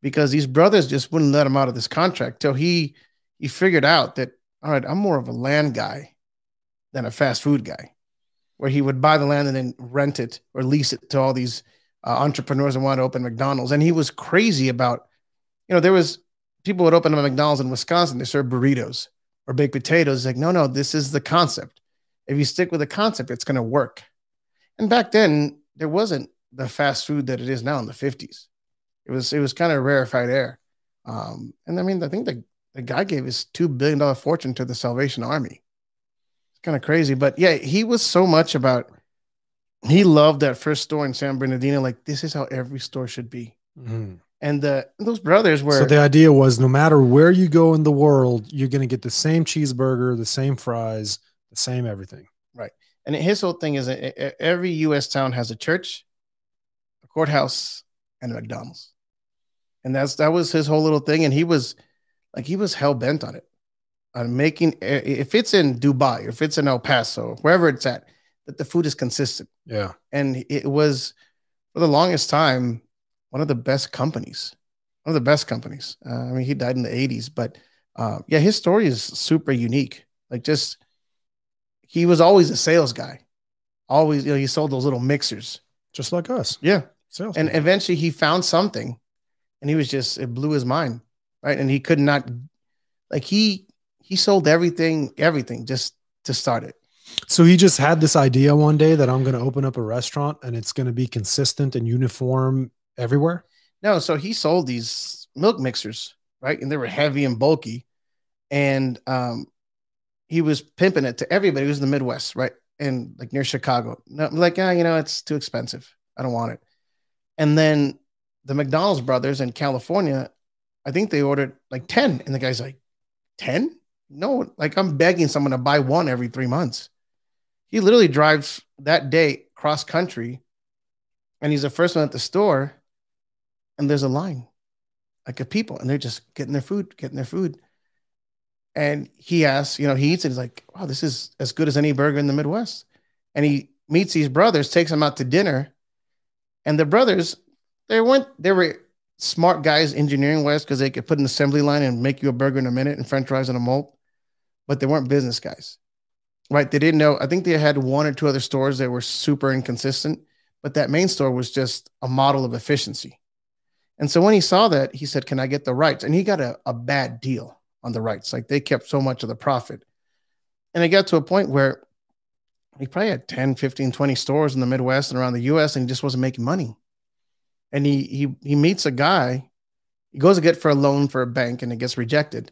Speaker 2: because these brothers just wouldn't let him out of this contract till he he figured out that all right, I'm more of a land guy than a fast food guy, where he would buy the land and then rent it or lease it to all these uh, entrepreneurs and wanted to open McDonald's. And he was crazy about, you know, there was people would open a McDonald's in Wisconsin, they serve burritos or baked potatoes. It's like, no, no, this is the concept. If you stick with the concept, it's going to work. And back then, there wasn't the fast food that it is now in the 50s. It was it was kind of rarefied air. Um, and I mean, I think the, the guy gave his $2 billion fortune to the Salvation Army. It's kind of crazy. But yeah, he was so much about, he loved that first store in San Bernardino. Like, this is how every store should be.
Speaker 1: Mhm.
Speaker 2: And the, those brothers were.
Speaker 1: So the idea was no matter where you go in the world, you're going to get the same cheeseburger, the same fries, the same everything.
Speaker 2: and his whole thing is that e- e- every U.S. town has a church, a courthouse, and a McDonald's, and that's that was his whole little thing. And he was like he was hell bent on it, on making i- if it's in Dubai, if it's in El Paso, wherever it's at, that the food is consistent.
Speaker 1: Yeah.
Speaker 2: And it was for the longest time one of the best companies, one of the best companies. Uh, I mean, he died in the '80s, but uh, yeah, his story is super unique. Like just he was always a sales guy. Always, you know, he sold those little mixers.
Speaker 1: Just like us.
Speaker 2: Yeah.
Speaker 1: Sales.
Speaker 2: And eventually he found something and he was just, it blew his mind. Right. And he could not, like, he, he sold everything, everything just to start it.
Speaker 1: so he just had this idea one day that I'm going to open up a restaurant and it's going to be consistent and uniform everywhere.
Speaker 2: No, so he sold these milk mixers, right? And they were heavy and bulky. And um, he was pimping it to everybody who's in the Midwest, right? And like near Chicago. No, like, yeah, you know, it's too expensive. I don't want it. And then the McDonald's brothers in California, I think they ordered like 10. And the guy's like, 10? No, like I'm begging someone to buy one every three months. He literally drives that day cross country and he's the first one at the store and there's a line like of people and they're just getting their food getting their food and he asks you know he eats it he's like wow this is as good as any burger in the midwest and he meets these brothers takes them out to dinner and the brothers they went they were smart guys engineering wise because they could put an assembly line and make you a burger in a minute and french fries in a mold but they weren't business guys right they didn't know i think they had one or two other stores that were super inconsistent but that main store was just a model of efficiency and so when he saw that, he said, Can I get the rights? And he got a, a bad deal on the rights. Like they kept so much of the profit. And it got to a point where he probably had 10, 15, 20 stores in the Midwest and around the US, and he just wasn't making money. And he he he meets a guy, he goes to get for a loan for a bank and it gets rejected.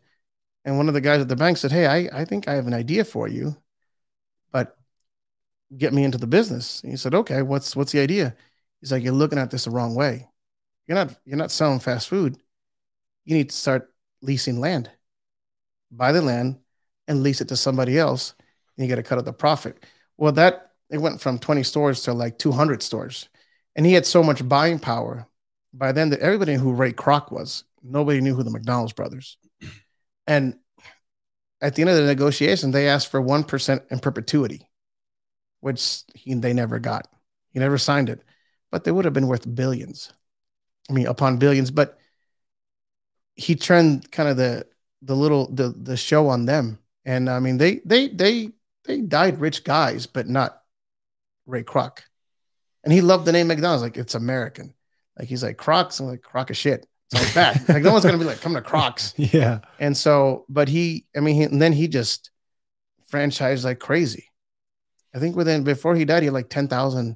Speaker 2: And one of the guys at the bank said, Hey, I, I think I have an idea for you, but get me into the business. And he said, Okay, what's what's the idea? He's like, You're looking at this the wrong way you're not you're not selling fast food. You need to start leasing land. Buy the land and lease it to somebody else, and you get a cut of the profit. Well, that it went from 20 stores to like 200 stores, and he had so much buying power by then that everybody knew who Ray Kroc was. Nobody knew who the McDonald's brothers. And at the end of the negotiation, they asked for one percent in perpetuity, which he, they never got. He never signed it, but they would have been worth billions. I mean, upon billions, but he turned kind of the the little the the show on them, and I mean, they they they they died rich guys, but not Ray Kroc, and he loved the name McDonald's, like it's American, like he's like Crocs, I'm like Croc of shit, it's like that, like no one's gonna be like come to Crocs,
Speaker 1: Yeah.
Speaker 2: and so, but he, I mean, he, and then he just franchised like crazy. I think within before he died, he had like ten thousand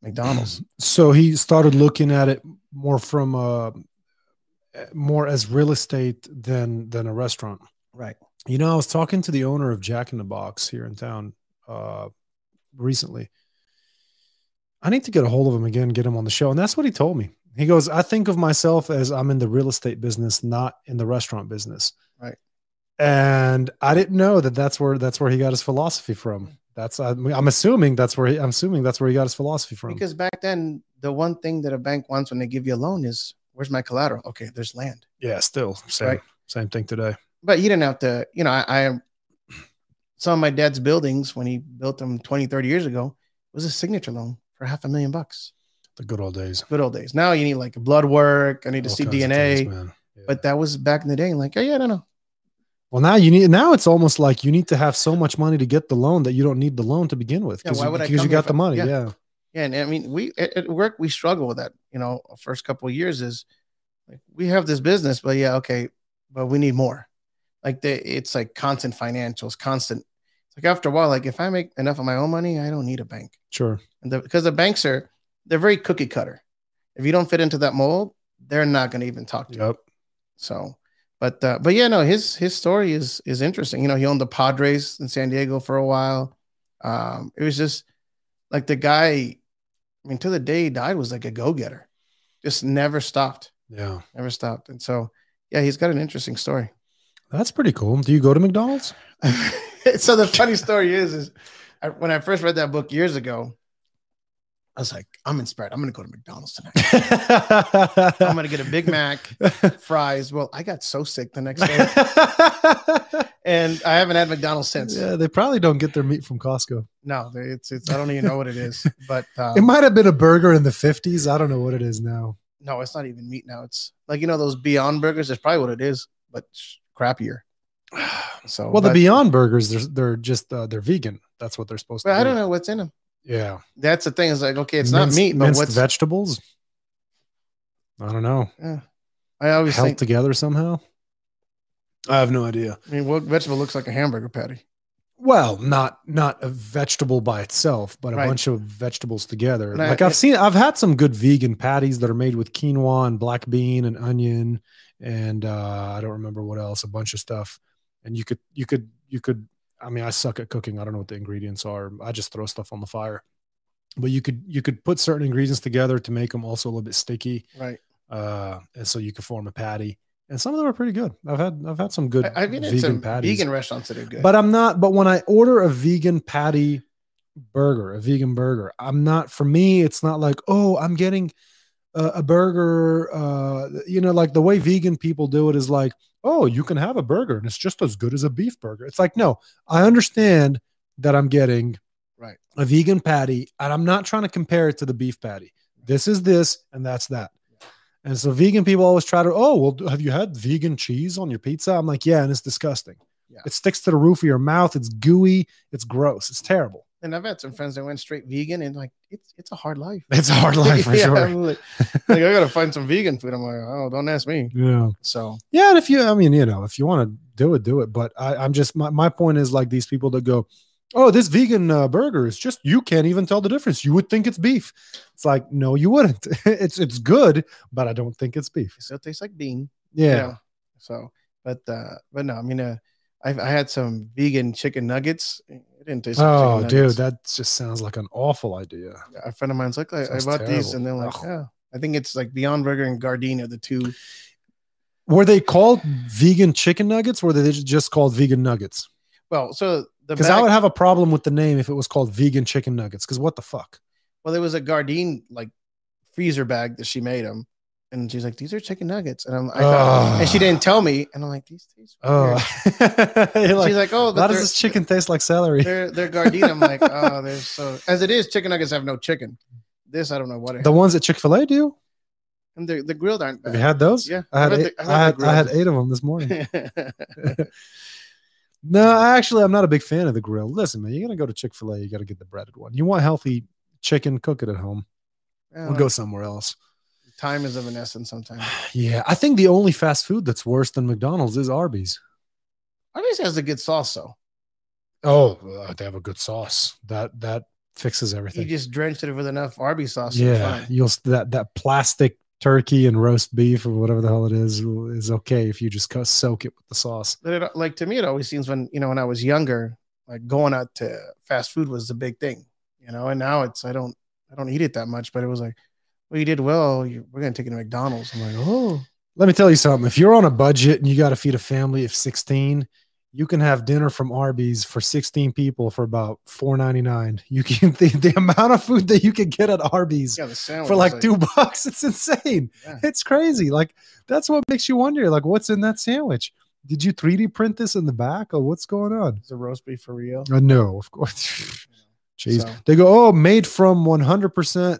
Speaker 2: McDonald's.
Speaker 1: so he started looking at it more from uh more as real estate than than a restaurant
Speaker 2: Right.
Speaker 1: you know i was talking to the owner of jack in the box here in town uh recently i need to get a hold of him again get him on the show and that's what he told me he goes i think of myself as i'm in the real estate business not in the restaurant business
Speaker 2: Right.
Speaker 1: and i didn't know that that's where that's where he got his philosophy from that's I mean, i'm assuming that's where he, i'm assuming that's where he got his philosophy from
Speaker 2: Because back then, the one thing that a bank wants when they give you a loan is, "Where's my collateral?" Okay, there's land,
Speaker 1: yeah still same.
Speaker 2: right?
Speaker 1: Same thing today.
Speaker 2: but you didn't have to you know i, I some of my dad's buildings when he built them 20 30 years ago was a signature loan for half a million bucks
Speaker 1: The good old days.
Speaker 2: good old days now you need like blood work i need to
Speaker 1: All
Speaker 2: see
Speaker 1: kinds of
Speaker 2: dna
Speaker 1: things, man. Yeah.
Speaker 2: but that was back in the day like oh yeah no no
Speaker 1: well, now you need. Now it's almost like you need to have so much money to get the loan that you don't need the loan to begin with
Speaker 2: Yeah,
Speaker 1: because
Speaker 2: why
Speaker 1: you,
Speaker 2: would I
Speaker 1: because you
Speaker 2: come here
Speaker 1: got
Speaker 2: if
Speaker 1: the
Speaker 2: I-
Speaker 1: money. Yeah.
Speaker 2: yeah. yeah and i mean we at, at work we struggle with that you know first couple of years is like we have this business but yeah okay but we need more like they, it's like constant financials constant it's like after a while like if i make enough of my own money i don't need a bank
Speaker 1: sure.
Speaker 2: And the, because the banks are they're very cookie cutter. If you don't fit into that mold, they're not going to even talk to you.
Speaker 1: Yep.
Speaker 2: So, but uh, but yeah, no, his his story is is interesting. You know, he owned the Padres in San Diego for a while. Um, it was just like the guy. I mean, to the day he died, was like a go getter. Just never stopped,
Speaker 1: Yeah,
Speaker 2: never stopped. And so, yeah, he's got an interesting story.
Speaker 1: that's pretty cool. Do you go to McDonald's?
Speaker 2: so the funny story is, is I, when I first read that book years ago, I was like, I'm inspired. I'm going to go to McDonald's tonight. I'm gonna get a Big Mac, fries. Well, I got so sick the next day, and I haven't had McDonald's since.
Speaker 1: yeah, they probably don't get their meat from Costco.
Speaker 2: No, it's it's. I don't even know what it is, but um,
Speaker 1: It might have been a burger in the 50s. I don't know what it is now.
Speaker 2: no, it's not even meat now. It's like you know those Beyond burgers. That's probably what it is, but sh- crappier. So
Speaker 1: Well, the
Speaker 2: but-
Speaker 1: Beyond burgers, they're, they're just uh, they're vegan. That's what they're supposed
Speaker 2: But
Speaker 1: to.
Speaker 2: I
Speaker 1: be.
Speaker 2: don't know what's in them.
Speaker 1: Yeah,
Speaker 2: That's the thing. It's like okay, it's
Speaker 1: Minced-
Speaker 2: not meat, but
Speaker 1: minced
Speaker 2: what's
Speaker 1: vegetables? I don't know.
Speaker 2: I always
Speaker 1: Held
Speaker 2: think.
Speaker 1: together somehow. I have no idea.
Speaker 2: I mean, what vegetable looks like a hamburger patty?
Speaker 1: Well, not not a vegetable by itself, but a
Speaker 2: Right.
Speaker 1: bunch of vegetables together.
Speaker 2: And I-
Speaker 1: like I've seen, I've had some good vegan patties that are made with quinoa and black bean and onion, and uh, I don't remember what else. A bunch of stuff, and you could you could you could. I mean, I suck at cooking. I don't know what the ingredients are. I just throw stuff on the fire, but you could you could put certain ingredients together to make them also a little bit sticky,
Speaker 2: Right.
Speaker 1: uh, and so you could form a patty. And some of them are pretty good. I've had I've had some good
Speaker 2: I, I've been at
Speaker 1: vegan
Speaker 2: some
Speaker 1: patties.
Speaker 2: vegan restaurants that are good.
Speaker 1: But I'm not. But when I order a vegan patty burger, a vegan burger, I'm not. For me, it's not like, oh, I'm getting a, a burger. Uh, you know, like the way vegan people do it is like, oh, you can have a burger and it's just as good as a beef burger. It's like, no, I understand that I'm getting
Speaker 2: Right.
Speaker 1: a vegan patty, and I'm not trying to compare it to the beef patty. This is this, and that's that. And so vegan people always try to, oh, well, have you had vegan cheese on your pizza? I'm like, yeah, and it's disgusting.
Speaker 2: Yeah.
Speaker 1: It sticks to the roof of your mouth. It's gooey. It's gross. It's terrible.
Speaker 2: and I've had some friends that went straight vegan, and like it's it's a hard life.
Speaker 1: It's a hard life for
Speaker 2: Yeah,
Speaker 1: sure.
Speaker 2: I'm like, like, I gotta find some vegan food. I'm like, oh, don't ask me.
Speaker 1: Yeah.
Speaker 2: So
Speaker 1: Yeah. And if you, I mean, you know, if you want to do it, do it. But I, I'm just, my, my point is like these people that go, oh, this vegan uh, burger is just, you can't even tell the difference. You would think it's beef. It's like, no, you wouldn't. it's, it's good, but I don't think it's beef.
Speaker 2: it still tastes like bean.
Speaker 1: Yeah.
Speaker 2: You know? So, but uh, but no, I mean, uh, I I had some vegan chicken nuggets. It didn't taste. like
Speaker 1: Oh,
Speaker 2: chicken
Speaker 1: dude,
Speaker 2: nuggets.
Speaker 1: that just sounds like an awful idea.
Speaker 2: a friend of mine's like, I, I
Speaker 1: Sounds
Speaker 2: bought these,
Speaker 1: terrible.
Speaker 2: and they're like,
Speaker 1: Ugh.
Speaker 2: yeah. I think it's like Beyond Burger and Gardena, the two.
Speaker 1: Were they called vegan chicken nuggets? Or were they just called vegan nuggets?
Speaker 2: Well, so the
Speaker 1: Because
Speaker 2: bag,
Speaker 1: I would have a problem with the name if it was called vegan chicken nuggets. Because what the fuck?
Speaker 2: well, there was a Gardein like freezer bag that she made them, and she's like, these are chicken nuggets, and I'm, I thought,
Speaker 1: Ugh.
Speaker 2: and she didn't tell me, and I'm like, these taste.
Speaker 1: Oh,
Speaker 2: weird."
Speaker 1: You're like,
Speaker 2: she's like, oh, but
Speaker 1: how does
Speaker 2: they're-
Speaker 1: this chicken taste like celery?
Speaker 2: They're they're Gardena. I'm like, oh, they're so. As it is, chicken nuggets have no chicken. This I don't know what it.
Speaker 1: The ones at Chick Fil A do.
Speaker 2: and the the grilled aren't
Speaker 1: Have you
Speaker 2: bad.
Speaker 1: had those?
Speaker 2: Yeah,
Speaker 1: I had.
Speaker 2: I've had
Speaker 1: Eight,
Speaker 2: the- I've
Speaker 1: I
Speaker 2: had
Speaker 1: had.
Speaker 2: the
Speaker 1: I had
Speaker 2: grilled.
Speaker 1: eight of them this morning. No, I actually, I'm not a big fan of the grill. Listen, man, you're gonna go to Chick Fil A. You got to get the breaded one. You want healthy chicken? Cook it at home. We'll
Speaker 2: Uh.
Speaker 1: go somewhere else.
Speaker 2: Time is of an essence sometimes.
Speaker 1: Yeah, I think the only fast food that's worse than McDonald's is Arby's.
Speaker 2: Arby's has a good sauce though.
Speaker 1: Oh, uh, they have a good sauce. That that fixes
Speaker 2: You
Speaker 1: everything.
Speaker 2: just drenched it with enough Arby's sauce. you're
Speaker 1: yeah,
Speaker 2: fine.
Speaker 1: you'll that that plastic turkey and roast beef or whatever the hell it is is okay if you just co- soak it with the sauce.
Speaker 2: But it, like to me, it always seems when you know when I was younger, like going out to fast food was the big thing, you know. And now it's I don't I don't eat it that much, but it was like, well, you did well. You, we're gonna take it to McDonald's. I'm like, oh,
Speaker 1: Let me tell you something. If you're on a budget and you got to feed a family of 16, you can have dinner from Arby's for 16 people for about 4.99. You can the, the amount of food that you can get at Arby's
Speaker 2: Yeah, the sandwich
Speaker 1: for
Speaker 2: is
Speaker 1: like two bucks. It's insane.
Speaker 2: Yeah.
Speaker 1: It's crazy. Like that's what makes you wonder. Like what's in that sandwich? Did you 3D print this in the back, or what's going on?
Speaker 2: Is the roast beef for real?
Speaker 1: Uh, no, of course. Jeez,
Speaker 2: So-
Speaker 1: they go, oh, made from 100%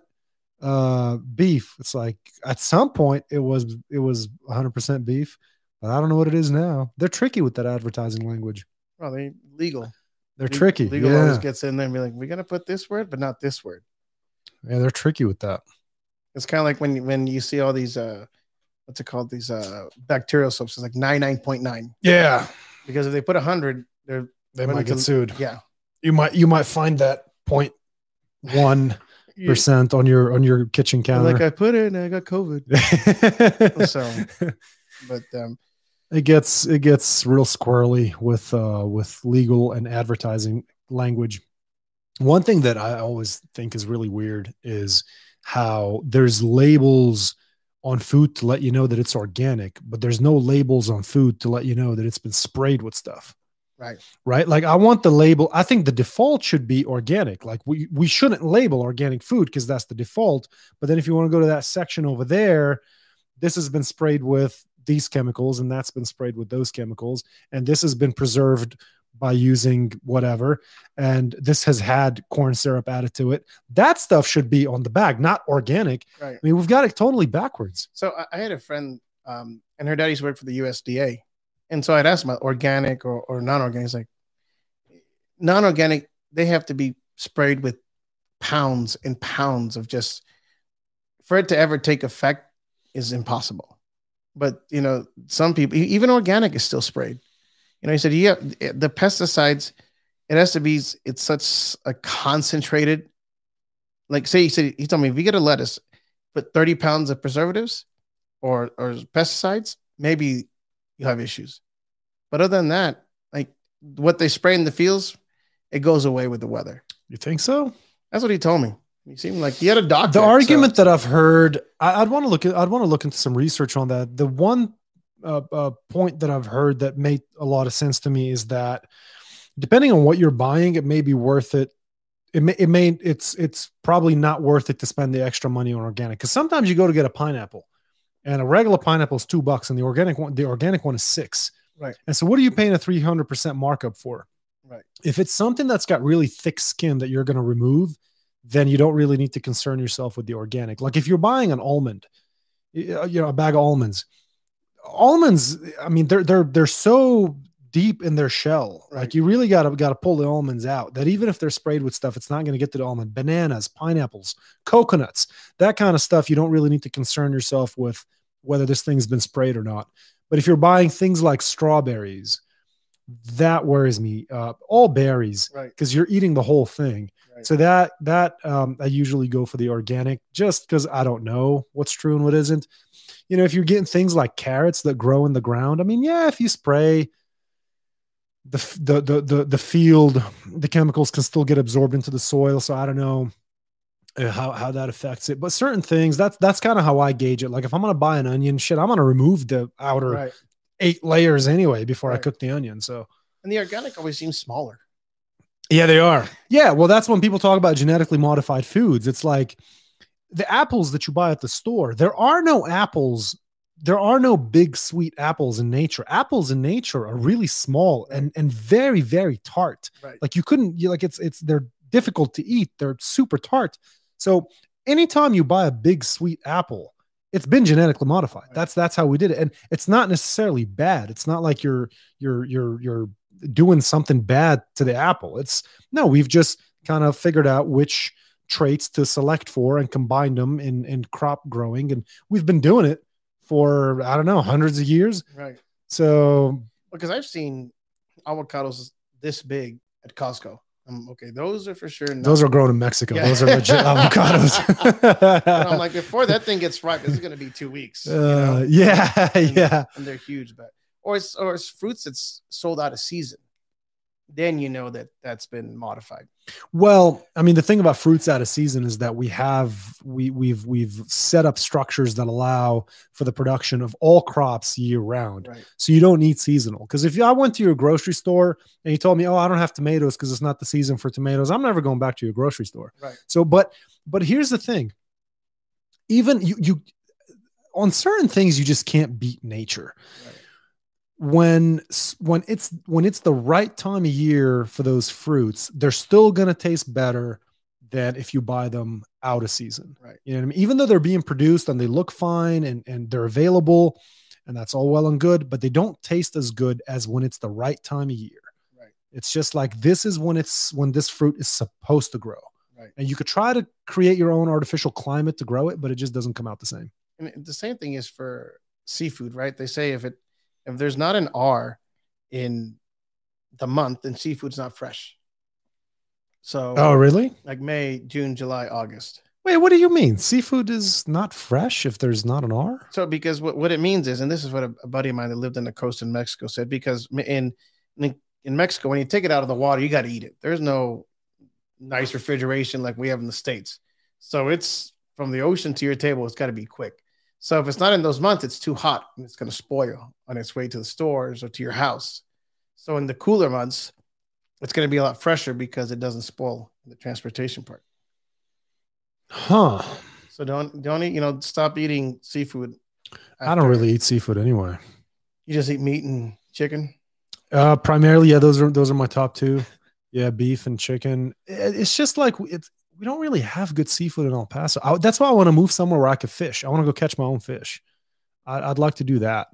Speaker 1: uh, beef. It's like at some point it was it was 100% beef, but I don't know what it is now. They're tricky with that advertising language.
Speaker 2: Well, they legal.
Speaker 1: They're
Speaker 2: Le-
Speaker 1: tricky.
Speaker 2: Legal
Speaker 1: yeah.
Speaker 2: always gets in there and be like, we're gonna put this word, but not this word.
Speaker 1: yeah, they're tricky with that.
Speaker 2: It's kind of like when when you see all these uh, what's it called? These uh, bacterial substances like nine nine point nine.
Speaker 1: Yeah,
Speaker 2: Because if they put hundred, they're
Speaker 1: they
Speaker 2: When
Speaker 1: might
Speaker 2: it's a-
Speaker 1: get sued.
Speaker 2: yeah.
Speaker 1: You might you might find that point one
Speaker 2: You-
Speaker 1: percent on your on your kitchen counter.
Speaker 2: like I put it and I got COVID. So, but um,
Speaker 1: it gets it gets real squirrely with uh with legal and advertising language one thing that i always think is really weird is how there's labels on food to let you know that it's organic but there's no labels on food to let you know that it's been sprayed with stuff
Speaker 2: Right.
Speaker 1: right like i want the label i think the default should be organic like we we shouldn't label organic food because that's the default but then if you want to go to that section over there this has been sprayed with these chemicals and that's been sprayed with those chemicals and this has been preserved by using whatever and this has had corn syrup added to it that stuff should be on the bag not organic
Speaker 2: Right.
Speaker 1: i mean we've got it totally backwards
Speaker 2: so I, I had a friend, um, and her daddy's worked for the USDA, and so I'd ask him about organic or, or non-organic. He's like, non-organic, they have to be sprayed with pounds and pounds of just for it to ever take effect is impossible. But you know, some people, e- even organic, is still sprayed. You know, he said, yeah, eh, the pesticides, it has to be. It's such a concentrated. Like, say, he said, he told me if you get a lettuce, put thirty pounds of preservatives, or or pesticides, maybe you have issues. But other than that, like what they spray in the fields, it goes away with the weather.
Speaker 1: you think so
Speaker 2: That's what he told me. He seemed like he had a doctor.
Speaker 1: the
Speaker 2: so-
Speaker 1: argument that I've heard, I, I'd want to look at, I'd want to look into some research on that. The one uh, uh, point that I've heard that made a lot of sense to me is that depending on what you're buying, it may be worth it. It may, it may, it's, it's probably not worth it to spend the extra money on organic. Cause sometimes you go to get a pineapple and a regular pineapple is two bucks and the organic one, the organic one is six.
Speaker 2: Right.
Speaker 1: And so what are you paying a 300% markup for?
Speaker 2: Right.
Speaker 1: If it's something that's got really thick skin that you're going to remove, then you don't really need to concern yourself with the organic. Like if you're buying an almond, y- uh, you know, a bag of almonds, almonds, I mean, they're they're they're so deep in their shell. Like
Speaker 2: Right.
Speaker 1: you really gotta gotta pull the almonds out. That even if they're sprayed with stuff, it's not gonna get to the almond. Bananas, pineapples, coconuts, that kind of stuff, you don't really need to concern yourself with whether this thing's been sprayed or not. But if you're buying things like strawberries, that worries me. Uh, all berries,
Speaker 2: Right.
Speaker 1: because you're eating the whole thing.
Speaker 2: Right.
Speaker 1: So that that um, I usually go for the organic, just because I don't know what's true and what isn't. You know, if you're getting things like carrots that grow in the ground, I mean, yeah, if you spray the f- the the the, the field, the chemicals can still get absorbed into the soil. So I don't know uh, how how that affects it, but certain things that's that's kind of how I gauge it. Like if I'm gonna buy an onion, shit, I'm gonna remove the outer
Speaker 2: right?
Speaker 1: eight layers anyway before I
Speaker 2: Right.
Speaker 1: cook the onion. So
Speaker 2: And the organic always seems smaller.
Speaker 1: yeah, they are. Yeah, well, that's when people talk about genetically modified foods. It's like the apples that you buy at the store. There are no apples. There are no big sweet apples in nature. Apples in nature are really small and and very very tart.
Speaker 2: Right.
Speaker 1: Like you couldn't you like it's it's they're difficult to eat. They're super tart. So anytime you buy a big sweet apple, it's been genetically modified.
Speaker 2: Right.
Speaker 1: That's that's how we did it. And it's not necessarily bad. It's not like you're you're you're you're doing something bad to the apple. It's no, we've just kind of figured out which traits to select for and combine them in in crop growing and we've been doing it for I don't know hundreds of years.
Speaker 2: Right.
Speaker 1: So
Speaker 2: Because I've seen avocados this big at Costco. Um, okay, those are for sure. Not.
Speaker 1: those are grown in Mexico.
Speaker 2: Yeah.
Speaker 1: Those are legit
Speaker 2: And I'm
Speaker 1: avocados.
Speaker 2: like, before that thing gets ripe, this is gonna be two weeks. you know?
Speaker 1: Uh, yeah, yeah.
Speaker 2: and they're huge. But or it's or it's fruits that's sold out of season. Then you know that that's been modified.
Speaker 1: Well, I mean, the thing about fruits out of season is that we have we we've we've set up structures that allow for the production of all crops year round.
Speaker 2: Right.
Speaker 1: So you don't need seasonal. Because if you, I went to your grocery store and you told me, "Oh, I don't have tomatoes because it's not the season for tomatoes," I'm never going back to your grocery store.
Speaker 2: Right.
Speaker 1: So, but but here's the thing. Even you you on certain things you just can't beat nature
Speaker 2: Right.
Speaker 1: when s- when it's when it's the right time of year for those fruits, they're still going to taste better than if you buy them out of season.
Speaker 2: Right.
Speaker 1: You know what I mean? Even though they're being produced and they look fine and and they're available and that's all well and good, but they don't taste as good as when it's the right time of year.
Speaker 2: Right.
Speaker 1: It's just like this is when it's when this fruit is supposed to grow.
Speaker 2: Right.
Speaker 1: And you could try to create your own artificial climate to grow it, but it just doesn't come out the same.
Speaker 2: and the same thing is for seafood, right? They say if it if there's not an R in the month, then seafood's not fresh. So
Speaker 1: really?
Speaker 2: like May, June, July, August.
Speaker 1: Wait, what do you mean? Seafood is not fresh if there's not an R?
Speaker 2: So because what, what it means is, and this is what a, a buddy of mine that lived on the coast in Mexico said, because m- in in in Mexico, when you take it out of the water, you got to eat it. There's no nice refrigeration like we have in the states. So it's from the ocean to your table. It's got to be quick. So if it's not in those months, it's too hot and it's going to spoil on its way to the stores or to your house. So in the cooler months, it's going to be a lot fresher because it doesn't spoil in the transportation part.
Speaker 1: Huh.
Speaker 2: So don't don't eat, you know stop eating seafood.
Speaker 1: I don't
Speaker 2: after-
Speaker 1: really eat seafood anyway.
Speaker 2: You just eat meat and chicken.
Speaker 1: Uh, primarily, yeah, those are those are my top two. Yeah, beef and chicken. It- It's just like it's, we don't really have good seafood in El Paso. I, that's why I want to move somewhere where I could fish. I want to go catch my own fish. I, I'd like to do that.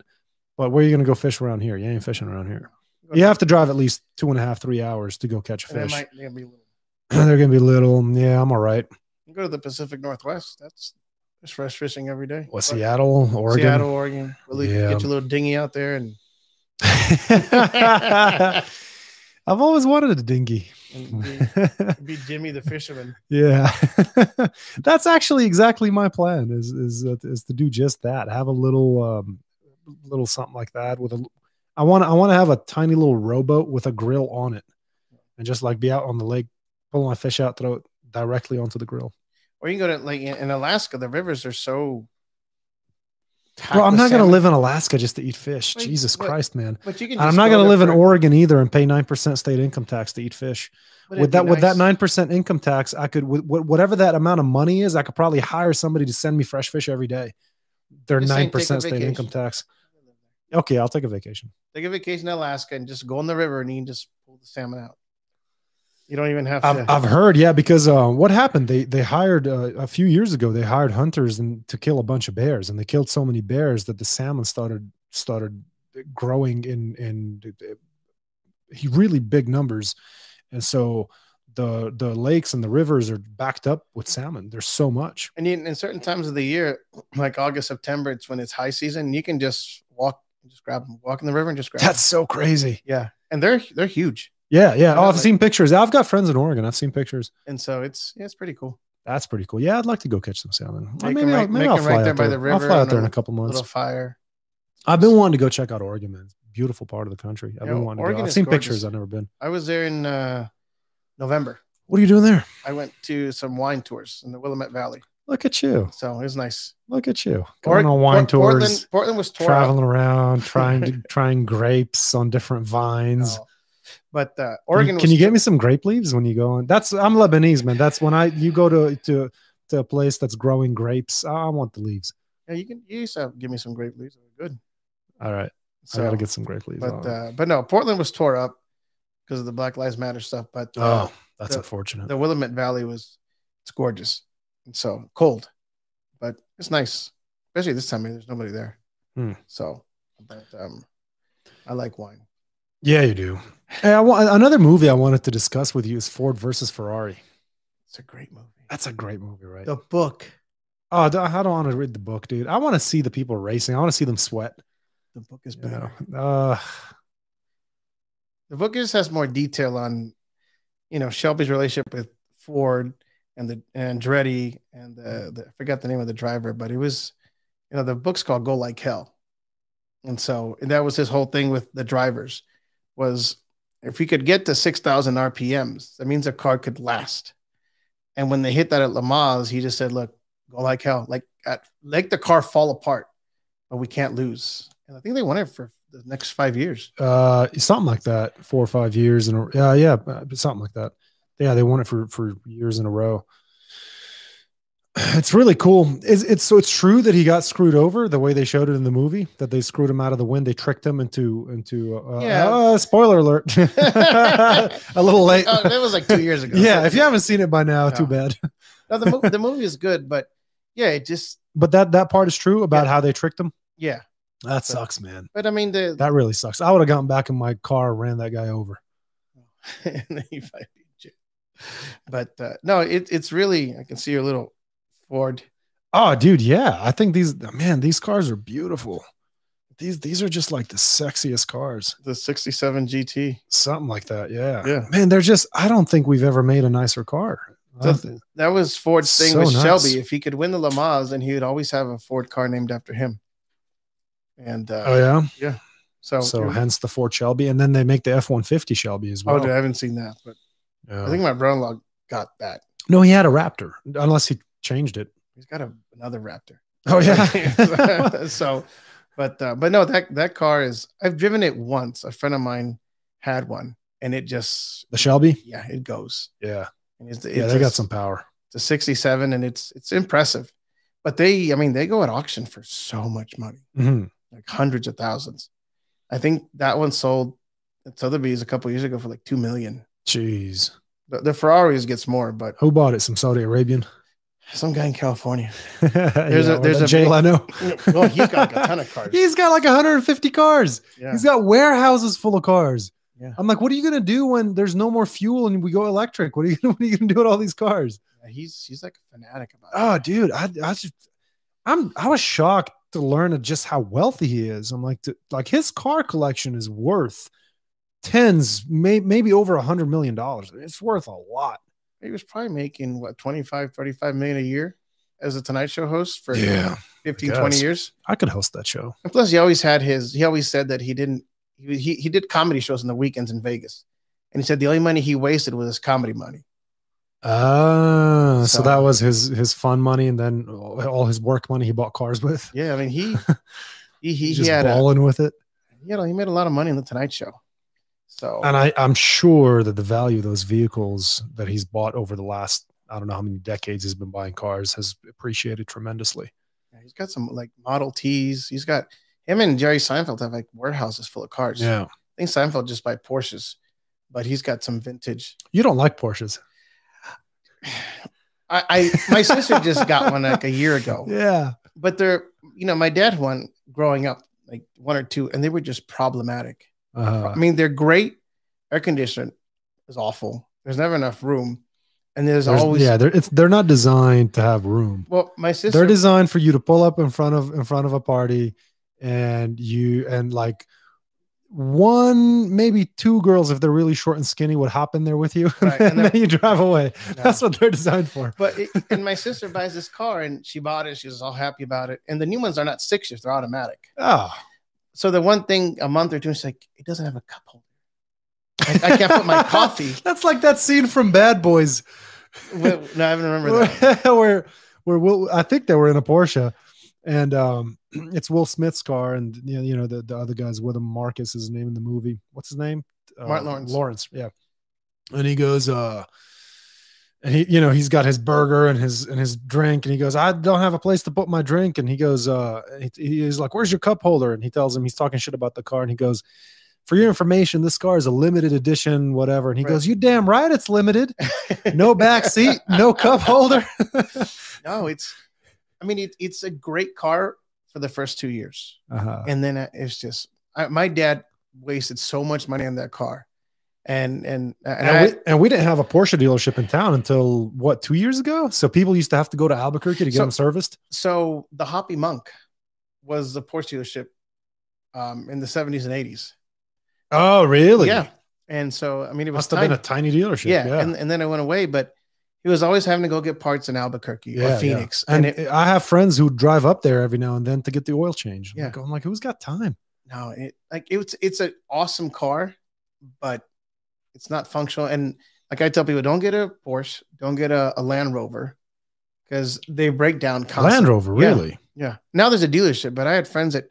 Speaker 1: But where are you going to go fish around here? You ain't fishing around here. You have to drive at least two and a half, three hours to go catch a
Speaker 2: And they
Speaker 1: fish.
Speaker 2: might they'll be little.
Speaker 1: They're going to be little. Yeah, I'm all right.
Speaker 2: You go to the Pacific Northwest. That's there's fresh fishing every day.
Speaker 1: What, Seattle, Oregon?
Speaker 2: Seattle, Oregon. Really
Speaker 1: Yeah.
Speaker 2: get your little dinghy out there and,
Speaker 1: I've always wanted a dinghy.
Speaker 2: and be, be Jimmy the fisherman.
Speaker 1: yeah, that's actually exactly my plan. Is is uh, is to do just that? Have a little um, little something like that with a. I want I want to have a tiny little rowboat with a grill on it, and just like be out on the lake, pull my fish out, throw it directly onto the grill.
Speaker 2: Or you can go to like in in Alaska, the rivers are so packed
Speaker 1: Bro, I'm
Speaker 2: with
Speaker 1: not gonna
Speaker 2: salmon.
Speaker 1: live in Alaska just to eat fish.
Speaker 2: Wait,
Speaker 1: Jesus
Speaker 2: what?
Speaker 1: Christ, man!
Speaker 2: but you can
Speaker 1: And I'm
Speaker 2: just
Speaker 1: not
Speaker 2: go
Speaker 1: gonna
Speaker 2: there
Speaker 1: live in
Speaker 2: for-
Speaker 1: Oregon either and pay nine percent state income tax to eat fish.
Speaker 2: but it'd
Speaker 1: with
Speaker 2: be
Speaker 1: that with that
Speaker 2: nice.
Speaker 1: nine percent income tax, I could with, with whatever that amount of money is, I could probably hire somebody to send me fresh fish every day. They're
Speaker 2: Just
Speaker 1: nine
Speaker 2: saying, take a
Speaker 1: percent state income
Speaker 2: vacation.
Speaker 1: tax. Okay, I'll take a vacation.
Speaker 2: Take a vacation in Alaska and just go in the river and you can just pull the salmon out. You don't even have
Speaker 1: I've,
Speaker 2: to
Speaker 1: I've heard, yeah, because uh, what happened? They they hired uh, a few years ago. They hired hunters and to kill a bunch of bears, and they killed so many bears that the salmon started started growing in in uh, he really big numbers, and so the the lakes and the rivers are backed up with salmon. There's so much.
Speaker 2: And in, in certain times of the year, like August, September, it's when it's high season. You can just walk, just grab them, walk in the river and just grab. 'em.
Speaker 1: That's so crazy.
Speaker 2: yeah, and they're they're huge,
Speaker 1: Yeah, yeah.
Speaker 2: know,
Speaker 1: Oh, I've
Speaker 2: like-
Speaker 1: seen pictures. I've got friends in Oregon. I've seen pictures.
Speaker 2: and so it's yeah, it's pretty cool.
Speaker 1: That's pretty cool. Yeah, I'd like to go catch some salmon. Uh,
Speaker 2: Make
Speaker 1: maybe
Speaker 2: it
Speaker 1: I'll,
Speaker 2: right-
Speaker 1: maybe
Speaker 2: make
Speaker 1: I'll
Speaker 2: it
Speaker 1: fly
Speaker 2: right there
Speaker 1: out
Speaker 2: by
Speaker 1: there.
Speaker 2: the
Speaker 1: I'll
Speaker 2: river
Speaker 1: fly out
Speaker 2: and
Speaker 1: there in
Speaker 2: a
Speaker 1: a couple months.
Speaker 2: Little fire.
Speaker 1: I've been wanting to go check out Oregon, man. It's a beautiful part of the country. I've
Speaker 2: Yeah,
Speaker 1: been wanting to
Speaker 2: Oregon
Speaker 1: go. I've
Speaker 2: is
Speaker 1: seen
Speaker 2: gorgeous.
Speaker 1: pictures. I've never been.
Speaker 2: I was there in uh, November.
Speaker 1: What are you doing there?
Speaker 2: I went to some wine tours in the Willamette Valley,
Speaker 1: Look at you.
Speaker 2: so it was nice.
Speaker 1: Look at you.
Speaker 2: Or-
Speaker 1: Going on wine
Speaker 2: Port- Portland-
Speaker 1: tours,
Speaker 2: Portland, was tore up.
Speaker 1: traveling around, trying to, trying grapes on different vines.
Speaker 2: Oh. but uh,
Speaker 1: Can you-
Speaker 2: Oregon.
Speaker 1: Can
Speaker 2: was
Speaker 1: you get me some grape leaves when you go on? That's I'm Lebanese, man. That's when I you go to to to a place that's growing grapes. I I want the leaves.
Speaker 2: Yeah, you can. You used to give me some grape leaves. They were Good.
Speaker 1: All right.
Speaker 2: So
Speaker 1: I gotta get some grape leaves.
Speaker 2: But
Speaker 1: on.
Speaker 2: uh, but no, Portland was tore up because of the Black Lives Matter stuff. But uh,
Speaker 1: oh, that's
Speaker 2: the-
Speaker 1: unfortunate.
Speaker 2: the Willamette Valley was it's gorgeous. And so cold, but it's nice, especially this time of year. There's nobody there.
Speaker 1: Hmm.
Speaker 2: So, but um, I like wine.
Speaker 1: yeah, you do. Hey, I want another movie I wanted to discuss with you is Ford versus Ferrari.
Speaker 2: It's a great movie.
Speaker 1: That's a great movie, right?
Speaker 2: The book,
Speaker 1: Oh, I don't- I don't want to read the book, dude. I want to see the people racing. I want to see them sweat.
Speaker 2: the book is
Speaker 1: You
Speaker 2: better.
Speaker 1: know? uh,
Speaker 2: The book just has more detail on, you know, Shelby's relationship with Ford and the and Andretti and the, the I forgot the name of the driver, but it was, you know, the book's called Go Like Hell, and so and that was his whole thing with the drivers, was If we could get to 6,000 RPMs, that means the car could last. And when they hit that at Le Mans, he just said, look, go like hell, like at, let the car fall apart, but we can't lose. And I think they won it for the next five years.
Speaker 1: Uh, something like that, four or five years, and yeah, yeah, but something like that. Yeah, they won it for for years in a row. It's really cool. It's, it's so it's true that he got screwed over the way they showed it in the movie that they screwed him out of the wind. They tricked him into into uh,
Speaker 2: Yeah.
Speaker 1: uh, spoiler alert. a little late.
Speaker 2: Uh, that was like two years ago.
Speaker 1: yeah, if you haven't seen it by now, too bad.
Speaker 2: No, the, mo- the movie is good, but yeah, it just,
Speaker 1: But that that part is true about how they tricked him.
Speaker 2: yeah.
Speaker 1: That sucks, man.
Speaker 2: But I mean, the,
Speaker 1: That really sucks. I would have gotten back in my car, ran that guy over.
Speaker 2: and then you find it, Jim. But uh, no, it, it's really I can see your little Ford.
Speaker 1: Oh, dude, yeah. I think these man, these cars are beautiful. These these are just like the sexiest cars.
Speaker 2: The '67 GT.
Speaker 1: Something like that. Yeah.
Speaker 2: Yeah.
Speaker 1: Man, they're just I don't think we've ever made a nicer car. Uh, I don't
Speaker 2: That's-
Speaker 1: think-
Speaker 2: That was Ford's thing
Speaker 1: So
Speaker 2: with
Speaker 1: nice.
Speaker 2: Shelby. If he could win the Le Mans, then he would always have a Ford car named after him. And uh,
Speaker 1: oh yeah.
Speaker 2: so,
Speaker 1: so hence the Ford Shelby. And then they make the F one fifty Shelby as
Speaker 2: oh,
Speaker 1: well. Oh.
Speaker 2: dude, I haven't seen that, but
Speaker 1: Yeah.
Speaker 2: I think my brother-in-law got that.
Speaker 1: no, he had a Raptor, unless he changed it.
Speaker 2: He's got a, another Raptor.
Speaker 1: Oh yeah.
Speaker 2: so, but uh, but no, that that car is. I've driven it once. A friend of mine had one, and it just
Speaker 1: the Shelby?
Speaker 2: yeah, it goes.
Speaker 1: Yeah.
Speaker 2: And it's,
Speaker 1: Yeah,
Speaker 2: it's
Speaker 1: they
Speaker 2: a-
Speaker 1: got some power.
Speaker 2: It's a 67, and it's it's impressive. But they, I mean, they go at auction for so much money,
Speaker 1: Mhm.
Speaker 2: like hundreds of thousands. I think that one sold at Sotheby's a couple years ago for like two million.
Speaker 1: Jeez.
Speaker 2: The, the Ferraris gets more, but
Speaker 1: Who bought it? Some Saudi Arabian.
Speaker 2: some guy in California.
Speaker 1: there's
Speaker 2: a- there's a
Speaker 1: Jay
Speaker 2: big-
Speaker 1: Leno.
Speaker 2: well, he's got like a ton of cars.
Speaker 1: He's got like 150 cars.
Speaker 2: Yeah.
Speaker 1: He's got warehouses full of cars.
Speaker 2: Yeah.
Speaker 1: I'm like, what are you gonna do when there's no more fuel and we go electric? What are you gonna, what are you gonna do with all these cars?
Speaker 2: he's he's like a fanatic about it.
Speaker 1: Oh, dude, I, I just, I'm, I was shocked to learn of just how wealthy he is. I'm like, to, like his car collection is worth tens, may, maybe over a hundred million dollars. It's worth a lot.
Speaker 2: He was probably making what 25, 35 million a year as a Tonight Show host for 15, 20
Speaker 1: guess.
Speaker 2: years.
Speaker 1: I could host that show.
Speaker 2: And plus, he always had his. He always said that he didn't. He he, he did comedy shows on the weekends in Vegas, and he said the only money he wasted was his comedy money.
Speaker 1: Ah, so,
Speaker 2: So-
Speaker 1: that was his his fun money, and then all his work money he bought cars with.
Speaker 2: Yeah, I mean he he he, he
Speaker 1: just
Speaker 2: had a,
Speaker 1: balling with it.
Speaker 2: you know he made a lot of money on the Tonight Show. So
Speaker 1: And I, I'm sure that the value of those vehicles that he's bought over the last I don't know how many decades he's been buying cars has appreciated tremendously.
Speaker 2: yeah, he's got some like Model Ts. He's got him and Jerry Seinfeld have like warehouses full of cars.
Speaker 1: Yeah,
Speaker 2: I think Seinfeld just buy Porsches, but he's got some vintage.
Speaker 1: you don't like Porsches.
Speaker 2: I, I my sister just got one like a year ago.
Speaker 1: Yeah,
Speaker 2: but they're you know my dad had one growing up like one or two and they were just problematic i
Speaker 1: uh,
Speaker 2: mean they're great air conditioning is awful there's never enough room and there's,
Speaker 1: there's-
Speaker 2: always
Speaker 1: yeah. They're it's, they're not designed to have room.
Speaker 2: well my
Speaker 1: they're
Speaker 2: sister
Speaker 1: designed for you to pull up in front of in front of a party, and you and like one maybe two girls if they're really short and skinny would hop in there with you,
Speaker 2: Right,
Speaker 1: and,
Speaker 2: and
Speaker 1: then you drive away.
Speaker 2: No.
Speaker 1: That's what they're designed for.
Speaker 2: but it, and my sister buys this car and she bought it she was all happy about it and the new ones are not six shifts they're automatic
Speaker 1: Oh.
Speaker 2: so the one thing a month or two she's like it doesn't have a cup holder I, I can't put my coffee
Speaker 1: That's like that scene from Bad Boys
Speaker 2: well, no i don't remember
Speaker 1: where,
Speaker 2: that
Speaker 1: where where Will I think they were in a Porsche and um it's Will Smith's car and you know, you know the, the other guy's with him Marcus is his name in the movie. What's his name? Uh,
Speaker 2: Martin Lawrence.
Speaker 1: Lawrence, yeah. And he goes uh and he you know he's got his burger and his and his drink and he goes I don't have a place to put my drink and he goes uh he, he's like where's your cup holder and he tells him he's talking shit about the car and he goes for your information this car is a limited edition whatever and he
Speaker 2: Right.
Speaker 1: goes you damn right it's limited no back seat, no cup holder.
Speaker 2: no it's i mean it, it's a great car for the first two years
Speaker 1: Uh-huh.
Speaker 2: and then I- it's just I, my dad wasted so much money on that car and and uh,
Speaker 1: And,
Speaker 2: and, I,
Speaker 1: we, and we didn't have a Porsche dealership in town until what two years ago. So people used to have to go to Albuquerque to get
Speaker 2: So-
Speaker 1: them serviced.
Speaker 2: so the hoppy monk was the porsche dealership um in the 70s and 80s
Speaker 1: Oh, really?
Speaker 2: yeah and so i mean it was
Speaker 1: must have been a
Speaker 2: tiny.
Speaker 1: tiny dealership.
Speaker 2: yeah,
Speaker 1: Yeah,
Speaker 2: And, and then it went away but he was always having to go get parts in albuquerque
Speaker 1: Yeah, yeah.
Speaker 2: or phoenix
Speaker 1: And,
Speaker 2: and, it
Speaker 1: I have friends who drive up there every now and then to get the oil change.
Speaker 2: Yeah.
Speaker 1: I'm like, I'm like, who's got time?
Speaker 2: no it like it's it's an awesome car but it's not functional. And like I tell people, don't get a Porsche, don't get a, a Land Rover because they break down constantly.
Speaker 1: Land Rover,
Speaker 2: Yeah.
Speaker 1: really?
Speaker 2: Yeah. Now there's a dealership, but I had friends that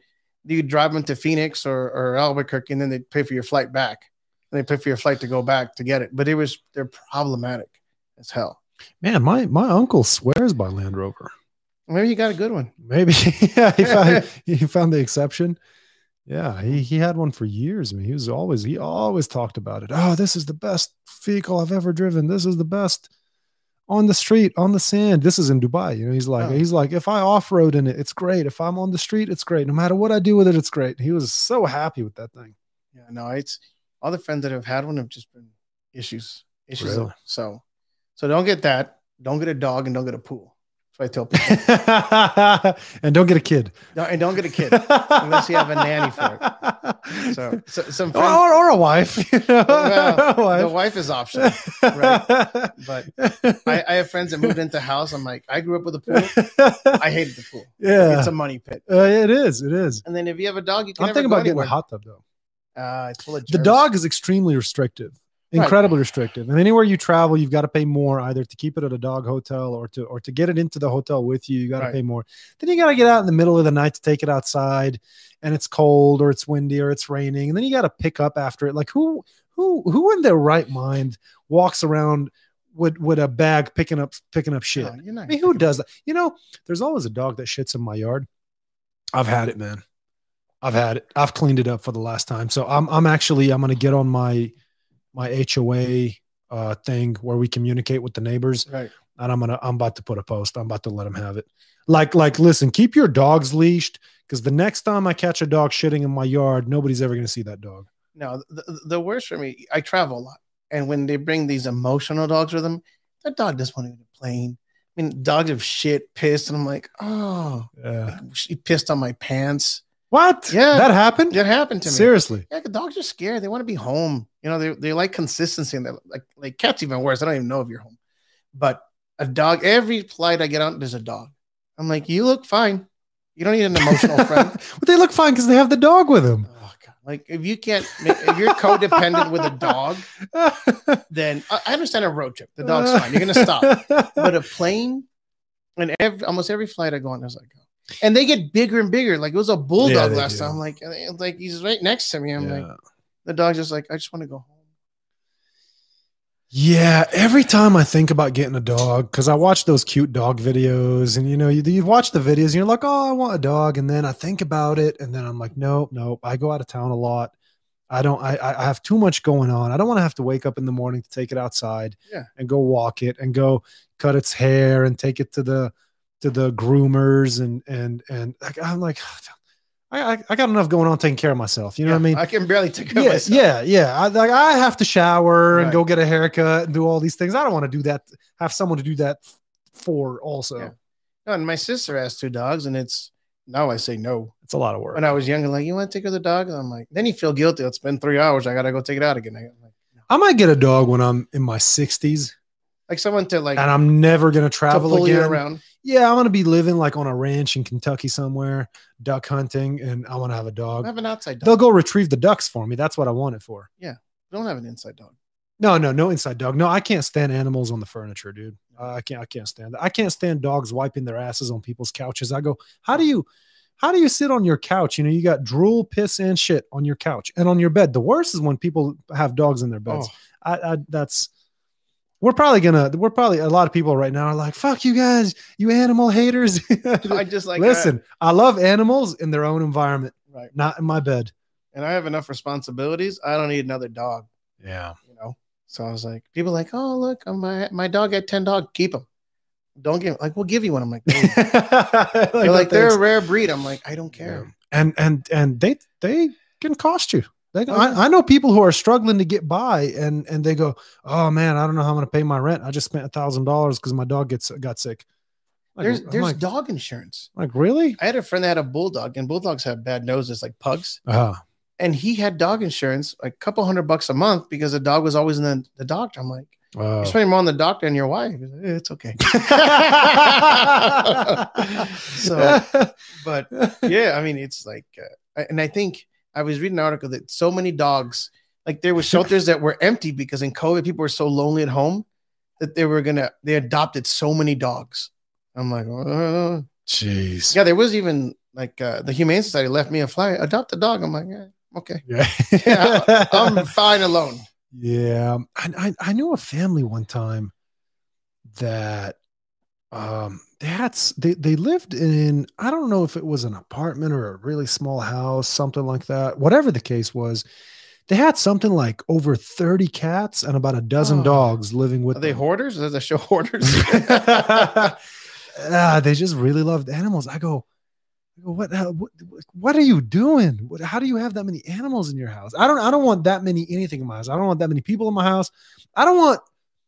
Speaker 2: you drive them to Phoenix or, or Albuquerque and then they pay for your flight back. And they pay for your flight to go back to get it. But it was they're problematic as hell.
Speaker 1: Man, my my uncle swears by Land Rover.
Speaker 2: Maybe you got a good one.
Speaker 1: Maybe yeah, he found, he found the exception. Yeah, he, he had one for years. I mean, he was always he always talked about it. Oh, this is the best vehicle I've ever driven. This is the best on the street, on the sand. This is in Dubai. You know, he's like
Speaker 2: Oh.
Speaker 1: he's like if I off road in it, it's great. If I'm on the street, it's great. No matter what I do with it, it's great. He was so happy with that thing.
Speaker 2: Yeah, no, it's all the friends that have had one have just been issues. Issues.
Speaker 1: Really?
Speaker 2: So so don't get that. Don't get a dog and don't get a pool. That's what I tell people.
Speaker 1: and don't get a kid
Speaker 2: No, and don't get a kid. unless you have a nanny for
Speaker 1: it.
Speaker 2: So, so some
Speaker 1: or,
Speaker 2: friends,
Speaker 1: or, or a wife. You know?
Speaker 2: Well,
Speaker 1: A wife.
Speaker 2: the wife is optional, right? but I, I have friends that moved into house. I'm like, I grew up with a pool. I hated the pool.
Speaker 1: yeah,
Speaker 2: It's a money pit.
Speaker 1: Uh, it is. It is.
Speaker 2: And then if you have a dog, you can
Speaker 1: I'm
Speaker 2: never
Speaker 1: thinking
Speaker 2: go
Speaker 1: about getting
Speaker 2: anywhere.
Speaker 1: a hot tub though.
Speaker 2: Uh, it's full of
Speaker 1: The
Speaker 2: germs.
Speaker 1: dog is extremely restrictive,
Speaker 2: Right.
Speaker 1: incredibly restrictive. And anywhere you travel, you've got to pay more either to keep it at a dog hotel or to or to get it into the hotel with you. You got to
Speaker 2: Right.
Speaker 1: pay more. Then you got to get out in the middle of the night to take it outside, and it's cold or it's windy or it's raining, and then you got to pick up after it. Like who who who in their right mind walks around with with a bag picking up picking up shit?
Speaker 2: No, you're not
Speaker 1: I mean, who does that? You know, there's always a dog that shits in my yard. I've had it, man. I've had it. I've cleaned it up for the last time. So I'm I'm actually I'm gonna get on my my HOA uh thing where we communicate with the neighbors
Speaker 2: Right.
Speaker 1: and I'm gonna I'm about to put a post. I'm about to let them have it. Like like listen, keep your dogs leashed because the next time I catch a dog shitting in my yard, nobody's ever gonna see that dog.
Speaker 2: No, the, the worst for me, I travel a lot. And when they bring these emotional dogs with them, that dog doesn't want to be playing. I mean, dogs have shit, pissed. And I'm like, oh,
Speaker 1: Yeah.
Speaker 2: she pissed on my pants.
Speaker 1: What?
Speaker 2: Yeah.
Speaker 1: That happened?
Speaker 2: That happened to me.
Speaker 1: Seriously.
Speaker 2: Yeah, the dogs are scared. They want to be home. You know, they, they like consistency and they like like cats even worse. I don't even know if you're home. But a dog, every flight I get on, there's a dog. I'm like, you look fine. You don't need an emotional friend.
Speaker 1: but they look fine because they have the dog with them.
Speaker 2: Oh god. Like if you can't ma- if you're codependent with a dog, then I I understand a road trip. The dog's fine. You're gonna stop. But a plane and every, almost every flight I go on, there's like and they get bigger and bigger. Like it was a bulldog
Speaker 1: they
Speaker 2: last
Speaker 1: do.
Speaker 2: time. Like like he's right next to me. I'm like,
Speaker 1: yeah.
Speaker 2: the dog's just like, I just want to go home.
Speaker 1: Yeah, every time I think about getting a dog, because I watch those cute dog videos, and you know, you, you watch the videos, and you're like, oh, I want a dog, and then I think about it, and then I'm like, nope, nope. I go out of town a lot. I don't. I I I have too much going on. I don't want to have to wake up in the morning to take it outside
Speaker 2: Yeah.
Speaker 1: and go walk it and go cut its hair and take it to the to the groomers and and and like, I'm like, I I, I got enough going on taking care of myself. You know what I mean?
Speaker 2: I can barely take care
Speaker 1: yeah,
Speaker 2: of myself.
Speaker 1: yeah, yeah. I, like I have to shower and
Speaker 2: Right.
Speaker 1: go get a haircut and do all these things. I don't want to do that. Have someone to do that f- for also.
Speaker 2: Yeah. No, and my sister has two dogs, and it's now I say no.
Speaker 1: It's a lot of work.
Speaker 2: When I was younger, like you want to take care of the dog, and I'm like, then you feel guilty. It's been three hours. I gotta go take it out again. I'm like, no.
Speaker 1: I might get a dog when I'm in my 60s
Speaker 2: like someone to like
Speaker 1: and I'm never going to
Speaker 2: to
Speaker 1: travel
Speaker 2: pull you
Speaker 1: again.
Speaker 2: around.
Speaker 1: Yeah, I'm going to be living like on a ranch in Kentucky somewhere, duck hunting, and I want to have a
Speaker 2: I
Speaker 1: dog.
Speaker 2: have an outside dog.
Speaker 1: They'll go retrieve the ducks for me. That's what I want it for.
Speaker 2: I don't have an inside dog.
Speaker 1: No, no, no inside dog. No, I can't stand animals on the furniture, dude. I can't. I can't stand that. I can't stand dogs wiping their asses on people's couches. I go, how do you, how do you sit on your couch? You know, you got drool, piss, and shit on your couch and on your bed. The worst is when people have dogs in their beds.
Speaker 2: Oh,
Speaker 1: I, I that's. We're probably gonna. We're probably a lot of people right now are like, "Fuck you guys, you animal haters."
Speaker 2: Oh, I just like
Speaker 1: Listen, I love animals in their own environment,
Speaker 2: I- right.
Speaker 1: not in my bed.
Speaker 2: And I have enough responsibilities. I don't need another dog.
Speaker 1: Yeah.
Speaker 2: You know. So I was like, people are like, oh look, I'm- my my dog had ten dog. Keep him. Don't give like we'll give you one. I'm like, no.
Speaker 1: like,
Speaker 2: they're like they're
Speaker 1: thanks.
Speaker 2: a rare breed. I'm like, I don't care.
Speaker 1: Yeah. And and and they they can cost you. They can,
Speaker 2: Oh, yeah.
Speaker 1: I, I know people who are struggling to get by, and and they go, "Oh man, I don't know how I'm going to pay my rent. I just spent a thousand dollars because my dog gets got sick." Like,
Speaker 2: There's
Speaker 1: I'm
Speaker 2: there's
Speaker 1: like,
Speaker 2: dog insurance.
Speaker 1: like, really?
Speaker 2: I had a friend that had a bulldog, and bulldogs have bad noses like pugs.
Speaker 1: Uh,
Speaker 2: And he had dog insurance, like a couple hundred bucks a month, because the dog was always in the, the doctor. I'm like,
Speaker 1: wow.
Speaker 2: you're spending more on the doctor and your wife. He's like, "Eh, it's okay. So- But yeah, I mean, it's like, uh, I- and I think I was reading an article that so many dogs Like there were shelters that were empty because in COVID people were so lonely at home that they were gonna they adopted so many dogs. I'm like, "Uh."
Speaker 1: Jeez.
Speaker 2: yeah, there was even like uh, the Humane Society left me a flyer, adopt a dog. I'm like, yeah, okay,
Speaker 1: Yeah.
Speaker 2: Yeah, I'm fine alone.
Speaker 1: Yeah, um, I, I I knew a family one time that um they had s- they they lived in I don't know if it was an apartment or a really small house, something like that. Whatever the case was, they had something like over thirty cats and about a dozen
Speaker 2: Oh.
Speaker 1: dogs living with
Speaker 2: Are they
Speaker 1: them.
Speaker 2: hoarders? Is that the show hoarders?
Speaker 1: Ah, they just really loved animals. I go, I go, what, how- what, what are you doing? What, how do you have that many animals in your house? I don't, I don't want that many anything in my house. I don't want that many people in my house. I don't want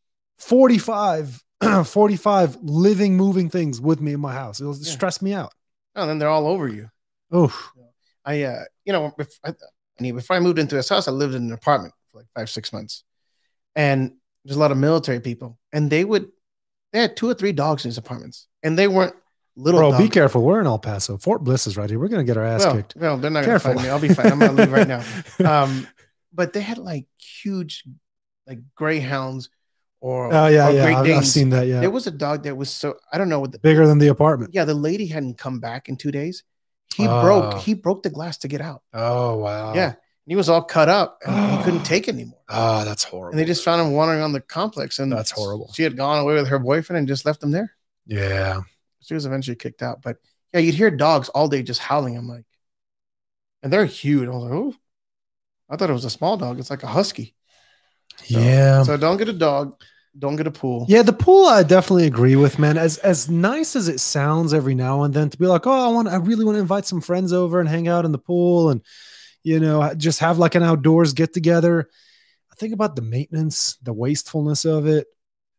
Speaker 1: 45, 45 living, moving things with me in my house. It'll
Speaker 2: Yeah.
Speaker 1: stress me out.
Speaker 2: and then they're all over you.
Speaker 1: Oh,
Speaker 2: I, uh, you know, bef- I, I mean, before I moved into this house, I lived in an apartment for like five, six months, and there's a lot of military people, and they would, they had two or three dogs in these apartments, and they weren't little.
Speaker 1: bro, be
Speaker 2: dogs.
Speaker 1: careful. We're in El Paso. Fort Bliss is right here. We're gonna get our ass
Speaker 2: Well,
Speaker 1: kicked.
Speaker 2: well, they're not
Speaker 1: Careful.
Speaker 2: gonna find me. I'll be fine. I'm gonna leave right now. Um, but they had like huge, like greyhounds, or
Speaker 1: oh yeah,
Speaker 2: or Great
Speaker 1: yeah. I've, I've
Speaker 2: Danes.
Speaker 1: seen that. Yeah,
Speaker 2: There was a dog that was so I don't know what the
Speaker 1: bigger than the apartment.
Speaker 2: yeah the lady hadn't come back in two days. He
Speaker 1: Oh.
Speaker 2: broke he broke the glass to get out.
Speaker 1: Oh wow.
Speaker 2: Yeah, and he was all cut up and he couldn't take anymore.
Speaker 1: Oh, that's horrible.
Speaker 2: And they just found him wandering around the complex, and
Speaker 1: That's horrible.
Speaker 2: She had gone away with her boyfriend and just left him there.
Speaker 1: yeah.
Speaker 2: She was eventually kicked out, but yeah, you'd hear dogs all day just howling. I'm like, and they're huge. I was like, oh, I thought it was a small dog. It's like a husky.
Speaker 1: Yeah.
Speaker 2: So don't get a dog. Don't get a pool.
Speaker 1: Um, Yeah, the pool I definitely agree with, man. As as nice as it sounds every now and then to be like, oh, I want I really want to invite some friends over and hang out in the pool and you know, just have like an outdoors get together. I think about the maintenance, the wastefulness of it,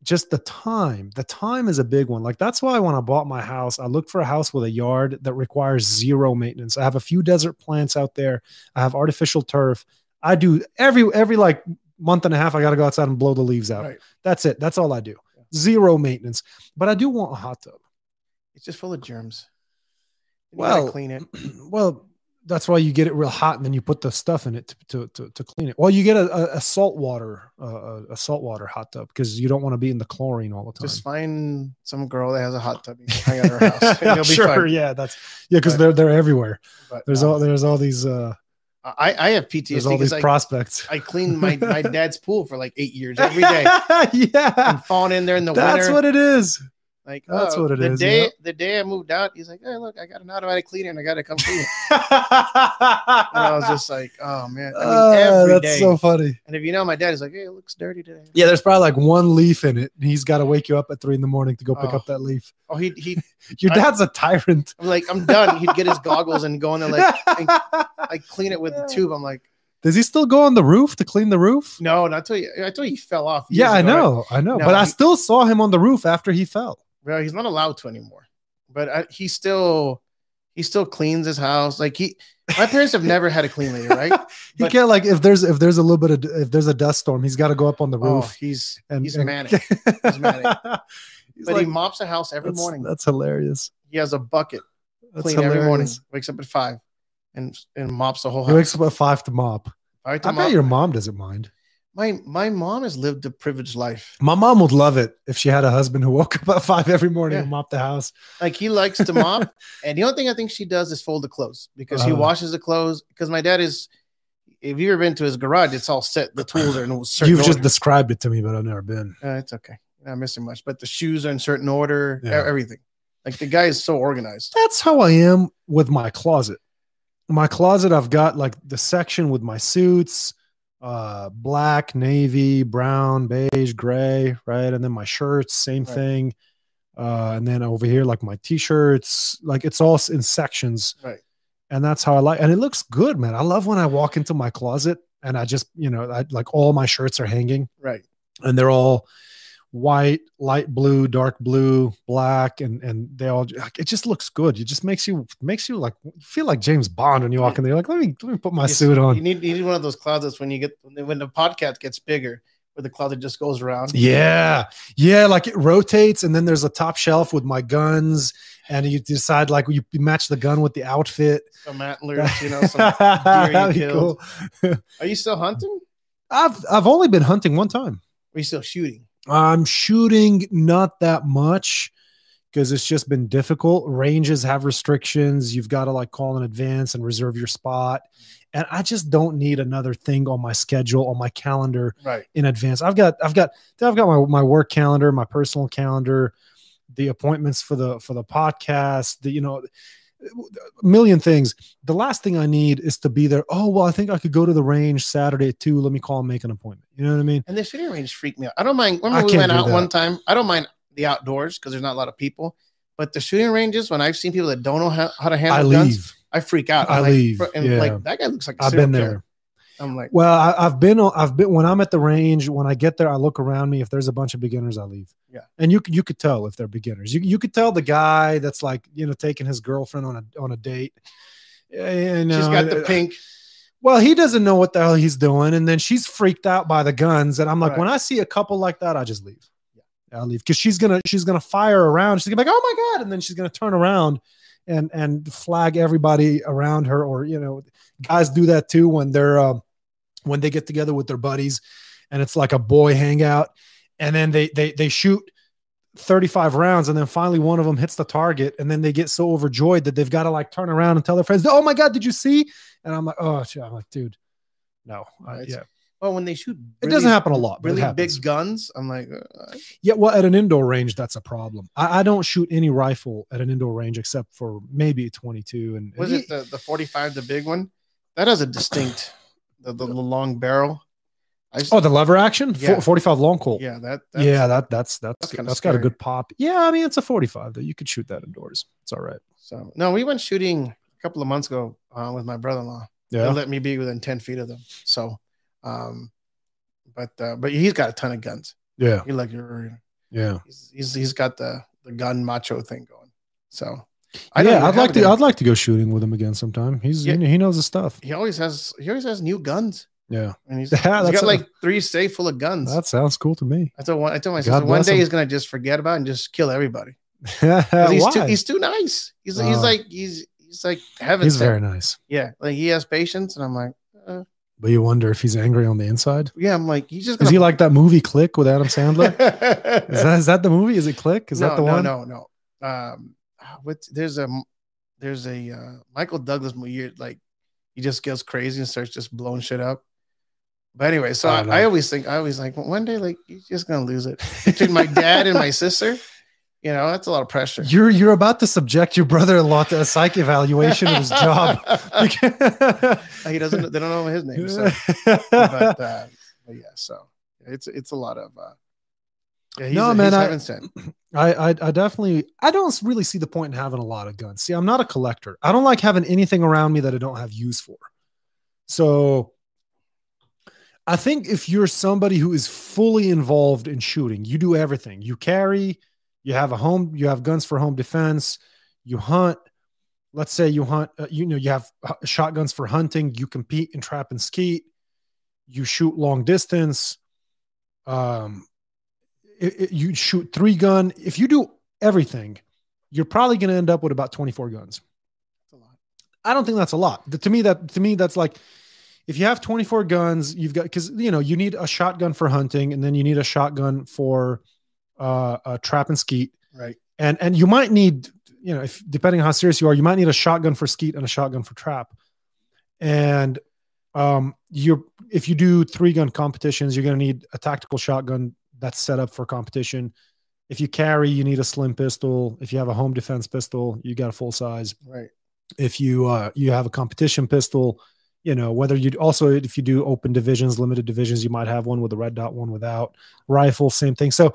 Speaker 1: just the time. The time is a big one. Like that's why when I bought my house, I looked for a house with a yard that requires zero maintenance. I have a few desert plants out there. I have artificial turf. I do every every like month and a half I got to go outside and blow the leaves out.
Speaker 2: Right.
Speaker 1: That's it. That's all I do. Zero maintenance. But I do want a hot tub.
Speaker 2: It's just full of germs. You gotta
Speaker 1: Well,
Speaker 2: clean it.
Speaker 1: well, that's why you get it real hot and then you put the stuff in it to to to, to clean it. Well, you get a, a, a salt water uh, a- a salt water hot tub because you don't want to be in the chlorine all the time.
Speaker 2: Just find some girl that has a hot tub. And hang out at her house. And you'll be
Speaker 1: sure,
Speaker 2: fine.
Speaker 1: yeah, that's yeah, because
Speaker 2: But-
Speaker 1: they're they're everywhere.
Speaker 2: But,
Speaker 1: There's
Speaker 2: um,
Speaker 1: all there's all these uh
Speaker 2: I, I have PTSD
Speaker 1: there's all these
Speaker 2: because I,
Speaker 1: prospects
Speaker 2: I cleaned my, my dad's pool for like eight years every day.
Speaker 1: yeah,
Speaker 2: I'm falling in there in the
Speaker 1: that's
Speaker 2: winter.
Speaker 1: what it is.
Speaker 2: like
Speaker 1: that's
Speaker 2: oh,
Speaker 1: what it
Speaker 2: the
Speaker 1: is,
Speaker 2: Day,
Speaker 1: yeah.
Speaker 2: The day I moved out, he's like, "Hey, look, I got an automatic cleaner, and I got to come clean it." And I was just like, "Oh man, I mean,
Speaker 1: Ah,
Speaker 2: every
Speaker 1: that's
Speaker 2: day."
Speaker 1: so funny.
Speaker 2: and if you know, my dad is like, "Hey, it looks dirty today."
Speaker 1: Yeah, there's probably like one leaf in it. and He's got to wake you up at three in the morning to go pick
Speaker 2: Oh.
Speaker 1: up that leaf.
Speaker 2: Oh, he he.
Speaker 1: Your
Speaker 2: I-
Speaker 1: dad's a tyrant.
Speaker 2: I'm like, I'm done. He'd get his goggles and go in there like, like clean it with the tube. I'm like,
Speaker 1: Does he still go on the roof to clean the roof?
Speaker 2: no, not till you. I told you he fell off. years
Speaker 1: Yeah, I
Speaker 2: ago.
Speaker 1: know, I know,
Speaker 2: No,
Speaker 1: but I
Speaker 2: he-
Speaker 1: still saw him on the roof after he fell.
Speaker 2: Well, he's not allowed to anymore, but I, he still he still cleans his house. Like he, my parents have never had a clean lady, right?
Speaker 1: He
Speaker 2: But-
Speaker 1: can't like if there's if there's a little bit of if there's a dust storm, he's got to go up on the
Speaker 2: Oh,
Speaker 1: roof.
Speaker 2: he's
Speaker 1: and-
Speaker 2: he's
Speaker 1: and-
Speaker 2: manic. He's manic.
Speaker 1: He's
Speaker 2: but
Speaker 1: like,
Speaker 2: he mops the house every
Speaker 1: that's,
Speaker 2: morning.
Speaker 1: That's hilarious.
Speaker 2: he has a bucket
Speaker 1: That's
Speaker 2: clean
Speaker 1: hilarious.
Speaker 2: every morning. Wakes up at five and and mops the whole
Speaker 1: He
Speaker 2: house.
Speaker 1: wakes up at five to mop.
Speaker 2: All right, to
Speaker 1: I
Speaker 2: mop.
Speaker 1: bet your mom doesn't mind.
Speaker 2: my my mom has lived a privileged life.
Speaker 1: My mom would love it if she had a husband who woke up at five every morning
Speaker 2: Yeah.
Speaker 1: and mopped the house.
Speaker 2: Like he likes to mop, and the only thing I think she does is fold the clothes because he
Speaker 1: Uh-huh.
Speaker 2: washes the clothes. Because my dad is, if you ever been to his garage, it's all set. The tools are in a certain.
Speaker 1: You've just
Speaker 2: order.
Speaker 1: described it to me, but I've never been.
Speaker 2: Uh, it's okay. You're not missing much, but the shoes are in certain order. e-
Speaker 1: Yeah.
Speaker 2: Everything. Like the guy is so organized.
Speaker 1: that's how I am with my closet. My closet, I've got like the section with my suits, uh, black, navy, brown, beige, gray, right? And then my shirts, same
Speaker 2: Right.
Speaker 1: thing. Uh, and then over here, like my t-shirts, like it's all s- in sections.
Speaker 2: Right.
Speaker 1: And that's how I like, and it looks good, man. I love when I walk into my closet and I just, you know, I, like all my shirts are hanging
Speaker 2: Right.
Speaker 1: and they're all white, light blue, dark blue, black, and and they all like, it just looks good. It just makes you makes you like feel like James Bond when you walk in there. You're like, let me let me put my
Speaker 2: You s-
Speaker 1: suit
Speaker 2: You
Speaker 1: on.
Speaker 2: need you need one of those closets when you get when the podcast gets bigger, where the closet just goes around.
Speaker 1: Yeah, yeah, like it rotates, and then there's a top shelf with my guns, and you decide like you match the gun with the outfit.
Speaker 2: Some antlers, you know. Some deer you
Speaker 1: That'd be
Speaker 2: killed.
Speaker 1: cool.
Speaker 2: Are you still hunting?
Speaker 1: I've I've only been hunting one time.
Speaker 2: Are you still shooting?
Speaker 1: I'm shooting not that much because it's just been difficult. Ranges have restrictions. You've got to like call in advance and reserve your spot. And I just don't need another thing on my schedule, on my calendar
Speaker 2: Right.
Speaker 1: in advance. I've got I've got I've got my, my work calendar, my personal calendar, the appointments for the for the podcast, the you know a million things. The last thing I need is to be there. Oh well, I think I could go to the range Saturday at two. Let me call and make an appointment. You know what I mean?
Speaker 2: And the shooting range freaked me out. I don't mind. When
Speaker 1: I
Speaker 2: we
Speaker 1: can't
Speaker 2: went
Speaker 1: do
Speaker 2: out
Speaker 1: that.
Speaker 2: one time, I don't mind the outdoors because there's not a lot of people. But the shooting ranges, when I've seen people that don't know how, how to handle
Speaker 1: I
Speaker 2: guns,
Speaker 1: leave.
Speaker 2: I freak out. I'm
Speaker 1: I
Speaker 2: like,
Speaker 1: leave,
Speaker 2: "Bro," And
Speaker 1: yeah.
Speaker 2: like that guy looks like i
Speaker 1: I've been there.
Speaker 2: I'm like,
Speaker 1: Well, I, I've been, I've been when I'm at the range. When I get there, I look around me. If there's a bunch of beginners, I leave.
Speaker 2: Yeah.
Speaker 1: and you c- you could tell if they're beginners. You you could tell the guy that's like you know taking his girlfriend on a on a date. You know,
Speaker 2: she's got the pink.
Speaker 1: Well, he doesn't know what the hell he's doing, and then she's freaked out by the guns. And I'm like,
Speaker 2: Right.
Speaker 1: when I see a couple like that, I just leave. Yeah, I leave because she's gonna she's gonna fire around. She's gonna be like, oh my god, and then she's gonna turn around and and flag everybody around her. Or you know, guys do that too when they're um, when they get together with their buddies, and it's like a boy hangout, and then they they they shoot. 35 rounds and then finally one of them hits the target and then they get so overjoyed that they've got to like turn around and tell their friends oh my god did you see and i'm like oh shit. i'm like dude no I-
Speaker 2: Right.
Speaker 1: yeah
Speaker 2: Well, when they shoot,
Speaker 1: it
Speaker 2: really-
Speaker 1: doesn't happen a lot but
Speaker 2: Really
Speaker 1: it happens.
Speaker 2: big guns. I'm like, uh,
Speaker 1: Yeah, well, at an indoor range, that's a problem. I, I don't shoot any rifle at an indoor range except for maybe a 22. And, e
Speaker 2: was it the, the 45, the big one? That has a distinct, the, the, the long barrel. I just,
Speaker 1: oh the lever action,
Speaker 2: Yeah.
Speaker 1: Four- 45 long Colt.
Speaker 2: yeah, that.
Speaker 1: Oh. yeah, that that's that's
Speaker 2: that's
Speaker 1: that's,
Speaker 2: kinda
Speaker 1: that's got a
Speaker 2: scary.
Speaker 1: good pop. Yeah, I mean it's a 45 though. You could shoot that indoors. It's all right.
Speaker 2: So no, we went shooting a couple of months ago uh, with my brother-in-law. They
Speaker 1: Yeah,
Speaker 2: let me be within 10 feet of them. So, um, but uh, but he's got a ton of guns.
Speaker 1: yeah,
Speaker 2: He like you're-
Speaker 1: yeah.
Speaker 2: he's, he's he's got the the gun macho thing going. So, don't even
Speaker 1: yeah, I'd
Speaker 2: have
Speaker 1: like
Speaker 2: it
Speaker 1: to
Speaker 2: in-
Speaker 1: I'd like to go shooting with him again sometime. He's
Speaker 2: Yeah.
Speaker 1: he, he knows his stuff.
Speaker 2: He always has he always has new guns,
Speaker 1: Yeah,
Speaker 2: and he's,
Speaker 1: Yeah,
Speaker 2: he's
Speaker 1: that's
Speaker 2: got
Speaker 1: a-
Speaker 2: like three safe full of guns.
Speaker 1: that sounds cool to me.
Speaker 2: I told one, I told my
Speaker 1: God
Speaker 2: sister one
Speaker 1: bless
Speaker 2: day
Speaker 1: him.
Speaker 2: he's gonna just forget about it and just kill everybody. 'Cause
Speaker 1: Why?
Speaker 2: He's too he's too nice. He's he's
Speaker 1: Oh.
Speaker 2: like he's he's like heaven.
Speaker 1: he's
Speaker 2: sent.
Speaker 1: very nice,
Speaker 2: yeah. Like he has patience, and I'm like
Speaker 1: but you wonder if he's angry on the inside.
Speaker 2: yeah. I'm like he's just
Speaker 1: Is
Speaker 2: gonna.
Speaker 1: he like that movie Click with Adam Sandler? Is
Speaker 2: that,
Speaker 1: that is that the movie? Is it Click? Is
Speaker 2: no,
Speaker 1: that the
Speaker 2: no,
Speaker 1: one?
Speaker 2: No, no, Um, what there's a there's a uh, Michael Douglas movie like he just gets crazy and starts just blowing shit up. But anyway, so
Speaker 1: I
Speaker 2: I,
Speaker 1: don't
Speaker 2: I
Speaker 1: know.
Speaker 2: always think I always like one day like he's just gonna lose it between my dad and my sister. You know that's a lot of pressure.
Speaker 1: You're you're about to subject your brother-in-law to a psych evaluation of his job.
Speaker 2: he doesn't. They don't know his name. So. But, uh, but yeah, so it's it's a lot of. Uh, yeah, he's,
Speaker 1: No,
Speaker 2: he's
Speaker 1: man, I-
Speaker 2: heaven sent.
Speaker 1: I, I I definitely I don't really see the point in having a lot of guns. See, I'm not a collector. I don't like having anything around me that I don't have use for. So I think if you're somebody who is fully involved in shooting, you do everything. You carry, you have a home, you have guns for home defense, you hunt. Let's say you hunt, uh, you know, you have h- shotguns for hunting, you compete in trap and skeet, you shoot long distance. Um it, it- you shoot three gun. If you do everything, you're probably going to end up with about 24 guns.
Speaker 2: It's a lot.
Speaker 1: I don't think that's a lot. Th- to me, that to me that's like if you have 24 guns, you've got because you know you need a shotgun for hunting, and then you need a shotgun for uh, uh, trap and skeet,
Speaker 2: Right.
Speaker 1: and and you might need you know if depending on how serious you are, you might need a shotgun for skeet and a shotgun for trap, and um, you're if you do three gun competitions, you're going to need a tactical shotgun that's set up for competition. If you carry, you need a slim pistol. If you have a home defense pistol, you got a full size
Speaker 2: Right.
Speaker 1: if you uh, you have a competition pistol you know whether you also if you do open divisions limited divisions you might have one with a red dot one without rifle same thing so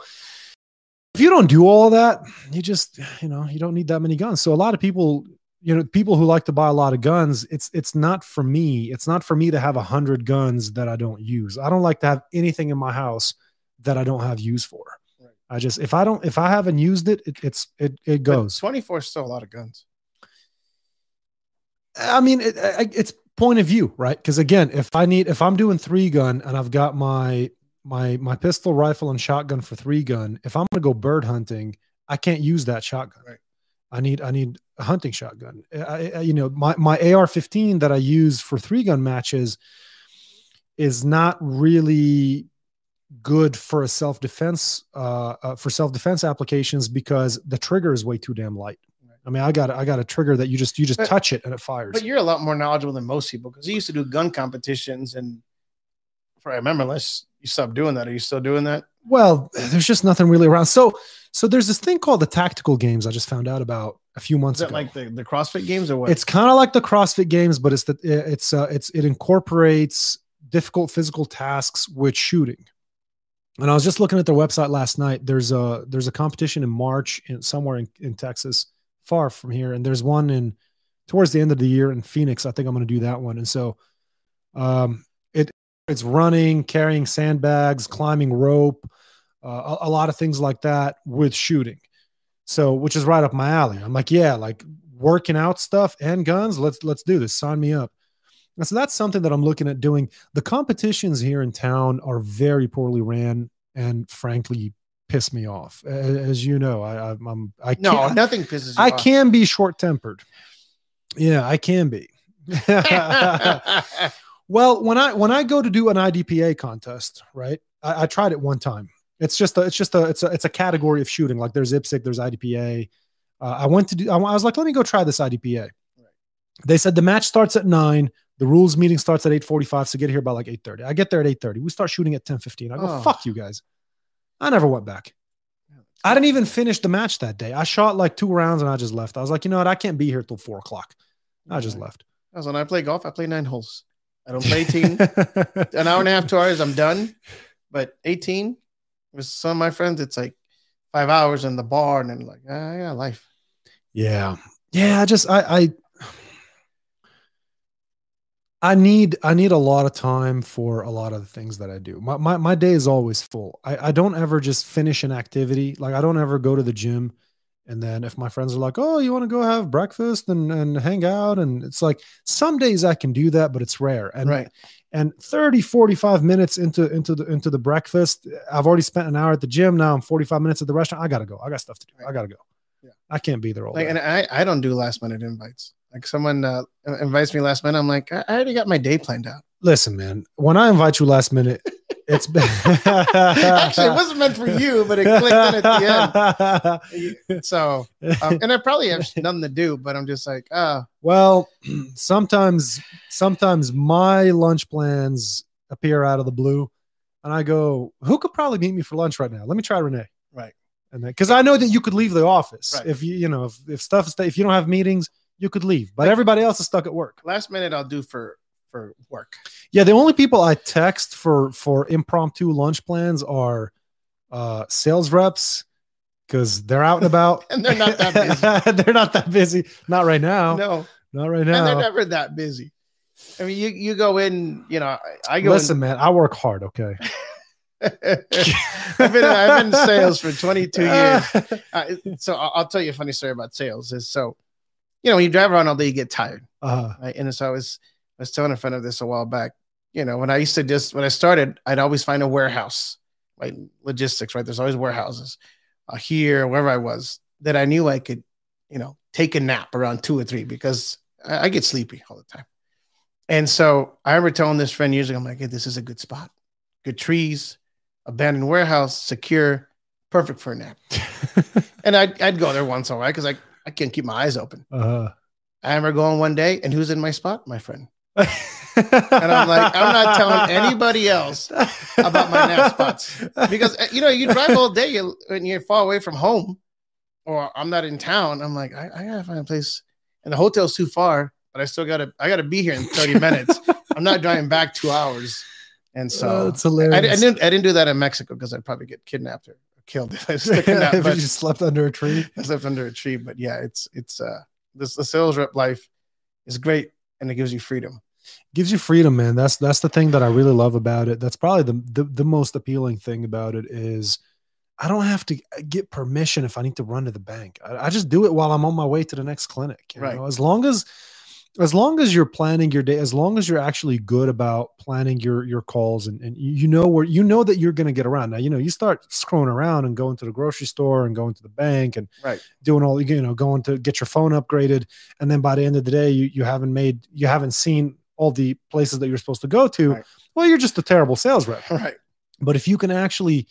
Speaker 1: if you don't do all that you just you know you don't need that many guns so a lot of people you know people who like to buy a lot of guns it's it's not for me it's not for me to have a hundred guns that i don't use i don't like to have anything in my house that i don't have use for
Speaker 2: Right.
Speaker 1: i just if i don't if i haven't used it, it it's it, it goes
Speaker 2: Twenty four is still a lot of guns.
Speaker 1: I mean, it, I- I- it's point of view, right? Because again, if I need, if I'm doing three gun and I've got my my my pistol, rifle, and shotgun for three gun, if I'm gonna go bird hunting, I can't use that shotgun.
Speaker 2: Right.
Speaker 1: I need I need a hunting shotgun. I, I, you know, my my AR-15 that I use for three gun matches is not really good for a self defense uh, uh, for self defense applications because the trigger is way too damn light. I mean, I got I got a trigger that you just you just
Speaker 2: But-
Speaker 1: touch it and it fires.
Speaker 2: But you're a lot more knowledgeable than most people because I used to do gun competitions, and if I remember, unless you stopped doing that, are you still doing that?
Speaker 1: well there's just nothing really around so so there's this thing called the tactical games i just found out about a few
Speaker 2: Is
Speaker 1: months
Speaker 2: that
Speaker 1: ago
Speaker 2: like the, the CrossFit games or what?
Speaker 1: it's kind of like the crossfit games but it's that it's uh, it's it incorporates difficult physical tasks with shooting and i was just looking at their website last night there's a there's a competition in march in somewhere in, in texas far from here and there's one in towards the end of the year in phoenix i think i'm going to do that one and so um it it's running carrying sandbags climbing rope uh, a, a lot of things like that with shooting. So, which is right up my alley. I'm like, yeah, like working out stuff and guns. Let's let's do this. Sign me up. And so that's something that I'm looking at doing. The competitions here in town are very poorly ran and frankly piss me off. A- As you know, I I'm, I'm I
Speaker 2: no,
Speaker 1: can't,
Speaker 2: nothing pisses you
Speaker 1: I
Speaker 2: off.
Speaker 1: can be short tempered. Yeah, I can be. Well, when I when I go to do an IDPA contest, right? I, I tried it one time. It's just a, it's just a it's a it's a category of shooting. Like there's IPSC, there's IDPA. Uh, I went to do. I, wa- I was like, let me go try this IDPA. They said the match starts at nine. The rules meeting starts at eight forty-five. So get here by like eight thirty. I get there at eight thirty. We start shooting at ten fifteen. I go,
Speaker 2: Oh.
Speaker 1: fuck you guys. I never went back. I didn't even finish the match that day. I shot like two rounds and I just left. I was like, you know what? I can't be here till four o'clock. I just left.
Speaker 2: That's when I play golf. I play nine holes. I don't play 18. An hour and a half, two hours, I'm done. But 18, with some of my friends, it's like five hours in the bar, and then like, ah, I got life.
Speaker 1: Yeah. Yeah, I just I I I need I need a lot of time for a lot of the things that I do. My my, my day is always full. I, I don't ever just finish an activity. Like I don't ever go to the gym and then if my friends are like, Oh, you want to go have breakfast and, and hang out? And it's like some days I can do that, but it's rare. And
Speaker 2: right.
Speaker 1: and 30 45 minutes into into the into the breakfast i've already spent an hour at the gym now i'm 45 minutes at the restaurant i gotta go i got stuff to do i gotta go
Speaker 2: Yeah.
Speaker 1: i can't be there all
Speaker 2: Like,
Speaker 1: day
Speaker 2: and I, I don't do last minute invites. Like, someone uh, invites me last minute. I'm like, I I already got my day planned out.
Speaker 1: listen man when i invite you last minute it's
Speaker 2: Actually, it wasn't meant for you, but it clicked in at the
Speaker 1: the
Speaker 2: end. So, um, and I probably have nothing to do, but I'm just like, ah,
Speaker 1: well sometimes sometimes my lunch plans appear out of the blue and i go who could probably meet me for lunch right now let me try renee
Speaker 2: Right.
Speaker 1: and then because i know that you could leave the office
Speaker 2: Right.
Speaker 1: if you you know if, if stuff is if you don't have meetings you could leave but everybody else is stuck at work
Speaker 2: last minute I'll do for for work.
Speaker 1: yeah the only people i text for for impromptu lunch plans are uh sales reps because they're out and about
Speaker 2: And they're not that busy.
Speaker 1: they're not that busy not right now
Speaker 2: no,
Speaker 1: not right
Speaker 2: and they're
Speaker 1: now
Speaker 2: never that busy. I mean, you you go in, you know, I, I go.
Speaker 1: listen man i work hard okay
Speaker 2: In, I've been I've been in sales for 22 years. Uh, so I'll, I'll tell you a funny story about sales. Is so, you know, when you drive around all day, you get tired.
Speaker 1: Uh,
Speaker 2: Right? And so I was I was telling a friend of this a while back. You know, when I used to just when I started, I'd always find a warehouse, right? Logistics, right? There's always warehouses uh, here, wherever I was, that I knew I could, you know, take a nap around two or three because I, I get sleepy all the time. And so I remember telling this friend years ago, I'm like, hey, this is a good spot, good trees, abandoned warehouse, secure, perfect for a nap. and I'd, I'd go there once in a while because I, I can't keep my eyes open.
Speaker 1: uh.
Speaker 2: I remember going one day, and who's in my spot? My friend. And I'm like, I'm not telling anybody else about my nap spots because uh, you know you drive all day you- and you're far away from home, or I'm not in town. I'm like, I, I gotta find a place, and the hotel's too far, but I still gotta I gotta be here in 30 minutes. I'm not driving back two hours, and
Speaker 1: so
Speaker 2: so
Speaker 1: it's
Speaker 2: I,
Speaker 1: Oh, hilarious.
Speaker 2: I didn't I didn't do that in Mexico because I'd probably get kidnapped or killed if I was sticking out.
Speaker 1: if
Speaker 2: but-
Speaker 1: you slept under a tree.
Speaker 2: I slept under a tree, but yeah, it's it's uh this the sales rep life is great and it gives you freedom.
Speaker 1: Gives you freedom, man. That's that's the thing that I really love about it. That's probably the, the the most appealing thing about it is I don't have to get permission if I need to run to the bank. I, I just do it while I'm on my way to the next clinic. You
Speaker 2: Right.
Speaker 1: know? As long as as long as you're planning your day, as long as you're actually good about planning your your calls and, and you you know where you know that you're gonna get around. Now, you know, you start screwing around and going to the grocery store and going to the bank and
Speaker 2: Right.
Speaker 1: doing all you know, going to get your phone upgraded, and then by the end of the day, you you haven't made you haven't seen all the places that you're supposed to go to,
Speaker 2: Right.
Speaker 1: well, you're just a terrible sales rep.
Speaker 2: Right.
Speaker 1: But if you can actually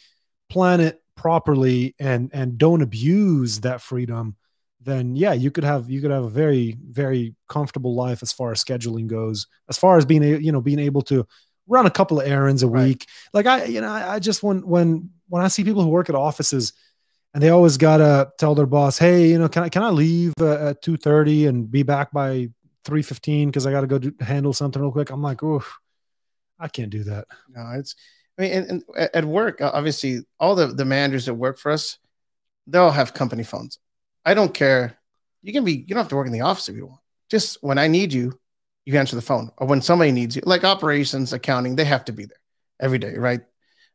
Speaker 1: plan it properly and and don't abuse that freedom, then yeah, you could have you could have a very very comfortable life as far as scheduling goes, as far as being a, you know being able to run a couple of errands a
Speaker 2: Right.
Speaker 1: week. Like I you know I, I just when when when I see people who work at offices and they always gotta tell their boss, hey, you know, can I can I leave uh, at two thirty and be back by three fifteen because I gotta go do, handle something real quick. I'm like, oh, I can't do that.
Speaker 2: No, it's. I mean, and, and at- at work, uh, obviously, all the the managers that work for us, they all have company phones. I don't care. You can be. You don't have to work in the office if you want. Just when I need you, you answer the phone, or when somebody needs you, like operations, accounting, they have to be there every day, right?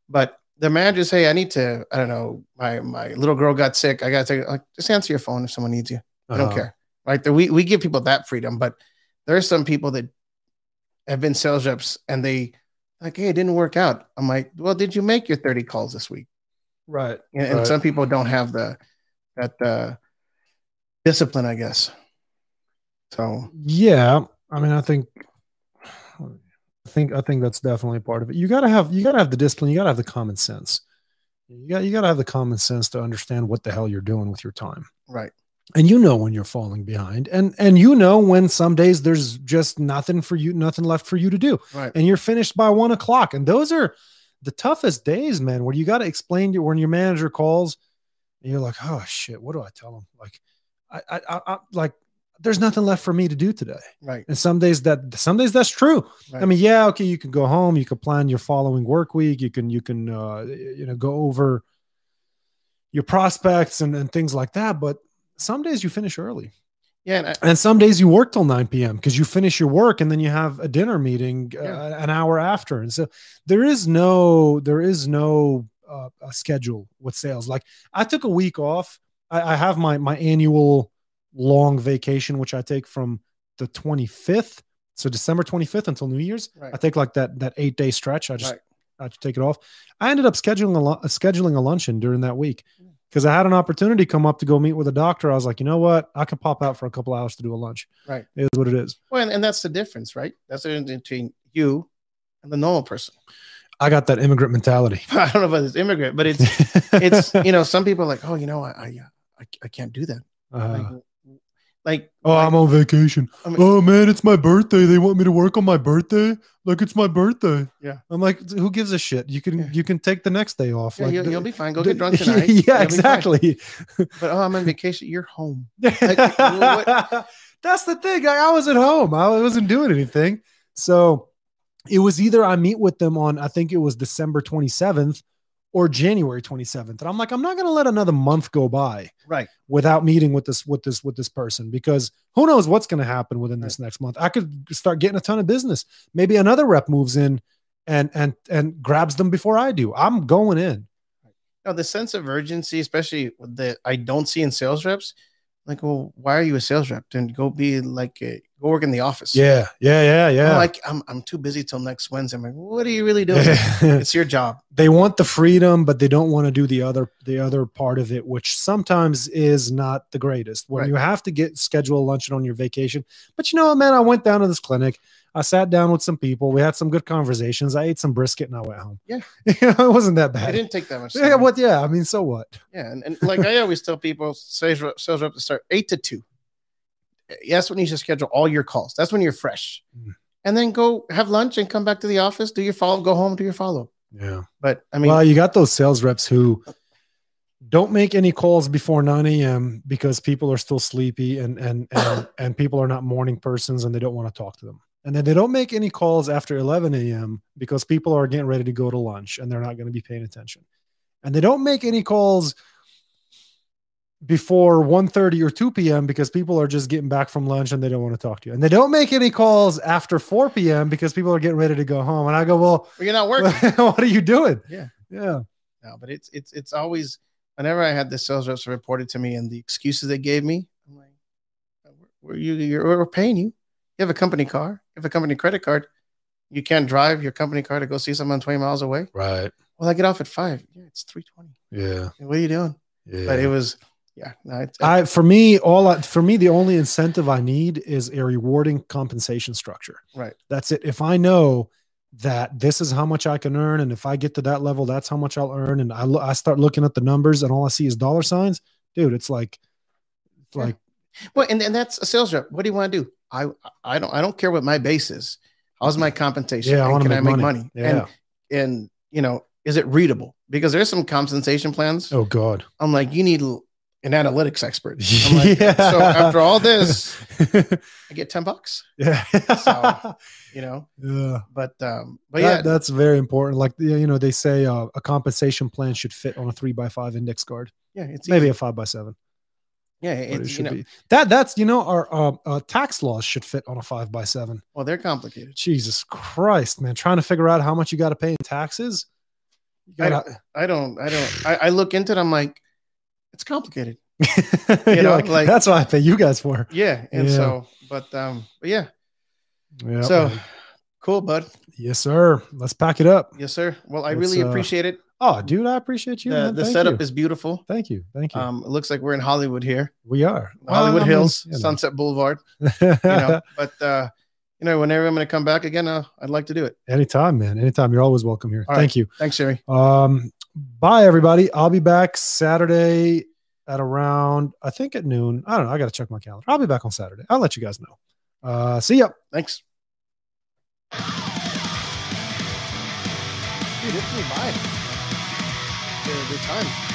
Speaker 2: But the managers, hey, I need to. I don't know. My my little girl got sick. I got to like just answer your phone if someone needs you. I don't
Speaker 1: Uh,
Speaker 2: care. Right? We we give people that freedom, but there are some people that have been sales reps and they like, hey, it didn't work out. I'm like, well, did you make your 30 calls this week?
Speaker 1: Right.
Speaker 2: And, and
Speaker 1: Right.
Speaker 2: some people don't have the that uh, discipline, I guess. So
Speaker 1: Yeah, I mean, I think, I think, I think that's definitely part of it. You gotta have, you gotta have the discipline. You gotta have the common sense. You got, you gotta have the common sense to understand what the hell you're doing with your time.
Speaker 2: right,
Speaker 1: And you know when you're falling behind, and and you know when some days there's just nothing for you, nothing left for you to do,
Speaker 2: right,
Speaker 1: and you're finished by one o'clock. And those are the toughest days, man, where you gotta explain to when your manager calls, and you're like, oh shit, what do I tell him? Like, I, I, I, I like, there's nothing left for me to do today.
Speaker 2: right,
Speaker 1: And some days that some days that's true.
Speaker 2: right.
Speaker 1: I mean, yeah, okay, you can go home, you can plan your following work week, you can you can uh, you know go over your prospects and, and things like that. But some days you finish early,
Speaker 2: yeah, and I,
Speaker 1: and some days you work till nine p.m. because you finish your work and then you have a dinner meeting uh,
Speaker 2: Yeah.
Speaker 1: an hour after. And so there is no there is no uh, a schedule with sales. Like I took a week off. I, I have my my annual long vacation, which I take from the 25th, so December 25th until New Year's.
Speaker 2: right,
Speaker 1: I take like that that eight day stretch. I just
Speaker 2: Right.
Speaker 1: I just take it off. I ended up scheduling a lu- uh, scheduling a luncheon during that week
Speaker 2: Mm.
Speaker 1: because I had an opportunity come up to go meet with a doctor. I was like, you know what? I can pop out for a couple hours to do a lunch.
Speaker 2: right.
Speaker 1: It is what it is.
Speaker 2: Well, and, and that's the difference, right? That's the difference between you and the normal person.
Speaker 1: I got that immigrant mentality. Uh,
Speaker 2: I don't know about this immigrant, but it's it's you know some people are like, oh, you know, I I, uh, I, I can't do that. Like,
Speaker 1: Uh,
Speaker 2: like
Speaker 1: oh, I'm on vacation.
Speaker 2: I mean-
Speaker 1: oh man, it's my birthday. They want me to work on my birthday. Like it's my birthday.
Speaker 2: Yeah.
Speaker 1: I'm like, who gives a shit? You can
Speaker 2: Yeah.
Speaker 1: you can take the next day off.
Speaker 2: yeah,
Speaker 1: like,
Speaker 2: you'll,
Speaker 1: the-
Speaker 2: you'll be fine. Go
Speaker 1: the-
Speaker 2: get drunk tonight. You'll be
Speaker 1: yeah,
Speaker 2: fine.
Speaker 1: exactly.
Speaker 2: But oh, I'm on vacation. You're home. Like, what-
Speaker 1: That's the thing. Like, I was at home. I wasn't doing anything. So it was either I meet with them on I think it was December 27th or January 27th. And I'm like, I'm not gonna let another month go by
Speaker 2: Right.
Speaker 1: without meeting with this with this with this person because who knows what's going to happen within this next month i could start getting a ton of business maybe another rep moves in and and and grabs them before i do i'm going in
Speaker 2: No, the sense of urgency, especially that I don't see in sales reps. Like, well, why are you a sales rep? Then go be like, a, go work in the office.
Speaker 1: yeah yeah yeah
Speaker 2: Oh,
Speaker 1: yeah
Speaker 2: I c- I'm, I'm too busy till next Wednesday. I'm like, what are you really doing? it's your job.
Speaker 1: they want the freedom but they don't want to do the other the other part of it which sometimes is not the greatest when
Speaker 2: Right.
Speaker 1: you have to get schedule a luncheon on your vacation but you know what man i went down to this clinic i sat down with some people we had some good conversations i ate some brisket and i went home
Speaker 2: Yeah.
Speaker 1: it wasn't that
Speaker 2: I
Speaker 1: bad
Speaker 2: didn't take that much.
Speaker 1: yeah
Speaker 2: time.
Speaker 1: what yeah i mean so what
Speaker 2: Yeah, and, and like I always tell people, sales rep, sales rep to start eight to two. That's when you should schedule all your calls. That's when you're fresh,
Speaker 1: Mm.
Speaker 2: and then go have lunch and come back to the office, do your follow, go home, do your follow. up.
Speaker 1: yeah
Speaker 2: But I mean,
Speaker 1: well you got those sales reps who don't make any calls before 9 a.m because people are still sleepy and and and, and people are not morning persons and they don't want to talk to them and then they don't make any calls after 11 a.m because people are getting ready to go to lunch and they're not going to be paying attention and they don't make any calls before 1.30 or 2 p.m because people are just getting back from lunch and they don't want to talk to you and they don't make any calls after 4 p.m because people are getting ready to go home and i go well
Speaker 2: you're not working.
Speaker 1: what are you doing?
Speaker 2: Yeah.
Speaker 1: Yeah.
Speaker 2: No, but it's it's it's always whenever I had the sales reps reported to me and the excuses they gave me, I'm like, we're you you're we're paying you. You have a company car, you have a company credit card. You can't drive your company car to go see someone 20 miles away.
Speaker 1: Right.
Speaker 2: Well, I get off at five. Yeah, it's 320.
Speaker 1: Yeah.
Speaker 2: What are you doing?
Speaker 1: Yeah.
Speaker 2: But it was yeah. no, it's-
Speaker 1: I for me all I, for me the only incentive I need is a rewarding compensation structure.
Speaker 2: Right.
Speaker 1: That's it. If I know that this is how much I can earn, and if I get to that level, that's how much I'll earn, and I lo- I start looking at the numbers, and all I see is dollar signs, dude. It's like, it's
Speaker 2: Yeah.
Speaker 1: like
Speaker 2: Well, and, and that's a sales rep. What do you want to do? I I don't I don't care what my base is. How's my compensation?
Speaker 1: yeah, I
Speaker 2: And
Speaker 1: want to
Speaker 2: can
Speaker 1: make,
Speaker 2: I make
Speaker 1: money.
Speaker 2: money?
Speaker 1: Yeah.
Speaker 2: And and you know, is it readable? Because there's some compensation plans.
Speaker 1: oh God.
Speaker 2: I'm like, you need l- an analytics expert. I'm like,
Speaker 1: Yeah.
Speaker 2: So after all this, I get ten bucks.
Speaker 1: yeah.
Speaker 2: So- You know,
Speaker 1: yeah.
Speaker 2: but um, but
Speaker 1: That-
Speaker 2: yeah,
Speaker 1: that's very important. Like you you know, they say uh, a compensation plan should fit on a three by five index card,
Speaker 2: yeah, it's
Speaker 1: maybe
Speaker 2: easy.
Speaker 1: a five by seven.
Speaker 2: yeah,
Speaker 1: but it
Speaker 2: it's, you
Speaker 1: should
Speaker 2: know,
Speaker 1: be that. That's you know, our uh, uh, tax laws should fit on a five by seven.
Speaker 2: well, they're complicated.
Speaker 1: Jesus Christ, man! Trying to figure out how much you got to pay in taxes. You
Speaker 2: I
Speaker 1: gotta-
Speaker 2: I don't, I don't, I, I look into it. I'm like, it's complicated.
Speaker 1: You're
Speaker 2: know,
Speaker 1: like,
Speaker 2: like-
Speaker 1: that's what I pay you guys for.
Speaker 2: Yeah, and
Speaker 1: Yeah.
Speaker 2: so, but um, but yeah,
Speaker 1: Yeah.
Speaker 2: so cool, bud.
Speaker 1: yes, sir. Let's pack it up.
Speaker 2: Yes, sir. Well, I
Speaker 1: It's,
Speaker 2: really
Speaker 1: uh,
Speaker 2: appreciate it.
Speaker 1: Oh, dude, I appreciate you.
Speaker 2: The,
Speaker 1: man.
Speaker 2: the
Speaker 1: Thank
Speaker 2: setup
Speaker 1: you.
Speaker 2: is beautiful.
Speaker 1: Thank you. Thank you.
Speaker 2: Um, it looks like we're in Hollywood here,
Speaker 1: we are
Speaker 2: Hollywood
Speaker 1: Well, I mean,
Speaker 2: Hills,
Speaker 1: you know.
Speaker 2: Sunset Boulevard. You know, but uh, you know, whenever I'm going to come back again, uh, I'd like to do it.
Speaker 1: Anytime, man. Anytime. You're always welcome here.
Speaker 2: All
Speaker 1: Thank you.
Speaker 2: Thanks, Sherry.
Speaker 1: Um, bye everybody. I'll be back Saturday at around I think at noon. I don't know. I got to check my calendar. I'll be back on Saturday. I'll let you guys know. Uh, see ya.
Speaker 2: Thanks. Dude, it's flew by. The, the time.